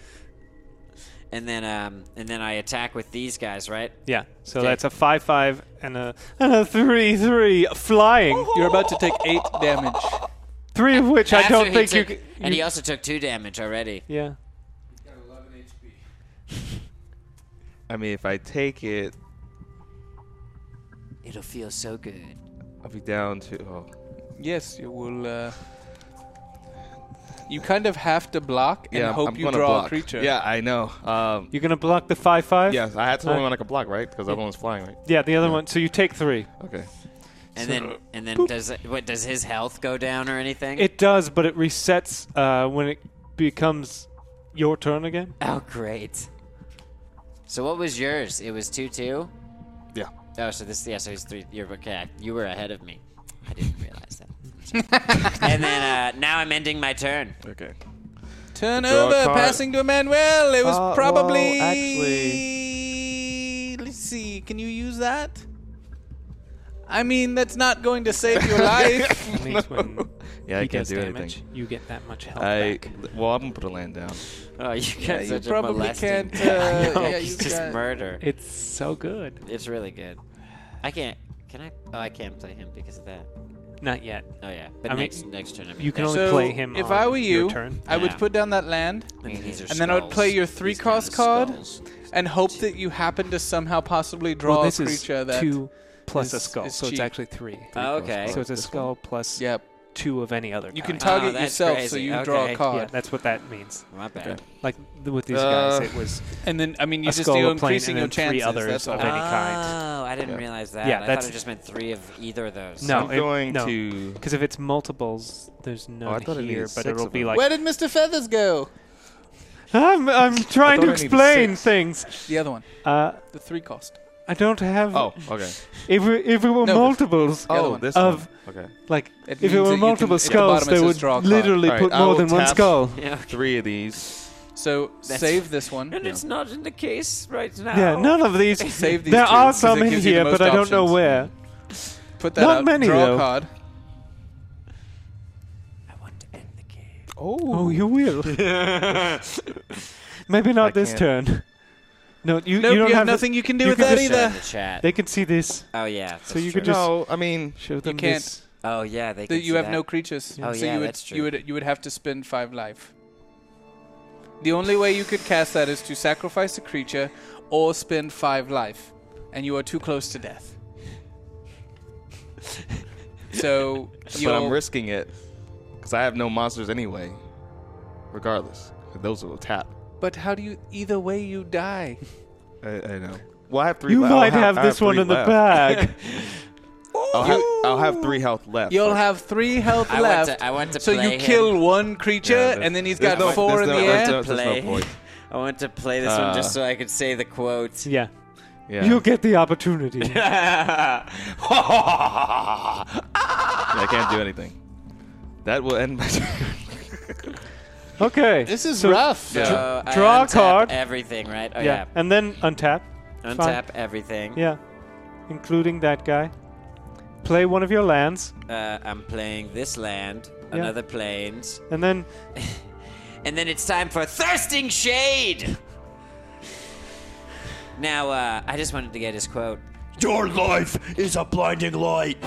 And then, um, and then I attack with these guys, right?
yeah. So
Okay.
that's a five five and a, and a three three flying.
[LAUGHS]
Oh.
You're about to take eight damage.
Three of which I
After
don't
he
think you,
took-
c-
And
you-
he also took two damage already.
Yeah.
I mean, if I take it,
It'll feel so good.
I'll be down to. Oh.
Yes, you will. Uh, you kind of have to block and
Yeah,
hope
I'm
you
gonna
draw
block.
a creature.
Yeah, I know. Um,
You're gonna block the five five.
yes, I had to
Uh,
only one I could block, right? Because the other one's flying, right?
Yeah, the other one. So you take three.
Okay.
And then, and then does what? Does his health go down or anything?
It does, but it resets uh, when it becomes your turn again.
Oh, great. So what was yours? It was two two.
Yeah.
Oh, so this yeah, so he's three. You're okay. You were ahead of me. I didn't realize that.
[LAUGHS]
and then uh, now I'm ending my turn.
Okay.
Turn
Draw a
over,
card.
passing to Emmanuel. It was
Uh, well,
probably.
actually-
Let's see. Can you use that? I mean, that's not going to save your life.
Means when
Yeah, I
he
can't
does
do
damage,
anything.
You get that much health
I
back.
well, I'm gonna put a land down.
Oh, you
Yeah,
got
you
such a
probably
molesting-
can't,
[LAUGHS] I
uh,
know,
yeah,
it's
you
just
got-
murder.
It's so good.
It's really good. I can't. Can I? Oh, I can't play him because of that.
Not yet.
Oh yeah, but
I mean,
next next turn. I mean,
you can
next-
only
So,
play him
If
on
I were
your
you,
turn.
I would
Yeah.
put down that land,
Look at these are
and then I would play your
skulls.
three
These kind of
cost card,
skulls.
and hope that you happen to somehow possibly draw
well, this
a
is
creature that.
two plus a
is-
skull,
is
so it's
cheap. Uh,
actually three.
Oh, okay.
So it's a skull plus
Yep.
two of any other.
You can
kind.
Oh,
target
that's
yourself, so
crazy.
you draw
Okay.
a
Yeah,
card.
that's what that means.
My bad.
Like th- with these
Uh,
guys, it was
And then, I mean, you
a
just
skull,
you're
a plane,
increasing
and
your
then three
chances.
others
that's
of
all.
any kind.
Oh, I didn't
Yeah.
realize that.
Yeah,
I
that's-
thought it just meant three of either of those.
No,
I'm
it-
going
no.
to.
Because if it's multiples, there's
Oh,
I
none
thought it
here,
needed
but
six
it'll
of
be
them.
like
Where did Mr. Feathers go?
I'm I'm trying
thought
to
I needed
explain
six.
things.
The other one.
Uh,
The three cost.
I don't have.
Oh, okay.
If we, if it were
No, but-
multiples,
other
Oh,
one.
this
Of-
one. Okay.
like
It
if
means
it
that
were
you can-
multiple
at the bottom
skulls,
it
they
says
would
draw a card.
literally
All right,
put
I
more
will
than one
tap-
skull.
[LAUGHS] Yeah. okay.
Three of these.
So
That's-
save this one.
And it's not in the case right now.
Yeah, none of these.
Save these
there
two,
are
'cause
some
it
in
gives you the
here, but
most
I don't know
options.
where.
Put that
Not
up.
many,
draw
though.
a card.
I want to end the game.
Oh, [LAUGHS] you will. Maybe not
I
this
can't.
turn. No, you
Nope,
you don't
you have
the-
nothing you can do with
can
that
just-
either.
Show in the chat.
They can see this.
oh yeah. that's
you could
true.
just-
No, I mean.
Show them
can't.
this.
Oh yeah, they.
That
Can
you
see
have
that.
no creatures.
Oh,
so
yeah,
you would,
that's
You
true.
would you would have to spend five life. The only way you could cast that is to sacrifice a creature or spend five life, and you are too close to
[LAUGHS]
death. so
But I'm
you're-
risking it because I have no monsters anyway. Regardless, those will tap.
But how do you? Either way, you die.
I, I know. Well, I have three.
You
le- I'll
might have
I
this one
three
in the
left.
bag.
I'll have, I'll have three health left.
You'll
but
have three health
I want
left.
to- I want to
so
play
you
him.
kill one creature,
Yeah,
and then he's
there's
got
no-
four in
there's
the
no-
air.
there's no- there's no
Play.
point.
I want to play this one just
Uh,
so I could say the quote.
yeah.
Yeah.
You'll get the opportunity.
[LAUGHS] Yeah, I can't do anything. That will end my turn.
Okay.
This is
so
rough.
dr-
[LAUGHS] So I
draw a
untap
card.
everything, right? Oh, yeah.
And then untap. Fine.
Untap everything.
Yeah. Including that guy. Play one of your lands.
Uh, I'm playing this land,
Yeah.
another plains,
And then
and then it's time for thirsting shade. Now, uh, I just wanted to get his quote.
Your life is a blinding light.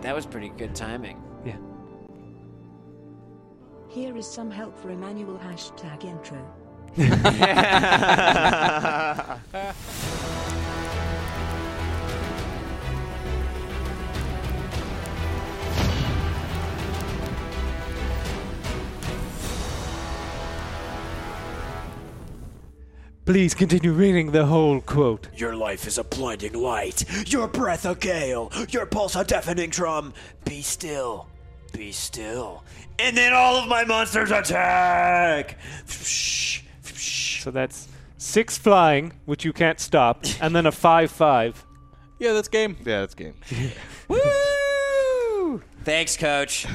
That was pretty good timing.
Yeah.
Here is some help for Emmanuel hashtag intro.
please continue reading the whole quote.
Your life is a blinding light. Your breath a gale. Your pulse a deafening drum. Be still. Be still. And then all of my monsters attack.
So that's six flying, which you can't stop, and then a five five.
Yeah, that's game.
Yeah, that's game.
Woo! Thanks, coach.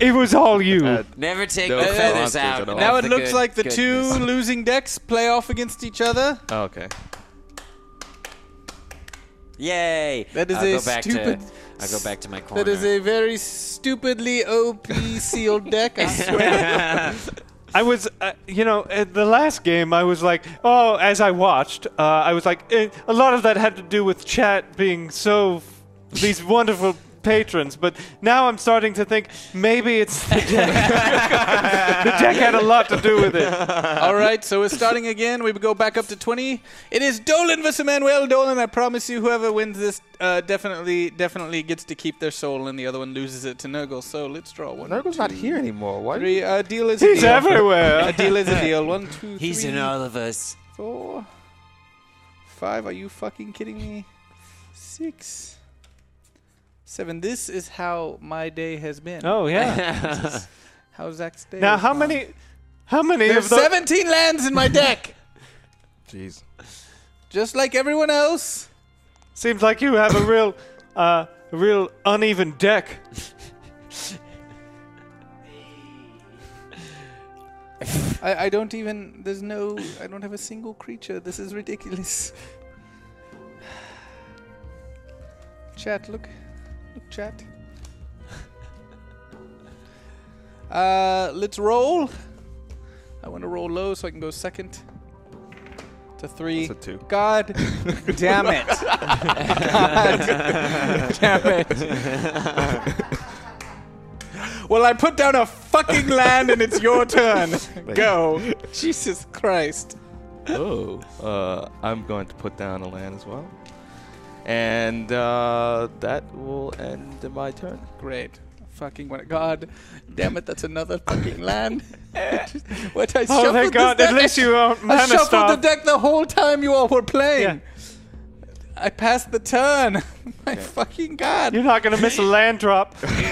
It was all you.
Never take
No
the
offense
feathers
at
out.
all.
of
Now
it
the
looks
good-
like the
goodness.
two losing decks play off against each other.
Oh, okay.
Yay!
That is
I'll
a
go back
stupid.
To, I'll go back to my corner.
That is a very stupidly OP sealed deck.
[LAUGHS]
I swear.
I was, uh, you know, at the last game, I was like, oh, as I watched, uh, I was like, eh, a lot of that had to do with chat being so, f-
[LAUGHS]
these wonderful patrons, but now I'm starting to think maybe it's
[LAUGHS]
the deck. the deck had a lot to do with it.
[LAUGHS] [LAUGHS] All right, so we're starting again. We go back up to 20. It is Dolan versus Manuel Dolan. I promise you, whoever wins this uh, definitely definitely gets to keep their soul, and the other one loses it to Nurgle. So let's draw one.
Nurgle's not here anymore. Why?
Three. A deal is a
He's
deal.
everywhere.
a deal [LAUGHS] is a deal. One, two,
He's
three,
in all of us.
four, five. Are you fucking kidding me? Six, seven. This is how my day has been.
Oh, yeah.
This is how Zach's day?
Now,
has
how
gone.
many, how many
There's
of those?
17 lands in my deck.
Jeez.
Just like everyone else.
Seems like you have a real, uh, a real uneven deck.
I, I don't even. There's no. I don't have a single creature. This is ridiculous. [SIGHS] Chat, look, look, chat. [LAUGHS] Uh, let's roll. I want to roll low so I can go second. To three.
That's a two.
God
[LAUGHS]
damn it! God damn it! Well, I put down a fucking land and it's your turn. Go. Jesus Christ.
oh, uh, I'm going to put down a land as well. And uh, that will end my turn.
Great. Fucking went. God damn it, that's another fucking land. what I
Oh,
shuffled
thank
this
God,
deck.
at least you uh,
I
aren't mana
shuffled the
starved.
deck the whole time you all were playing. I passed the turn. [LAUGHS] My fucking God.
You're not gonna miss a land drop.
The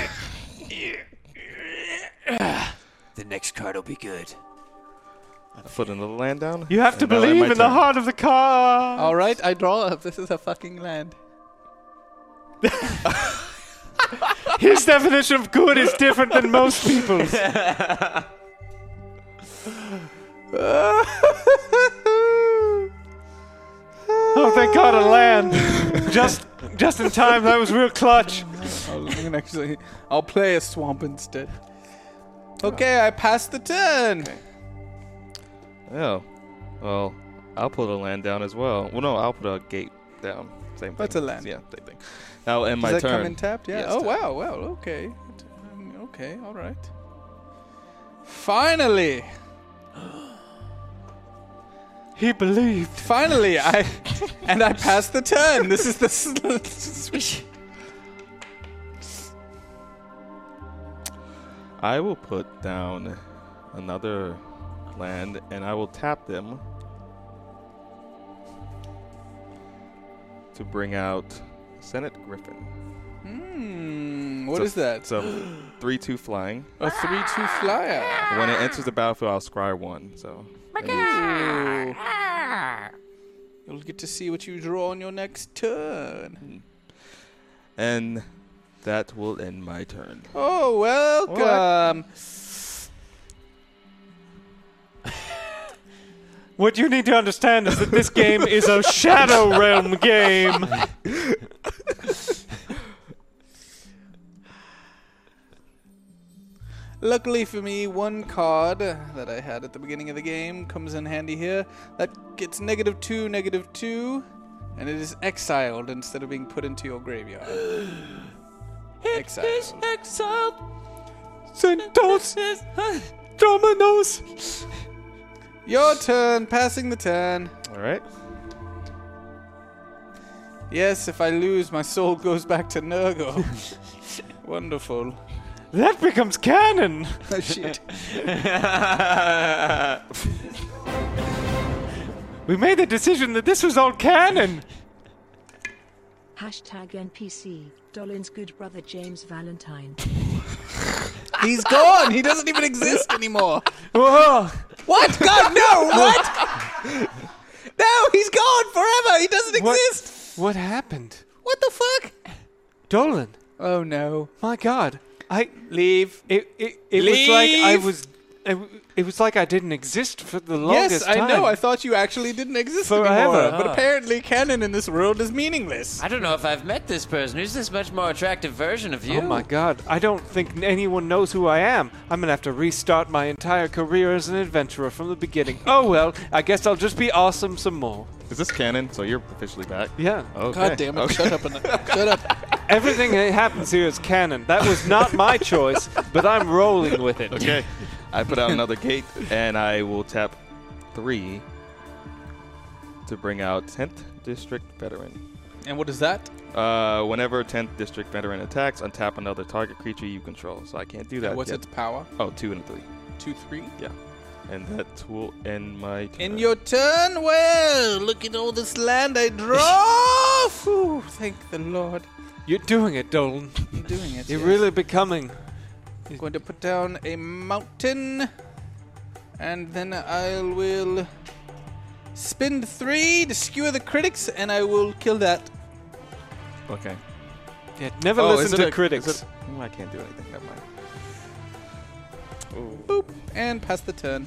next card will be
[LAUGHS]
good.
I put another land down.
You have to
and that'll end
believe
my
in the
turn.
heart of the car.
All right, I draw up. This is a fucking land.
His definition of good is different than most people's. oh, thank God, a land. Just, just in time. That was real clutch.
I'll, I'm
[LAUGHS]
gonna actually, I'll play a swamp instead. Okay, I passed the turn.
Oh, well, I'll put a land down as well. Well, no, I'll put a gate down. Same thing.
That's a land.
Yeah, same thing. That'll end my
Does that
turn.
come in tapped? Yeah.
Yes,
oh
tapped.
wow. Wow. Okay. Um, Okay. All right. Finally.
He believed.
Finally,
[LAUGHS]
I and I passed the turn. This is the. s- [LAUGHS] this is-
I will put down another land, and I will tap them to bring out Senate Griffin.
Hmm. What
So-
is that?
So, three-two flying.
a three-two
[LAUGHS]
flyer.
When it enters the battlefield, I'll scry one. So.
Ooh. You'll get to see what you draw on your next turn.
And that will end my turn.
um, Oh, welcome.
What you need to understand is that this game is a Shadow Realm game.
Luckily for me, one card uh, that I had at the beginning of the game comes in handy here. That gets negative two, negative two, and it is exiled instead of being put into your graveyard. exiled.
exiled.
Sentos. Dominoes. Your turn. Passing the turn.
All right.
Yes, if I lose, my soul goes back to Nurgle. Wonderful.
That becomes canon.
Oh, shit.
we made the decision that this was all canon.
Hashtag NPC, Dolin's good brother James Valentine.
He's gone. He doesn't even exist anymore.
Whoa.
What? God, [LAUGHS] no! What? no, he's gone forever. He doesn't exist.
What happened?
What the fuck?
Dolan.
Oh no.
My God. I
leave.
It it, it was like I
Leave.
was. It, w- it was like I didn't exist for the longest
Yes, I
time.
know. I thought you actually didn't exist
Forever.
anymore. But
Ah.
apparently, canon in this world is meaningless.
I don't know if I've met this person. Who's this much more attractive version of you?
Oh my god, I don't think anyone knows who I am. I'm gonna have to restart my entire career as an adventurer from the beginning. Oh well, I guess I'll just be awesome some more.
Is this canon? So you're officially back.
Yeah.
Okay.
God damn it!
Okay.
Shut up and shut up.
Everything that happens here is canon. That was not
[LAUGHS]
my choice, but I'm rolling with it.
Okay. I put out
[LAUGHS]
another gate, and I will tap three to bring out 10th District Veteran.
And what is that?
Uh, whenever 10th District Veteran attacks, untap another target creature you control. So I can't do that.
And what's
yet.
its power?
Oh, two and a three.
Two, three.
Yeah. And that will end my turn.
In your turn, well, look at all this land I [LAUGHS] draw. Phew, thank the Lord.
You're doing it, Dolan.
I'm doing it.
You're
yes.
really becoming.
I'm going to put down a mountain, and then I will spin three to skewer the critics, and I will kill that.
Okay.
Yeah, never
Oh, is
listen
it
to
a-
critics.
is it- oh, I can't do anything. Never mind.
Boop, and pass the turn.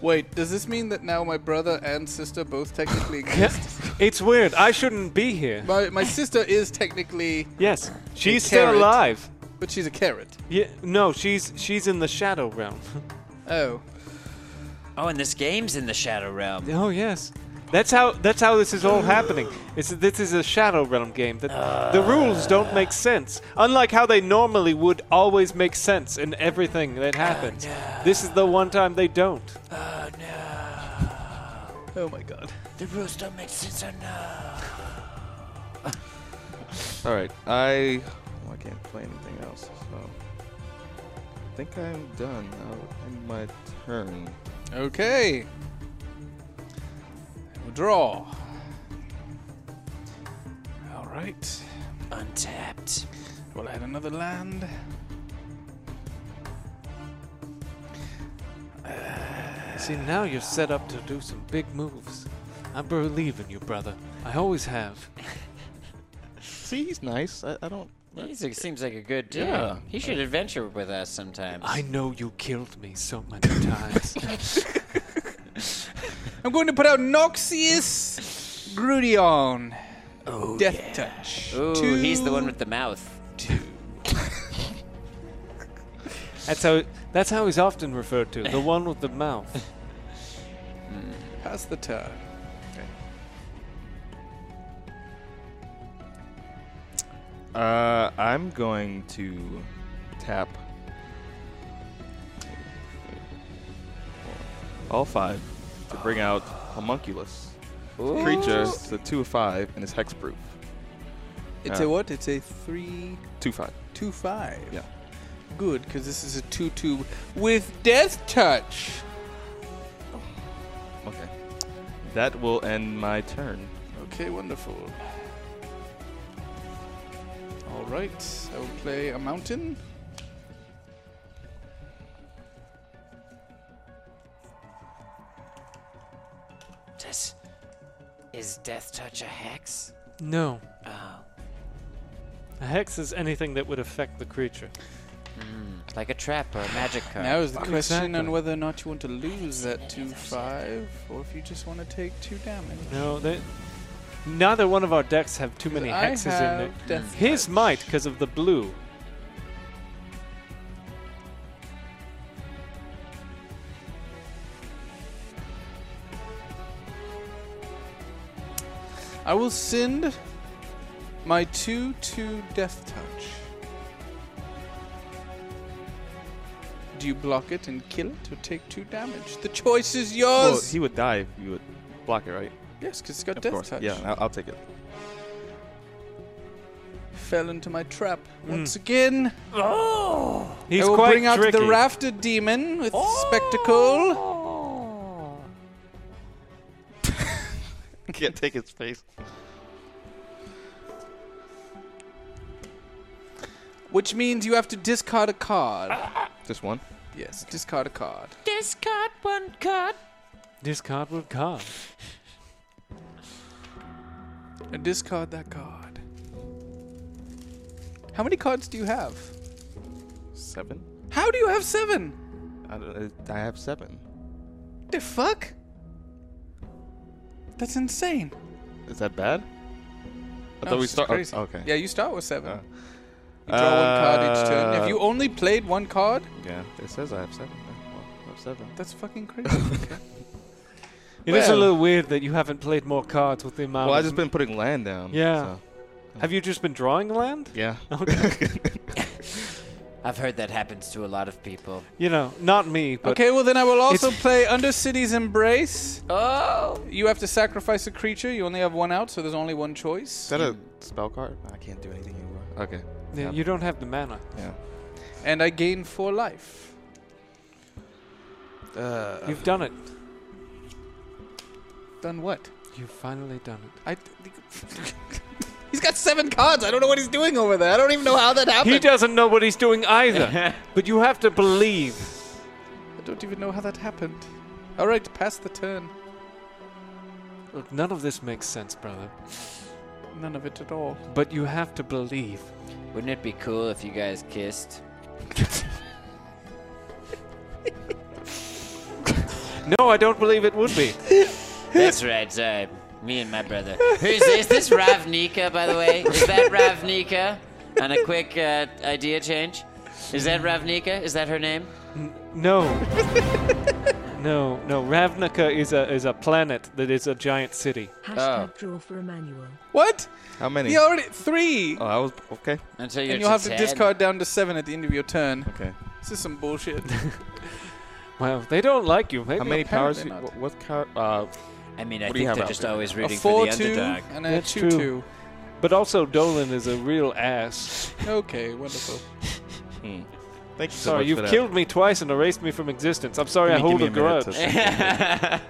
Wait, does this mean that now my brother and sister both [LAUGHS] technically exist?
It's weird. I shouldn't be here.
my, my sister is technically,
Yes, she's
A
still
carrot.
alive.
but she's a carrot.
Yeah, no, she's she's in the shadow realm. [LAUGHS]
Oh.
Oh, and this game's in the Shadow Realm.
oh yes, that's how that's how this is [GASPS] all happening. It's this is a shadow realm game. That the rules don't make sense, unlike how they normally would always make sense in everything that happens. This is the one time they don't.
Oh my god.
The rules don't make sense enough.
All right. I well, I can't play anything else. So I think I'm done. I'll end my turn.
Okay. We'll draw. All right.
Untapped.
We'll add another land.
See, now you're set up to do some big moves. I believe in you, brother. I always have.
See, he's nice. I, I don't.
He seems like a good dude.
Yeah.
He should adventure with us sometimes.
I know you killed me so many [LAUGHS] times.
I'm going to put out Noxious Grudion.
Oh,
Death Touch.
Ooh, he's the one with the mouth.
that's how that's how he's often referred to. The one with the mouth.
Pass the turn.
Uh, I'm going to tap all five to bring out homunculus. It's a Creature, it's a two of five, and it's hexproof.
It's
Uh,
a what? It's a three
Two five.
two five.
Yeah.
Good, because this is a two two with Death Touch.
Okay. That will end my turn.
Okay, wonderful. All right, I will play a mountain.
Does, is Death Touch a hex?
No.
Oh.
Ah. A hex is anything that would affect the creature.
It's like a trap or a magic card.
Now is the question on
Exactly.
whether or not you want to lose that 2 5 or if you just want to take 2 damage.
No, they, neither one of our decks have too many
I
hexes
have
in there.
Death
His might, because of the blue.
I will send my 2 2 Death Touch. Do you block it and kill it or take 2 damage? The choice is yours!
Well, he would die if you would block it, right?
Yes, 'cause it's got
of
death
course.
touch.
Yeah, I'll, I'll take it.
Fell into my trap
Hmm.
once again.
Oh!
I
He's
will
quite
bring out the
tricky.
Rafted Demon with Spectacle.
[LAUGHS] Can't take his face.
Which means you have to discard a card.
Just one?
Yes, discard a card.
Discard one card.
Discard will come.
And discard that card. How many cards do you have?
Seven?
How do you have seven?
I, don't, I have seven.
The fuck? That's insane.
Is that bad? I
No,
thought we
it's
start.
crazy.
Oh, okay.
Yeah, you start with seven. You draw one card each turn.
Uh,
Have you only played one card?
Yeah, it says I have seven. Well, I have seven.
That's fucking crazy.
[LAUGHS]
Okay.
It is a
Well-
little weird that you haven't played more cards with the amount.
Well,
of
I've just been putting land down.
Yeah.
so.
Have you just been drawing
[LAUGHS]
land?
Yeah.
Okay.
I've heard that happens to a lot of people.
you know, not me. But
okay, well then I will also
It's-
play Undercity's Embrace. Oh! You have to sacrifice a creature. You only have one out, so there's only one choice.
Is that a spell card? I can't do anything anymore. Okay.
Yeah, you don't have the mana.
Yeah.
And I gain four life.
Uh,
You've done it.
Done what?
You've finally done it.
I. He's got seven cards. I don't know what he's doing over there. I don't even know how that happened.
He doesn't know what he's doing
[LAUGHS]
either. but you have to believe.
I don't even know how that happened. All right, pass the turn.
Look, none of this makes sense, brother.
None of it at all.
But you have to believe.
Wouldn't it be cool if you guys kissed?
No, I don't believe it would be.
That's right, sorry. Me and my brother. Who's is this Ravnica, by the way? Is that Ravnica? On a quick uh, idea change? Is that Ravnica? Is that her name?
[LAUGHS]
No. no, no. Ravnica is a is a planet that is a giant city.
Ah.
Hashtag draw for Emmanuel.
What?
How many?
He already three.
Oh, I was okay.
Until
and you'll have to discard down to seven at the end of your turn.
Okay.
This is some
[LAUGHS]
bullshit.
Well, they don't like you. Maybe
How many powers? You,
apparently
what, what card? Uh,
I mean,
what
I
do you
think
have
they're
out
just
there?
always
A
rooting for the
4 2
[LAUGHS]
underdog.
and a
That's
2
true.
2.
But also, Dolan is a real ass.
Okay, wonderful.
Hmm. Thank you so
Sorry,
much for
you've
that.
killed me twice and erased me from existence. I'm sorry,
Give
I
me-
hold a
give me a minute
grudge.
to think.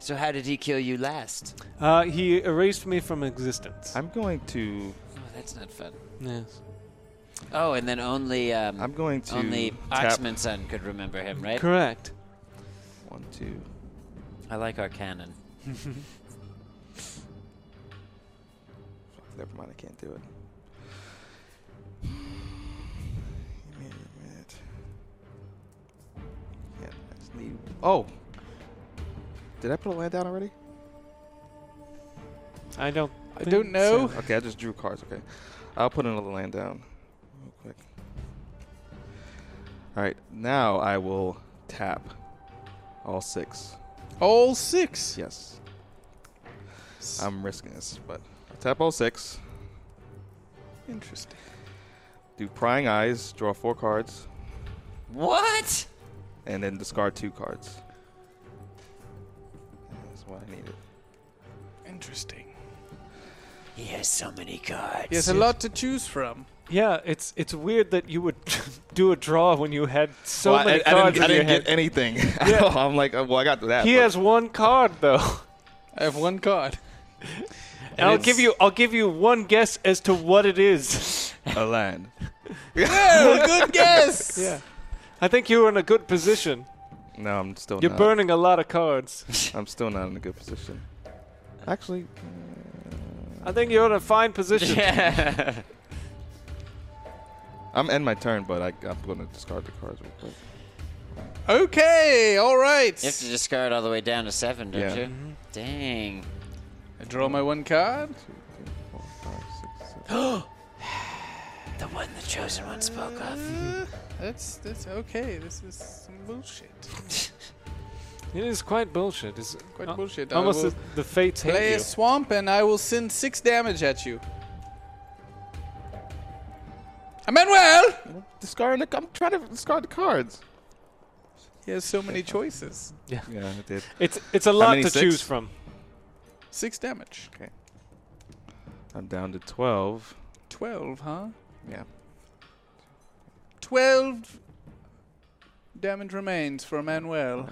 So, how did he kill you last?
uh, he erased me from existence.
I'm going to.
Oh, that's not fun.
Yes.
Oh, and then only um,
I'm going to
only
tap-
Oxman's son could remember him, right?
Correct.
One, two.
I like our canon.
Never mind, I can't do it. Give me a minute. Yeah, I just need. Oh! Did I put a land down already?
I don't.
I don't know.
Okay, I just drew cards. Okay. I'll put another land down real quick. Alright, now I will tap all six.
All six.
Yes.
Um,
I'm risking this, but I'll tap all six.
Interesting.
Do prying eyes, draw four cards,
What?
and then discard two cards. That's what I needed.
Interesting.
He has so many cards.
He has a lot to choose from.
Yeah, it's it's weird that you would [LAUGHS] do a draw when you had so
Well, I-
many
I,
cards
didn't,
in
I
your
didn't
head.
get anything. [LAUGHS]
Yeah.
I'm like, oh, well, I got that.
he
but-
has one card though.
[LAUGHS]
I have one card. [LAUGHS]
And I'll give you I'll give you one guess as to what it is. [LAUGHS]
a land.
Yeah, Oh, good guess.
Yeah. I think you were in a good position.
No, I'm still.
You're
not.
burning a lot of cards.
I'm still not in a good position. Actually,
I think you're in a fine position.
I'm end my turn, but I, I'm going to discard the cards real quick.
Okay, all right.
[LAUGHS] You have to discard all the way down to seven, don't
Yeah. Mm-hmm.
you? Dang.
I draw my one card.
the one the chosen one spoke of.
Uh, That's that's okay. This is some bullshit.
It is quite bullshit. It's
Quite bullshit. I
Uh, Almost
will
the, the fates
Play
hate
a
you.
swamp, and I will send six damage at you. Emmanuel,
discard the. I'm trying to discard the cards.
He has so many choices.
Yeah.
Yeah, I did.
It's it's a
How
lot
many,
to
six?
choose from.
Six damage.
Okay. I'm down to 12.
Twelve, huh?
Yeah.
Twelve damage remains for Emmanuel.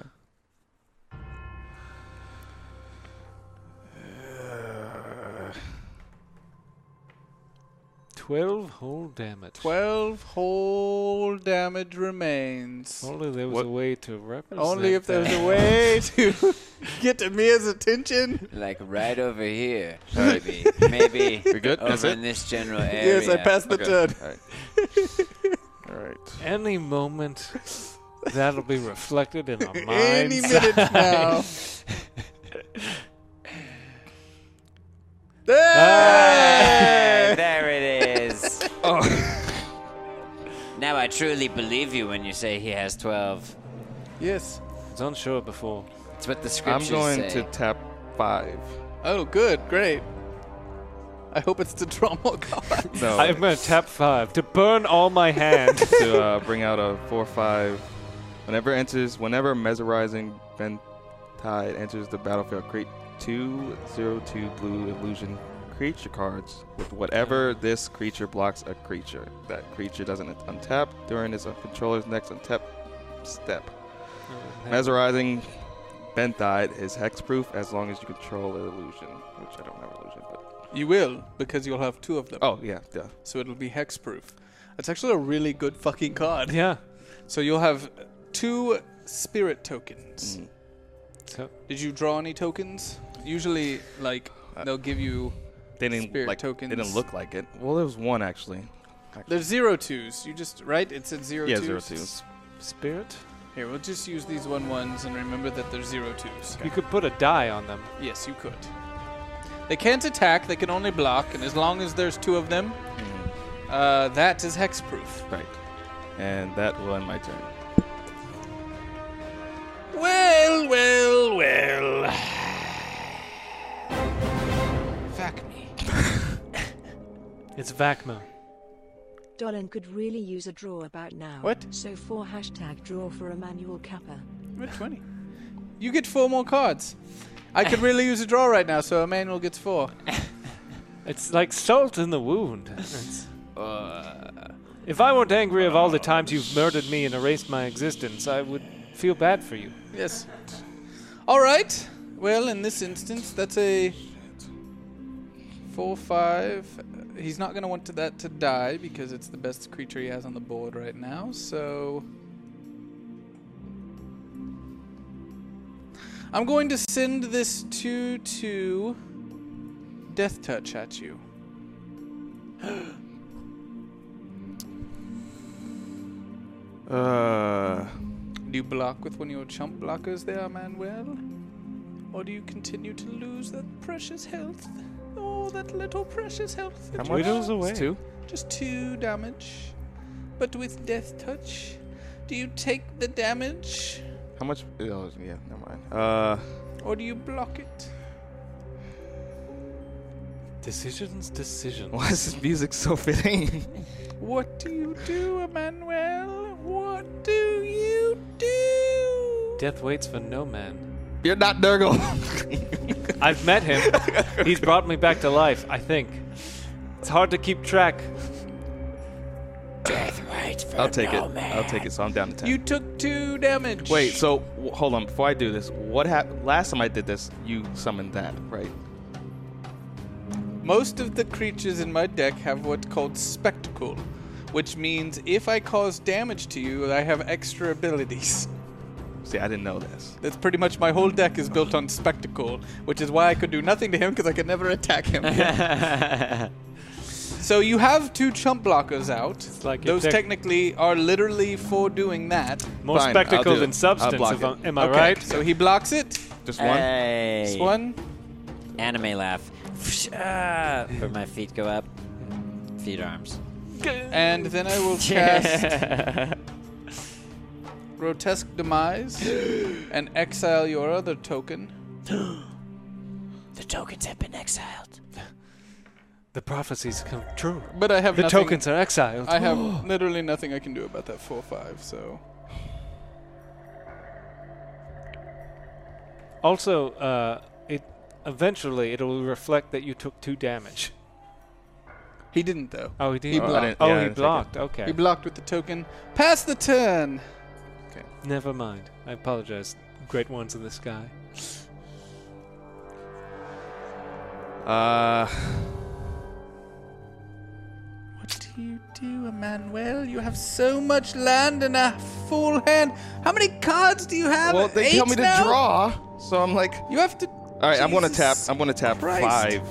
Twelve whole damage.
Twelve whole damage remains.
Only there was a way to represent.
Only if there was a
that.
way to [LAUGHS] get Amir's attention.
Like right over here, maybe. Maybe
[LAUGHS] We're
[LAUGHS]
good? That's
over
it?
in this general area.
Yes, I passed the turn.
[LAUGHS]
All right.
Any moment, that'll be reflected in our minds.
Any minute now.
Hey, Ah, there it is.
[LAUGHS] Oh.
Now I truly believe you when you say he has twelve.
Yes.
It's unsure before.
It's what the
I'm
scriptures
going
say.
to tap
[LAUGHS]
five.
Oh, good, great. I hope it's the Dromo [LAUGHS] card.
No.
I'm gonna tap five to burn all my hand.
to uh, bring out a four five. Whenever enters, whenever mesmerizing Ventide enters the battlefield, create two zero two blue illusion creature cards with whatever this creature blocks a creature. That creature doesn't untap during its controller's next untap step.
Mm-hmm.
Mesmerizing Ventide is hexproof as long as you control an illusion, which I don't have illusion, but
You will, because you'll have two of them.
oh yeah, yeah.
So it'll be hexproof. That's actually a really good fucking card.
Yeah.
So you'll have two spirit tokens.
Mm.
So-
Did you draw any tokens? Usually, like,
Uh.
they'll give you
They didn't
spirit
like
tokens.
they didn't look like it. Well, there was one actually.
There's zero twos. You just, right? It said zero
Yeah,
twos?
zero twos.
Spirit.
Here, we'll just use these one ones and remember that they're zero twos.
You could put a die on them.
Yes, you could. They can't attack, they can only block, and as long as there's two of them,
Mm.
uh, that is hexproof.
Right. And that will end my turn.
Well, well, well. Fuck me.
It's Vacma.
Dolan could really use a draw about now.
What?
So four hashtag draw for Emmanuel Kappa.
We're 20. You get four more cards. I could really use a draw right now, so Emmanuel gets four.
It's like salt in the wound. It's- uh, if I weren't angry of all the times you've murdered me and erased my existence, I would feel bad for you.
Yes. All right. Well, in this instance, that's a four five. Uh, He's not going to want to that to die because it's the best creature he has on the board right now. So I'm going to send this two two death touch at you.
Uh,
Do you block with one of your chump blockers there, Manuel? Or do you continue to lose that precious health? Oh, that little precious health. that
How
you
much?
have.
It's Away. two?
Just two damage. But with death touch, do you take the damage?
how much? Oh, yeah, never mind. Uh, [LAUGHS]
Or do you block it?
Decisions, decisions.
why is this music so fitting? [LAUGHS]
What do you do, Emmanuel? What do you do?
Death waits for no man.
You're not Nurgle.
I've met him. [LAUGHS] He's brought me back to life, I think. It's hard to keep track.
Death [LAUGHS] I'll take it. I'll take it. So I'm down to ten.
Oh, You took two damage.
Wait. So w- hold on. Before I do this, what happened last time I did this? You summoned that, right?
Most of the creatures in my deck have what's called Spectacle, which means if I cause damage to you, I have extra abilities.
See, I didn't know this.
That's pretty much my whole deck is built on spectacle, which is why I could do nothing to him because I could never attack
[LAUGHS]
[LAUGHS]
him. so you have two chump blockers out.
like your
Those
deck-
technically are literally for doing that.
More Fine, I'll spectacle do it. than I'll substance, block if it. I'm- am I
Okay,
right?
So he blocks it.
Just
Uh,
Hey.
Just one.
Anime laugh. Ah, Where my feet go up. Feet arms.
And then I
[LAUGHS]
will cast Grotesque Demise and exile your other token.
The tokens have been exiled.
The prophecies come true.
But I have
the
nothing-
tokens are exiled.
I [GASPS] have literally nothing I can do about that four five. So
also uh, it eventually it'll reflect that you took two damage.
He didn't though.
Oh, he did.
He
Oh, I
blocked.
didn't- Oh, yeah, I he didn't take it. blocked, okay.
He blocked with the token. Pass the turn.
Never mind. I apologize. Great ones in the sky.
Uh,
What do you do, Emmanuel? You have so much land in a full hand. How many cards do you have?
well, they
Eight
tell me
now?
to draw, so I'm like,
You have to.
all right, I'm gonna tap.
Jesus
I'm gonna tap
Christ.
five.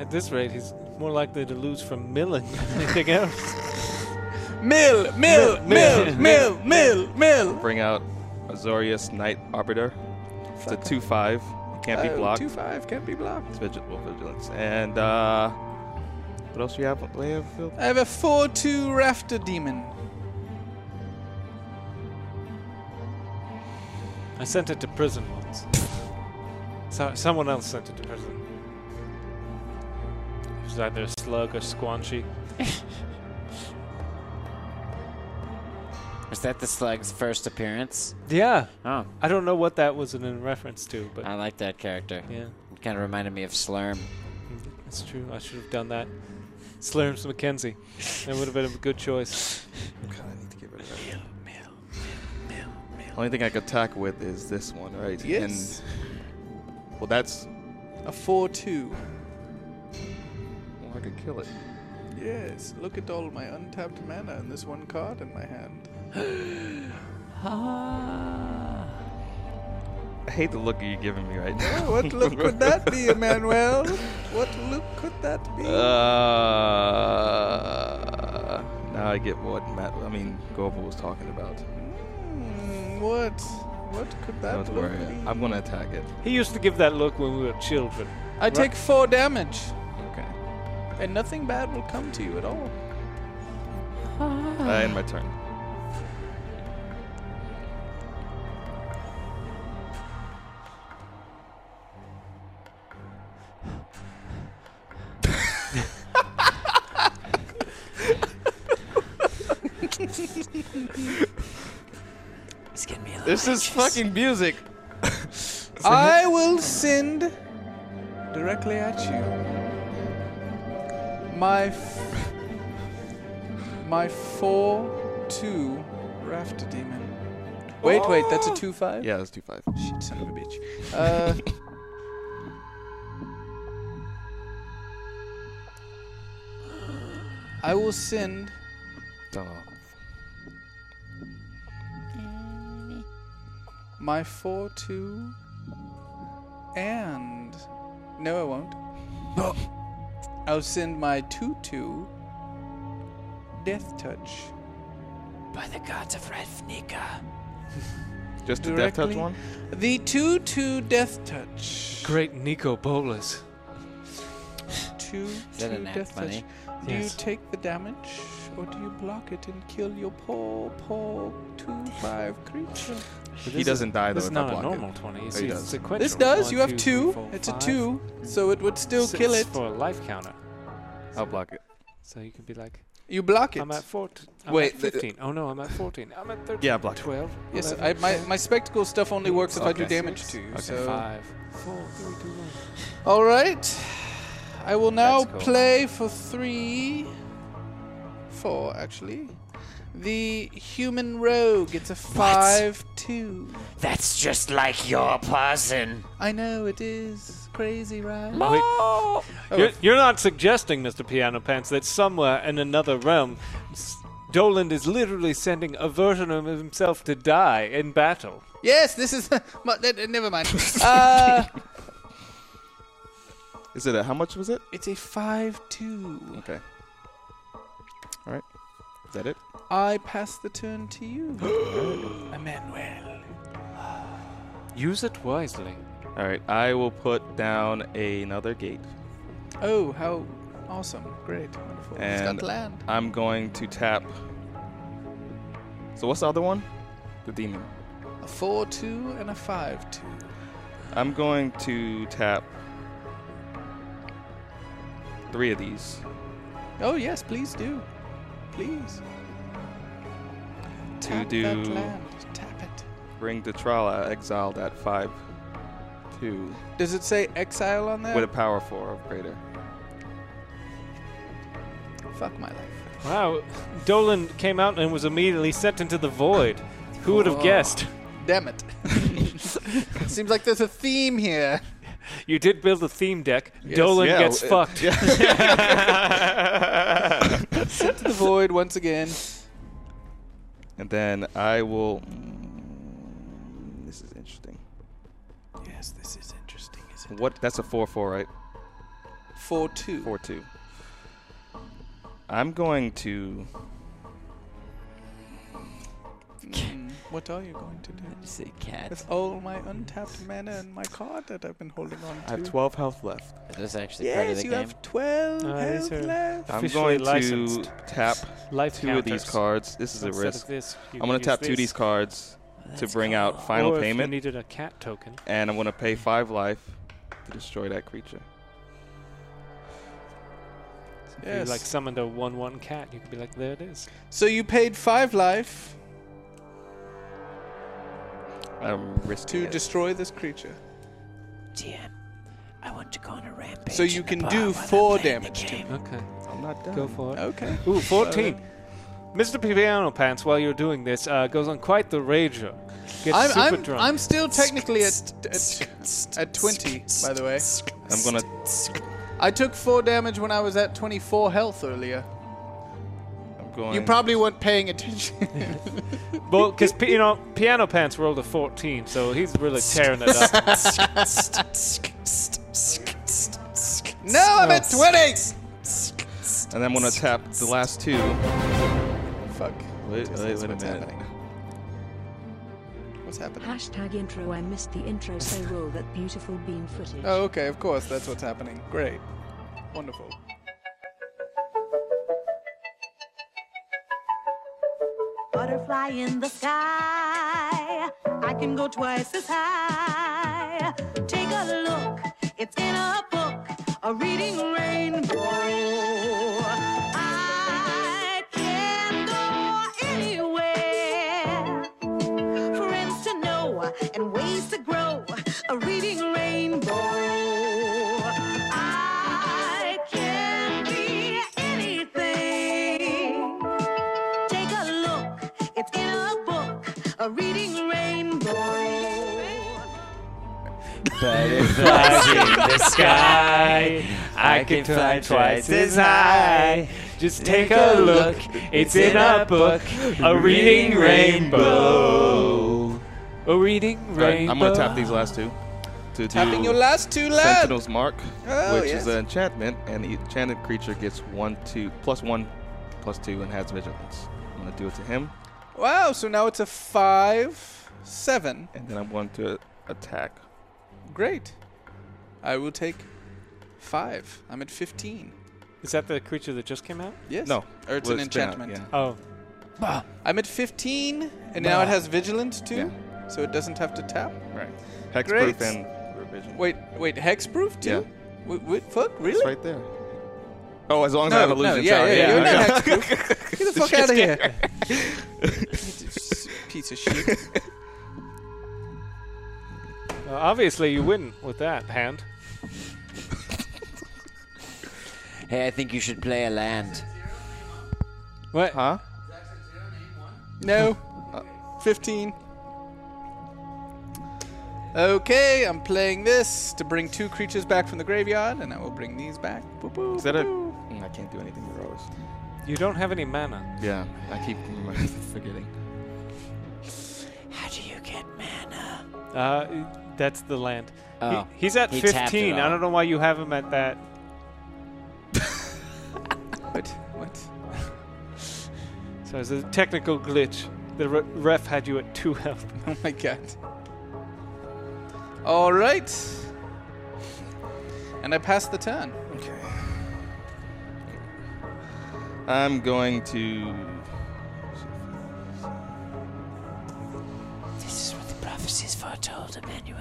At this rate, he's more likely to lose from milling [LAUGHS] than anything else.
Mill, mill, mill, mill, mill, mill.
Bring out Azorius Knight Arbiter. It's a two five. Can't be
Oh,
blocked.
Two five can't be blocked.
It's vigil- well, vigilance. And uh, what else do you have? What do you have, Phil?
I have a four two rafter demon.
I sent it to prison once. so someone else sent it to prison. It was either a slug or squanchy.
Was that the slug's first appearance?
Yeah.
Oh.
I don't know what that was in reference to, but
I like that character.
Yeah.
It kind of reminded me of Slurm.
That's true. I should have done that. Slurms McKenzie. That would have been a good choice.
Only thing I could attack with is this one, right?
Yes.
And, well, that's.
A four two.
Well, I could kill it.
Yes. Look at all my untapped mana and this one card in my hand.
I hate the look you're giving me right now.
Oh, what look could that be, Emmanuel? What look could that be?
Uh, now I get what Matt. I mean, Goble was talking about.
Hmm, what? What could that
Don't
look
worry,
be?
I'm gonna attack it.
He used to give that look when we were children.
I take four damage,
Okay.
and nothing bad will come to you at all.
I end Uh, my turn.
It's getting
Uh,
me a
This is
[LAUGHS]
fucking music.
I will send directly at you my f- my four two rafter demon. Wait, wait, that's a two five.
Yeah, that's two five.
Oh. Shit, son of a bitch. [LAUGHS] Uh, I will send my four two and no, I won't. I'll send my two two death touch.
By the gods of Ravnica.
Just the death touch
Directly.
one.
The 2 2 Death Touch.
Great Nico Bolas.
2
that
2
an act
Death Touch.
funny?
Do you
Yes.
take the damage or do you block it and kill your poor, poor 2 5 creature?
He doesn't die, though,
This is
if I
not a
block it.
normal 20. It's
Oh, he
it's
does.
sequential.
This does.
One,
you have
two,
2.
three, four,
it's
five,
a 2, so it would still
six
kill it.
for a life counter.
I'll block it.
So you could be like,
You block it.
I'm at 14. I'm
Wait,
at
th-
15. oh no, I'm at 14. I'm at 13.
Yeah, I blocked it.
12.
Yes,
11,
I, my,
12,
my spectacle stuff only works if I do
Okay.
damage
Six.
to you.
Okay.
So.
Five, four, three, two, one.
All right. I will now
That's cool.
play for three, four actually. The human rogue. It's a five-two.
That's just like your person.
I know it is crazy, right?
Wait.
Oh,
You're, you're not suggesting, Mr. Piano Pants, that somewhere in another realm, s- Doland is literally sending a version of himself to die in battle.
Yes, this is. [LAUGHS] mu- ne- ne-
[LAUGHS]
never mind. Uh,
Is it a, how much was it?
it's a five-two.
Okay. All right. Is that it?
I pass the turn
[GASPS]
to you, Emmanuel.
Use it wisely.
All right. I will put down another gate.
Oh, how awesome! Great, wonderful.
And
Scotland.
I'm going to tap. So what's the other one? The demon.
A four-two and a five-two.
I'm going to tap three of these.
Oh yes, please do, please.
To
Tap
do
that land. Tap it.
bring to trial I exiled at five two
Does it say exile on there?
with a power four of greater.
Fuck my life.
Wow, Dolan came out and was immediately sent into the void. Who would have
Oh.
guessed?
Damn
[LAUGHS]
it. Seems like there's a theme here.
You did build a theme deck.
Yes.
Dolan
Yeah,
gets
it-
fucked.
Sent to the void once again.
And then I will. Mm, This is interesting.
Yes, this is interesting, isn't
What? That's a four four, right?
Four two.
Four two. I'm going to.
Mm. What are you going to do?
Say cat.
With all my untapped mana and my card that I've been holding on to.
I have twelve health left.
Is this actually
Yes,
part of the
you
game?
have 12
Uh, these
health
are-
left.
I'm
Officially
going to
licensed.
tap
Life
two of these
counters.
cards. This is a
Instead of
risk.
this, you
I'm going
could
to tap
use
two of
this.
these cards to
that's
bring
cool.
out final
or If you
payment,
needed a cat token.
and I'm going to pay five life to destroy that creature.
If you like summoned a one-one cat, you could be like, there it is.
So you paid 5 life
I'm risking
to
it.
destroy this creature.
TM, I want to go on a rampage.
So
in
you
the
can
bar
do
while I'm
4
playing the
damage to
game.
me.
Okay.
I'm not done.
Go for it.
Okay.
Oh. Ooh, 14. Mr. Piano Pants, while you're doing this, uh, goes on quite the rager. Gets
I'm,
super
I'm,
drunk.
I'm still technically at, at, at 20, by the way.
I'm going to.
I took 4 damage when I was at 24 health earlier.
I'm going.
You probably weren't paying attention.
Well, because you know, Piano Pants rolled a 14, so he's [LAUGHS] really tearing it up.
no, I'm at 20!
And I'm going to tap the last two.
Fuck.
Wait,
This
wait,
is
wait a
what's
minute.
happening. What's happening?
Hashtag intro. I missed the intro, so roll that beautiful bean footage.
Oh, okay, of course, that's what's happening. Great. Wonderful.
Butterfly in the sky. I can go twice as high. Take a look, it's in a book, a reading rainbow. I can go anywhere. Friends to know and ways to grow, a reading rainbow. I can be anything. Take a look, it's in a book, a reading rainbow.
Butterflies in the [LAUGHS] sky.
I can fly twice as high. Just take a look. It's in a book. A reading rainbow. A reading
Right,
rainbow.
I'm going to tap these last two. To
Tapping
do
your last two left.
Sentinel's Mark,
Oh,
which
yes.
is an enchantment, and the enchanted creature gets one, two, plus one, plus two, and has vigilance. I'm going to do it to him,
Wow, so now it's a five, seven.
and then I'm going to attack.
Great. I will take five. I'm at 15.
Is that the creature that just came out?
Yes.
No,
Or it's
well,
an
it's been out,
enchantment.
yeah.
Oh.
I'm at 15, and now it
Bah.
has vigilance too, so it doesn't have to tap.
Right. Hexproof
Great.
and revision.
Wait, wait, hexproof too? Wait, wait, fuck,
It's
really?
right there. Oh, as long as I
No,
have illusion
no, yeah,
talent,
yeah, you're not
okay.
hexproof. Get the fuck out of here. [LAUGHS] Piece of shit.
Uh, obviously, you win with that hand.
Hey, I think you should play a land.
What?
Huh?
No. Uh, 15. Okay, I'm playing this to bring two creatures back from the graveyard, and I will bring these back. Boop, boop,
Is that a?
boop.
Mm, I can't do anything with those.
You don't have any mana.
Yeah, I keep [LAUGHS] forgetting.
How do you get mana?
Uh, that's the land. He-
Oh.
he's at
He tapped it
15. I
all.
don't know why you have him at that.
What? What? [LAUGHS]
So it's a technical glitch. The re- ref had you at two [LAUGHS] health.
Oh my god. All right. And I passed the turn.
Okay. I'm going to.
This is what the prophecies foretold, Emmanuel.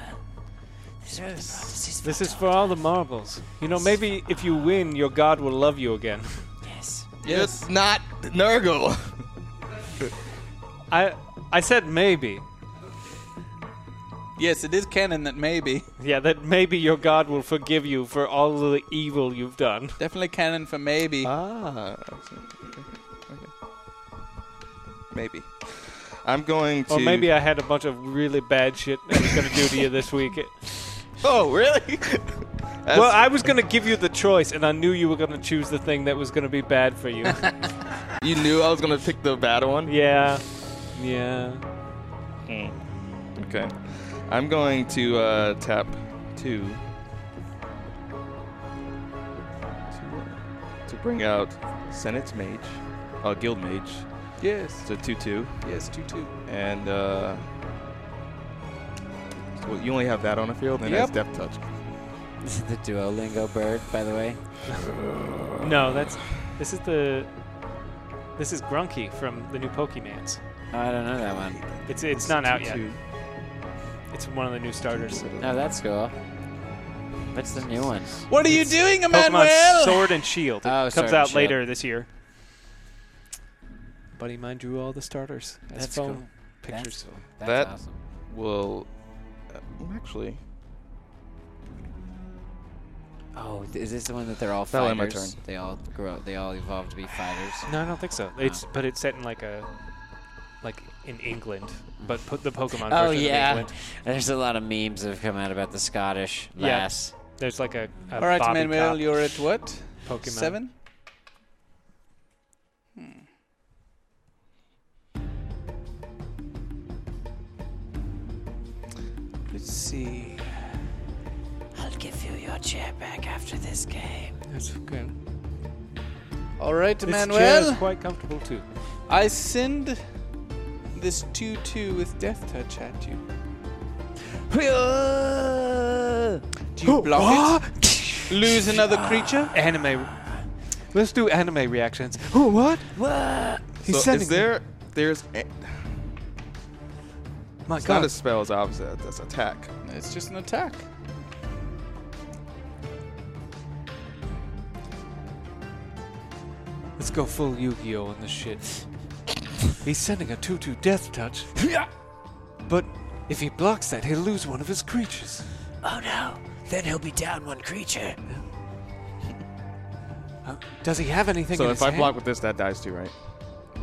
This is what the prophecies
This is for all the marbles. You know, maybe if you win, your god will love you again. [LAUGHS]
Yes.
Yes. It's not Nurgle.
I I said maybe.
Yes, it is canon that maybe.
Yeah, that maybe your god will forgive you for all of the evil you've done.
Definitely canon for maybe.
Ah. Maybe. I'm going to.
Or maybe I had a bunch of really bad shit I was gonna do to you this week.
Oh, [LAUGHS] really?
well, I was gonna give you the choice, and I knew you were gonna choose the thing that was gonna be bad for [LAUGHS] you.
you knew I was gonna pick the bad one.
Yeah. Yeah.
Okay. I'm going to uh, tap two. to- To bring out Senate's Mage, uh, Guild Mage.
Yes.
So two two.
Yes, two two.
And uh, so you only have that on the field, and that's
Yep.
Depth Touch.
This is the Duolingo bird, by the way.
No, that's this is the this is Grunky from the new Pokemans.
Oh, I don't know that one.
It's it's not out yet. It's one of the new starters.
No, that's cool. What's the new one?
What are you doing,
Pokemon
Emmanuel?
Sword and Shield. It
Oh, Sword
comes
and
out
Shield.
later this year. Buddy mine drew all the starters as
That's
phone
cool. That's
pictures.
cool.
that
That's awesome.
will uh, actually.
Oh, th- is this the one that they're all
That one
fighters?
my turn.
They all grow. They all evolve to be fighters.
No, I don't think so.
No.
It's but it's set in like a like in England, but put the Pokemon.
Oh
version of
yeah,
England.
there's a lot of memes that have come out about the Scottish
Yeah.
lass.
There's like a, a
All right,
Bobby
Emmanuel,
Cop
you're at what?
Pokemon.
Seven.
Hmm.
Let's see.
I'll give you your chair back after this game.
That's okay.
All right,
This chair is
Emmanuel.
quite comfortable too.
I send this 2 2 with Death Touch at you. Do you block it?
[LAUGHS]
Lose another creature?
Anime. Let's do anime reactions. Oh what? What? He's
so
sending
is there? There's. a-
My
it's
God.
not a spell. It's obviously that's attack.
It's just an attack.
Let's go full Yu-Gi-Oh on this shit. He's sending a 2-2 death touch. But if he blocks that, he'll lose one of his creatures.
Oh no. Then he'll be down one
[LAUGHS]
creature.
Uh, Does he have anything
So
in
if
his
I
hand?
block with this, that dies too, right?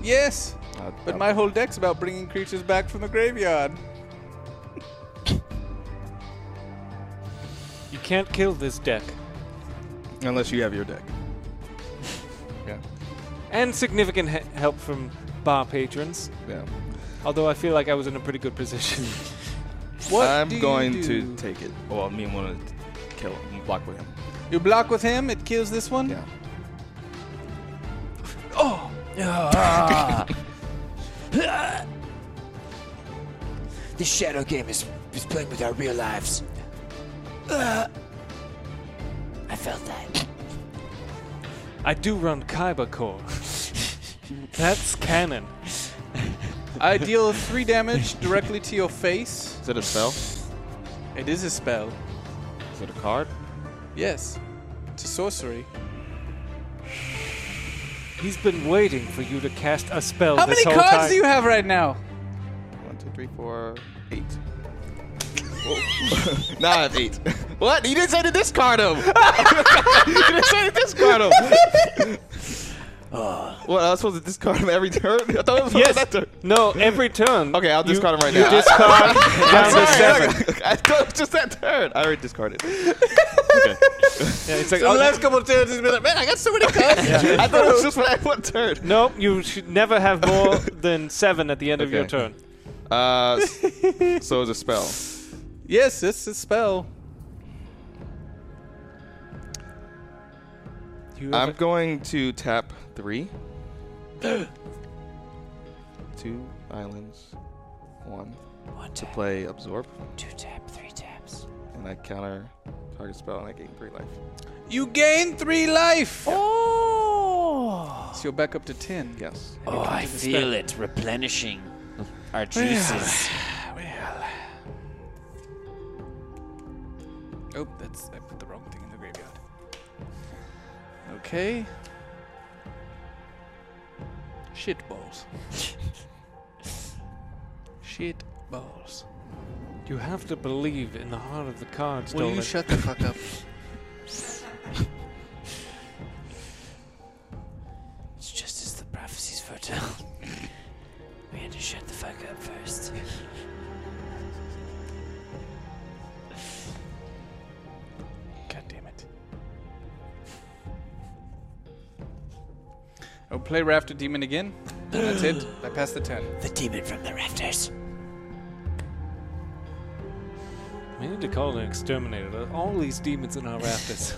Yes,
Uh,
but
uh,
my whole deck's about bringing creatures back from the graveyard.
You can't kill this deck.
unless you have your deck. Yeah.
And significant he- help from bar patrons.
Yeah.
Although I feel like I was in a pretty good position.
What
I'm
do you
going
do?
to take it. Well, me and one to kill him, block with him.
You block with him, it kills this one?
Yeah.
Oh!
This shadow game is, is playing with our real lives. I felt that.
[LAUGHS] I do run Kyber Core. That's canon.
[LAUGHS]
I deal three damage directly to your face.
Is it a spell?
It is a spell.
Is it a card?
Yes. It's a sorcery.
He's been waiting for you to cast a spell
How
this
many
whole
cards
time.
do you have right now?
One, two, three, four, eight. [LAUGHS] nah, it's eight. What? You didn't say
[LAUGHS]
to [LAUGHS] discard him. you didn't say to discard him.
Oh,
What? I was supposed to discard him every turn? I thought it
Oh,
was
Yes.
that turn.
No, every turn.
Okay, I'll discard him right
you
now.
discard down to
seven. I thought it was just that turn. I already discarded. okay.
Yeah, it's
So
like
the
oh,
last couple of turns, he's been like, man, I got so many cards.
Yeah.
I thought it was just when I one turn.
Nope, you should never have
[LAUGHS]
more than seven at the end of your
Okay.
turn.
Uh, s- so it's a spell.
Yes, it's a spell.
I'm going to tap [GASPS] three, two islands, one, to play absorb. Two tap, three taps. And I counter target spell and I gain three life.
You gain three life. Oh. So you're back up to ten.
Yes.
Oh, I feel it
[SIGHS]
replenishing our juices.
Oh, that's I put the wrong thing in the graveyard. Okay. Shit [LAUGHS] balls. Shit balls.
You have to believe in the heart of the cards,
Will you
Dolan.
shut the fuck up?
It's just as the prophecies foretell. we had to shut the fuck up first.
God damn it. [LAUGHS] Oh, play Rafter Demon again. That's [GASPS] it. I passed the turn.
The demon from the rafters.
We need to call an exterminator. There are All these demons
[LAUGHS]
in our rafters.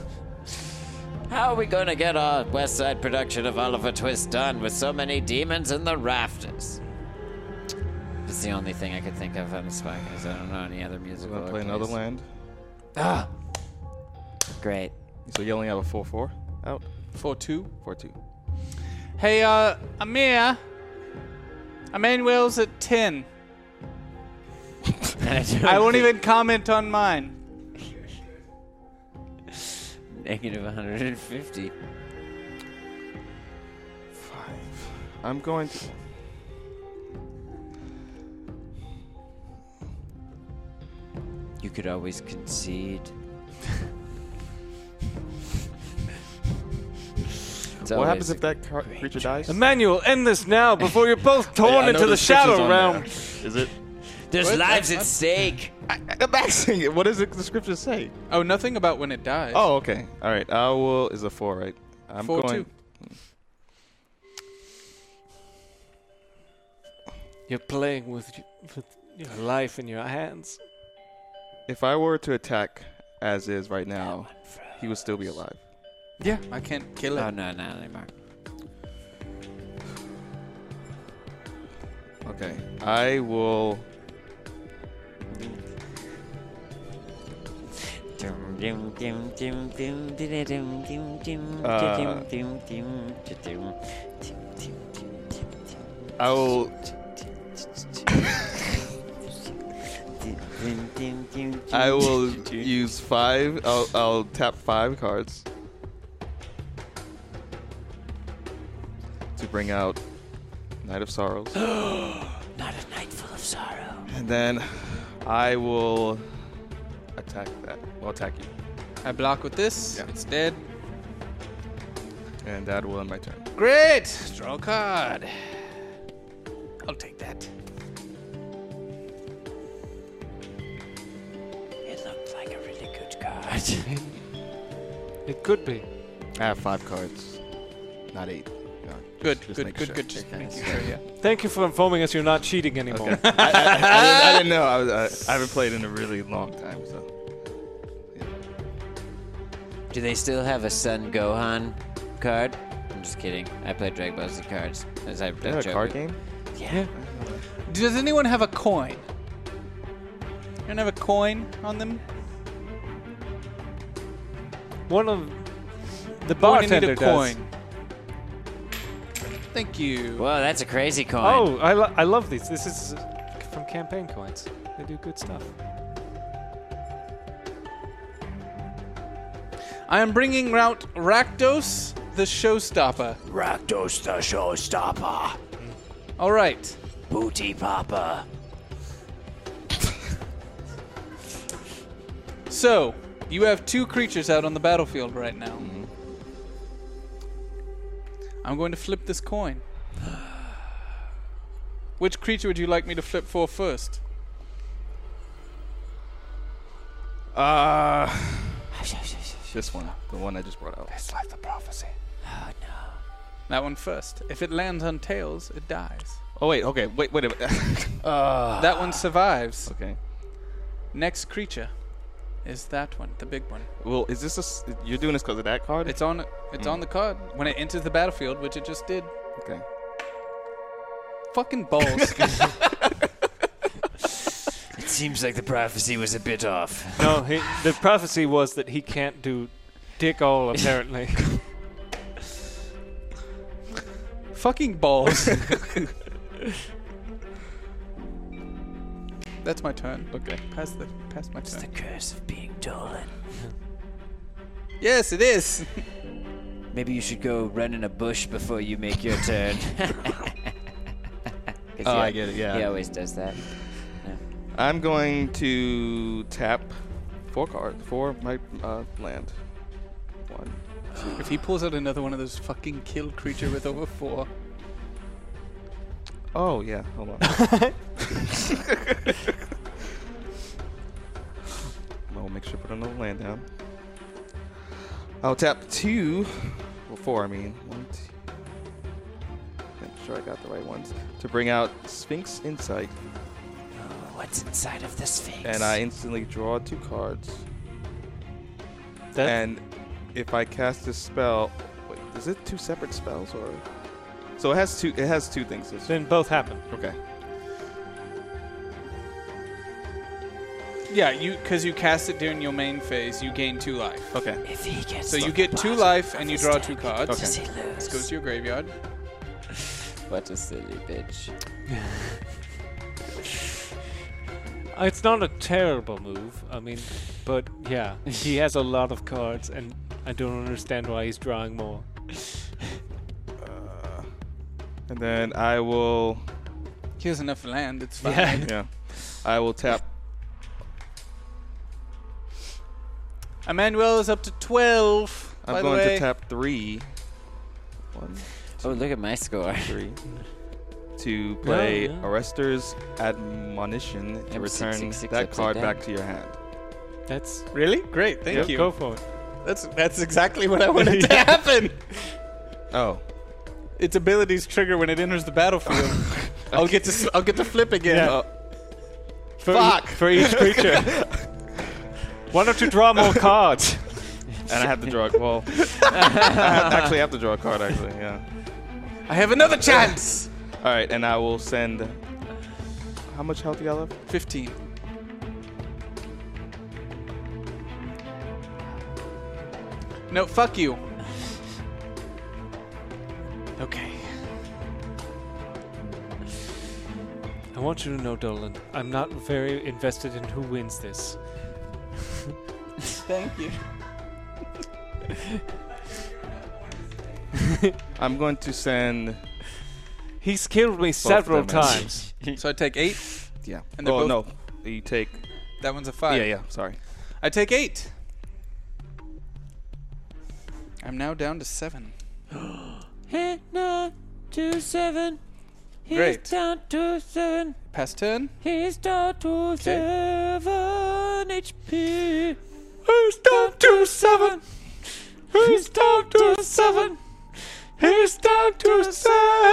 How are we going to get our West Side production of Oliver Twist done with so many demons in the rafters? That's the only thing I could think of on the spot because I don't know any other
I'm
musical.
going to
or
play another
plays.
land.
Ah!
[LAUGHS]
Great. [LAUGHS]
So you only have a 4 4 out?
4 2?
4 2.
Hey, uh, Amir. Emmanuel's at 10. I won't even comment on mine.
Negative 150.
I'm going to.
You could always concede. It's
what happens
always a
if that car- creature dies?
Emmanuel, end this now before you're both
[LAUGHS] Yeah,
torn
I
into
know
the
description's
shadow
on
realm.
there. Is it?
There's
What?
lives
That's
at stake.
I, I'm asking it. What does the description say?
Oh, nothing about when it dies.
Oh, okay. All right. I will. Is a four, right? I'm
Four,
going.
You're playing with, y- with your life in your hands.
If I were to attack as is right now, he would still be alive.
Yeah, I can't kill it.
Oh, no, not anymore.
Okay. I will.
Uh,
I will. I [LAUGHS] will use five. I'll, I'll tap five cards to bring out Knight of [GASPS] Sorrows.
Not a night full of sorrow.
And then I will attack that. I'll attack you.
I block with this. It's dead.
And that will end my turn.
Great! Draw a card. I'll take that.
It looked like a really good card.
It could be.
I have five cards, not eight. No,
Good,
just
good,
make
good,
sure.
good. Just
Okay,
making
so-
sure, yeah.
Thank you for informing us you're not cheating anymore.
Okay. I, I- [LAUGHS] I didn't, I didn't know. I, was, I, I haven't played in a really long time, so.
[LAUGHS] Do they still have a Sun Gohan card? I'm just kidding. I play Dragon Ball Z cards. As I,
Is that a card game?
Yeah.
Does anyone have a coin? You don't have a coin on them?
[LAUGHS] One of the
Boy, you need
bartender
a
does.
coin. Thank you.
Whoa, that's a crazy coin.
Oh, I, lo- I love these. This is uh, from campaign coins. They do good stuff.
I am bringing out Rakdos the Showstopper.
Rakdos the Showstopper.
All right.
Booty Papa.
So,
Mm-hmm.
you have two creatures out on the battlefield right now. I'm going to flip this coin. Which creature would you like me to flip for first?
Uh, [SIGHS] this one, the one I just brought out.
It's like the prophecy. Oh no. That one first. If it lands on tails, it dies.
Oh wait, okay, wait, wait a minute. [LAUGHS]
Uh, that one survives.
Okay.
Next creature is that one, the big one.
Well, is this a? s- You're doing this because of that card?
It's on. It's
Mm.
on the card when it enters the battlefield, which it just did.
Okay.
Fucking [LAUGHS] balls.
It seems like the prophecy was a bit off.
No, he, the prophecy was that he can't do dick [LAUGHS] all, apparently.
Fucking [LAUGHS] balls. That's my turn.
Okay.
Pass the pass my turn.
Curse of being Dolan.
[LAUGHS] Yes, it is.
Maybe you should go run in a bush before you make your [LAUGHS] turn. Oh, 'Cause he
Oh, I
al-
get it, yeah.
He always does that. Yeah.
I'm going to tap four card, four my uh, land. One.
If he pulls out another one of those fucking kill creature with over four,
Oh yeah, [LAUGHS] hold on. I'll make sure to put another land down. I'll tap two, well four, I mean one. Two. Make sure I got the right ones to bring out Sphinx Insight,
Oh,
What's inside of the Sphinx?
and I instantly draw two cards. and if I cast this spell, wait, is it two separate spells or? So it has two. It has two things. This
then both happen.
Okay.
yeah, you because you cast it during your main phase, you gain two life.
Okay.
If he gets
So
to
you
the
get two
bottom
life
of
and you
his
draw
deck,
two cards.
does he lose?
This goes to your graveyard.
What a silly bitch.
It's not a terrible move. I mean, but yeah, [LAUGHS] he has a lot of cards, and I don't understand why he's drawing more.
And then I will.
He has enough land. It's fine.
Yeah. I will tap.
Emmanuel is up to twelve.
I'm
by the
going
way.
to tap three. One.
Oh, look at my score.
Three. To play
yeah.
Arrester's Admonition to
I'm six,
return
six, six
that
upside
card
down.
back to your hand.
That's
Really great. Thank
Yep,
you.
Go for it.
That's that's exactly what I wanted
[LAUGHS]
to happen.
Oh.
Its abilities trigger when it enters the
[LAUGHS]
battlefield. I'll get to s- I'll get to flip again. Oh,
Yeah. For
Fuck.
for each creature. Why don't you draw [LAUGHS] more cards?
And I have to [LAUGHS] draw a well. I have, actually I have to draw a card actually, yeah.
I have another chance.
Alright, and I will send how much health do you have?
Fifteen. No, fuck you. Okay.
I want you to know, Dolan, I'm not very invested in who wins this.
Thank you.
I'm going to send
He's killed me several times.
So I take eight.
Yeah.
And they're
oh
both-
no. You take
That one's a five.
Yeah, yeah, sorry.
I take eight. I'm now down to
[GASPS]
seven.
Hit nine two seven. He's
Great.
down to seven.
Pass turn.
He's down to seven HP.
He's down to seven. He's down to seven. He's down to seven.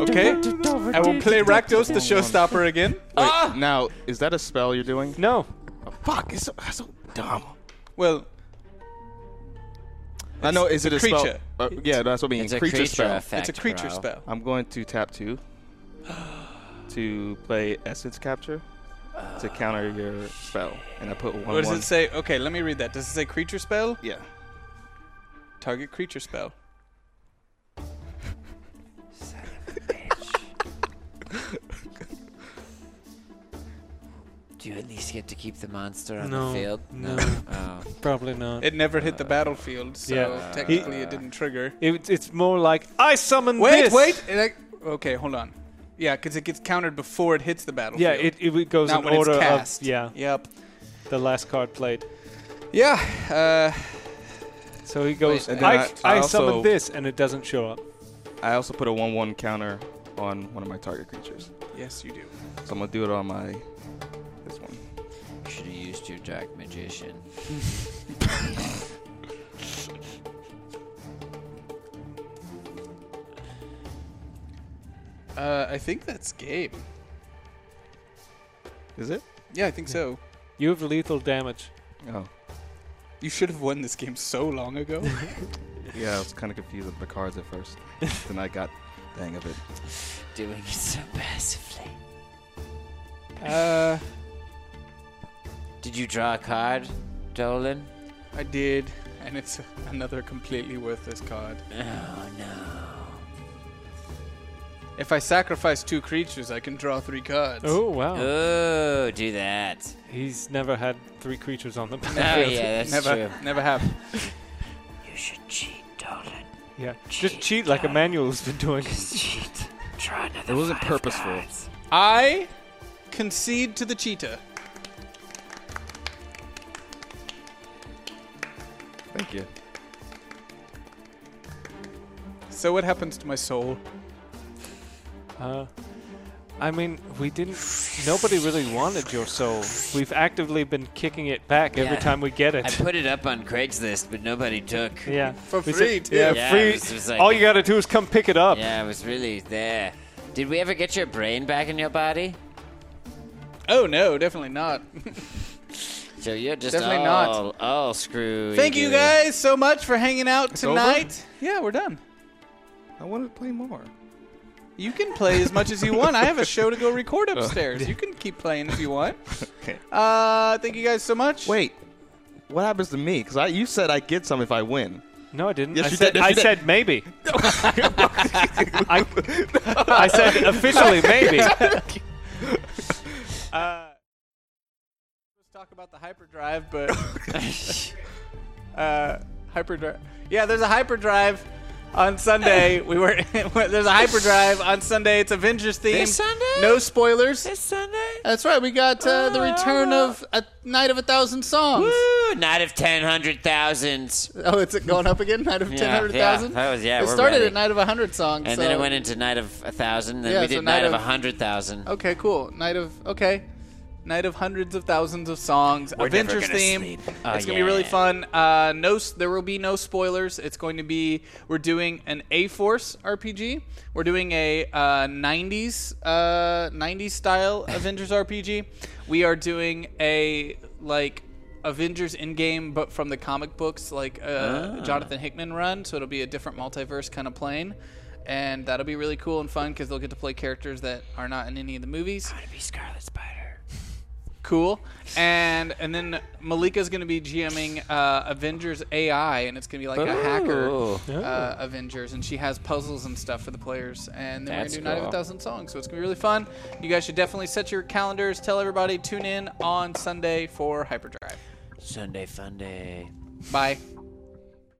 Okay. I will play Rakdos the showstopper again.
[LAUGHS]
Wait,
Ah!
now is that a spell you're doing?
No.
Oh, Fuck, it's so, that's so dumb.
Well,
I know. Is it a
creature.
spell? Uh, yeah, that's what I mean. [LAUGHS]
It's a
creature,
creature
spell.
effect,
It's a creature
bro.
spell.
I'm going to tap two [GASPS] to play essence capture to counter your spell, and I put one.
what does
one.
it say? Okay, let me read that. Does it say creature spell?
Yeah.
Target creature spell.
Do you at least get to keep the monster on
No,
the field? [LAUGHS]
no.
Oh.
Probably not.
It never hit the battlefield, so
yeah.
technically it didn't trigger.
It, it's more like I summon
[LAUGHS] Wait,
this.
wait. it ac- okay, hold on. Yeah, because it gets countered before it hits the
Yeah,
battlefield.
it, it goes
Not
in
when it's
order
cast.
of yeah
Yep.
the last card played.
Yeah. Uh,
So he goes,
And then
I, I,
I- I
summoned
also-
this, and it doesn't show up.
I also put a 1 1 counter on one of my target creatures.
Yes, you do.
So I'm going to do it on my. This one.
Should have used your dark magician.
Uh, I think that's game.
Is it?
Yeah, I think so.
You have lethal damage.
Oh.
You should have won this game so
[LAUGHS]
long ago.
Yeah, I was kind of confused with the cards at [LAUGHS] first. then I got the hang of it.
Doing it so passively.
uh,
Did you draw a card, Dolan?
I did, and it's another completely worthless card.
Oh no.
If I sacrifice two creatures, I can draw three cards.
Oh wow!
Oh,
[LAUGHS]
do that.
He's never had three creatures on the
Oh,
battlefield.
yeah, that's
never,
true.
never have.
You should cheat, Dolan.
Yeah, just cheat like Emmanuel's been doing.
Cheat. Draw another.
It wasn't purposeful.
I concede to the cheetah.
Thank you.
So what happens to my soul?
Uh, I mean, we didn't. Nobody really wanted your soul. We've actively been kicking it back every
Yeah.
time we get it.
I put it up on Craigslist, but nobody took.
yeah,
For
We
free, too.
Yeah,
Yeah,
free.
it was- it was like-
All you gotta do is come pick it up.
Yeah, it was really there. Did we ever get your brain back in your body?
Oh no, definitely not.
So you're just
Definitely not.
all, not. all screwed.
Thank you guys so much for hanging out
over?
tonight. Yeah, we're done.
I wanted to play more.
You can play as much as you want. I have a show to go record upstairs. You can keep playing if you want. Uh, thank you guys so much.
Wait, what happens to me? Because I, you said I get some if I win.
No, I didn't.
Yes,
I
you
said,
did. Yes,
I
you did.
said
[LAUGHS]
maybe. I, [LAUGHS] I said
[LAUGHS]
officially maybe.
Uh, let's talk about the hyperdrive, [LAUGHS] but uh, hyperdrive. Yeah, there's a hyperdrive on [LAUGHS] Sunday. We were there's a hyperdrive on Sunday. It's Avengers themed.
This Sunday?
No spoilers.
This Sunday?
That's right. We got uh, the return of a night of a thousand songs.
Woo! Night of ten hundred thousands.
Oh, it's going up again? Night of
Yeah,
10,000?
yeah, that was- yeah,
It
we're
started
ready.
at Night of 100 songs.
And
so.
then it went into night of a thousand. Then
Yeah,
we
so
did
night
night of a
of-
hundred thousand.
Okay, cool. Night of okay. Night of hundreds of thousands of songs,
We're never
Avengers
gonna
theme. Uh,
sleep.
It's
Oh,
gonna be really
yeah.
fun. Uh, no, s- there will be no spoilers. It's going to be we're doing an A Force RPG. We're doing a uh, '90s uh, '90s style Avengers RPG. We are doing a like Avengers Endgame, but from the comic books, like uh,
Ah.
Jonathan Hickman run. So it'll be a different multiverse kind of plane. And that'll be really cool and fun because they'll get to play characters that are not in any of the movies.
be Scarlet Spider.
Cool. And and then Malika's going to be GMing uh, Avengers AI, and it's going to be like a
Ooh.
hacker uh, Avengers, and she has puzzles and stuff for the players. And then
That's
we're going to do Night of a
cool.
Thousand Songs, so it's going to be really fun. You guys should definitely set your calendars. Tell everybody, tune in on Sunday for Hyperdrive.
Sunday Funday.
Bye.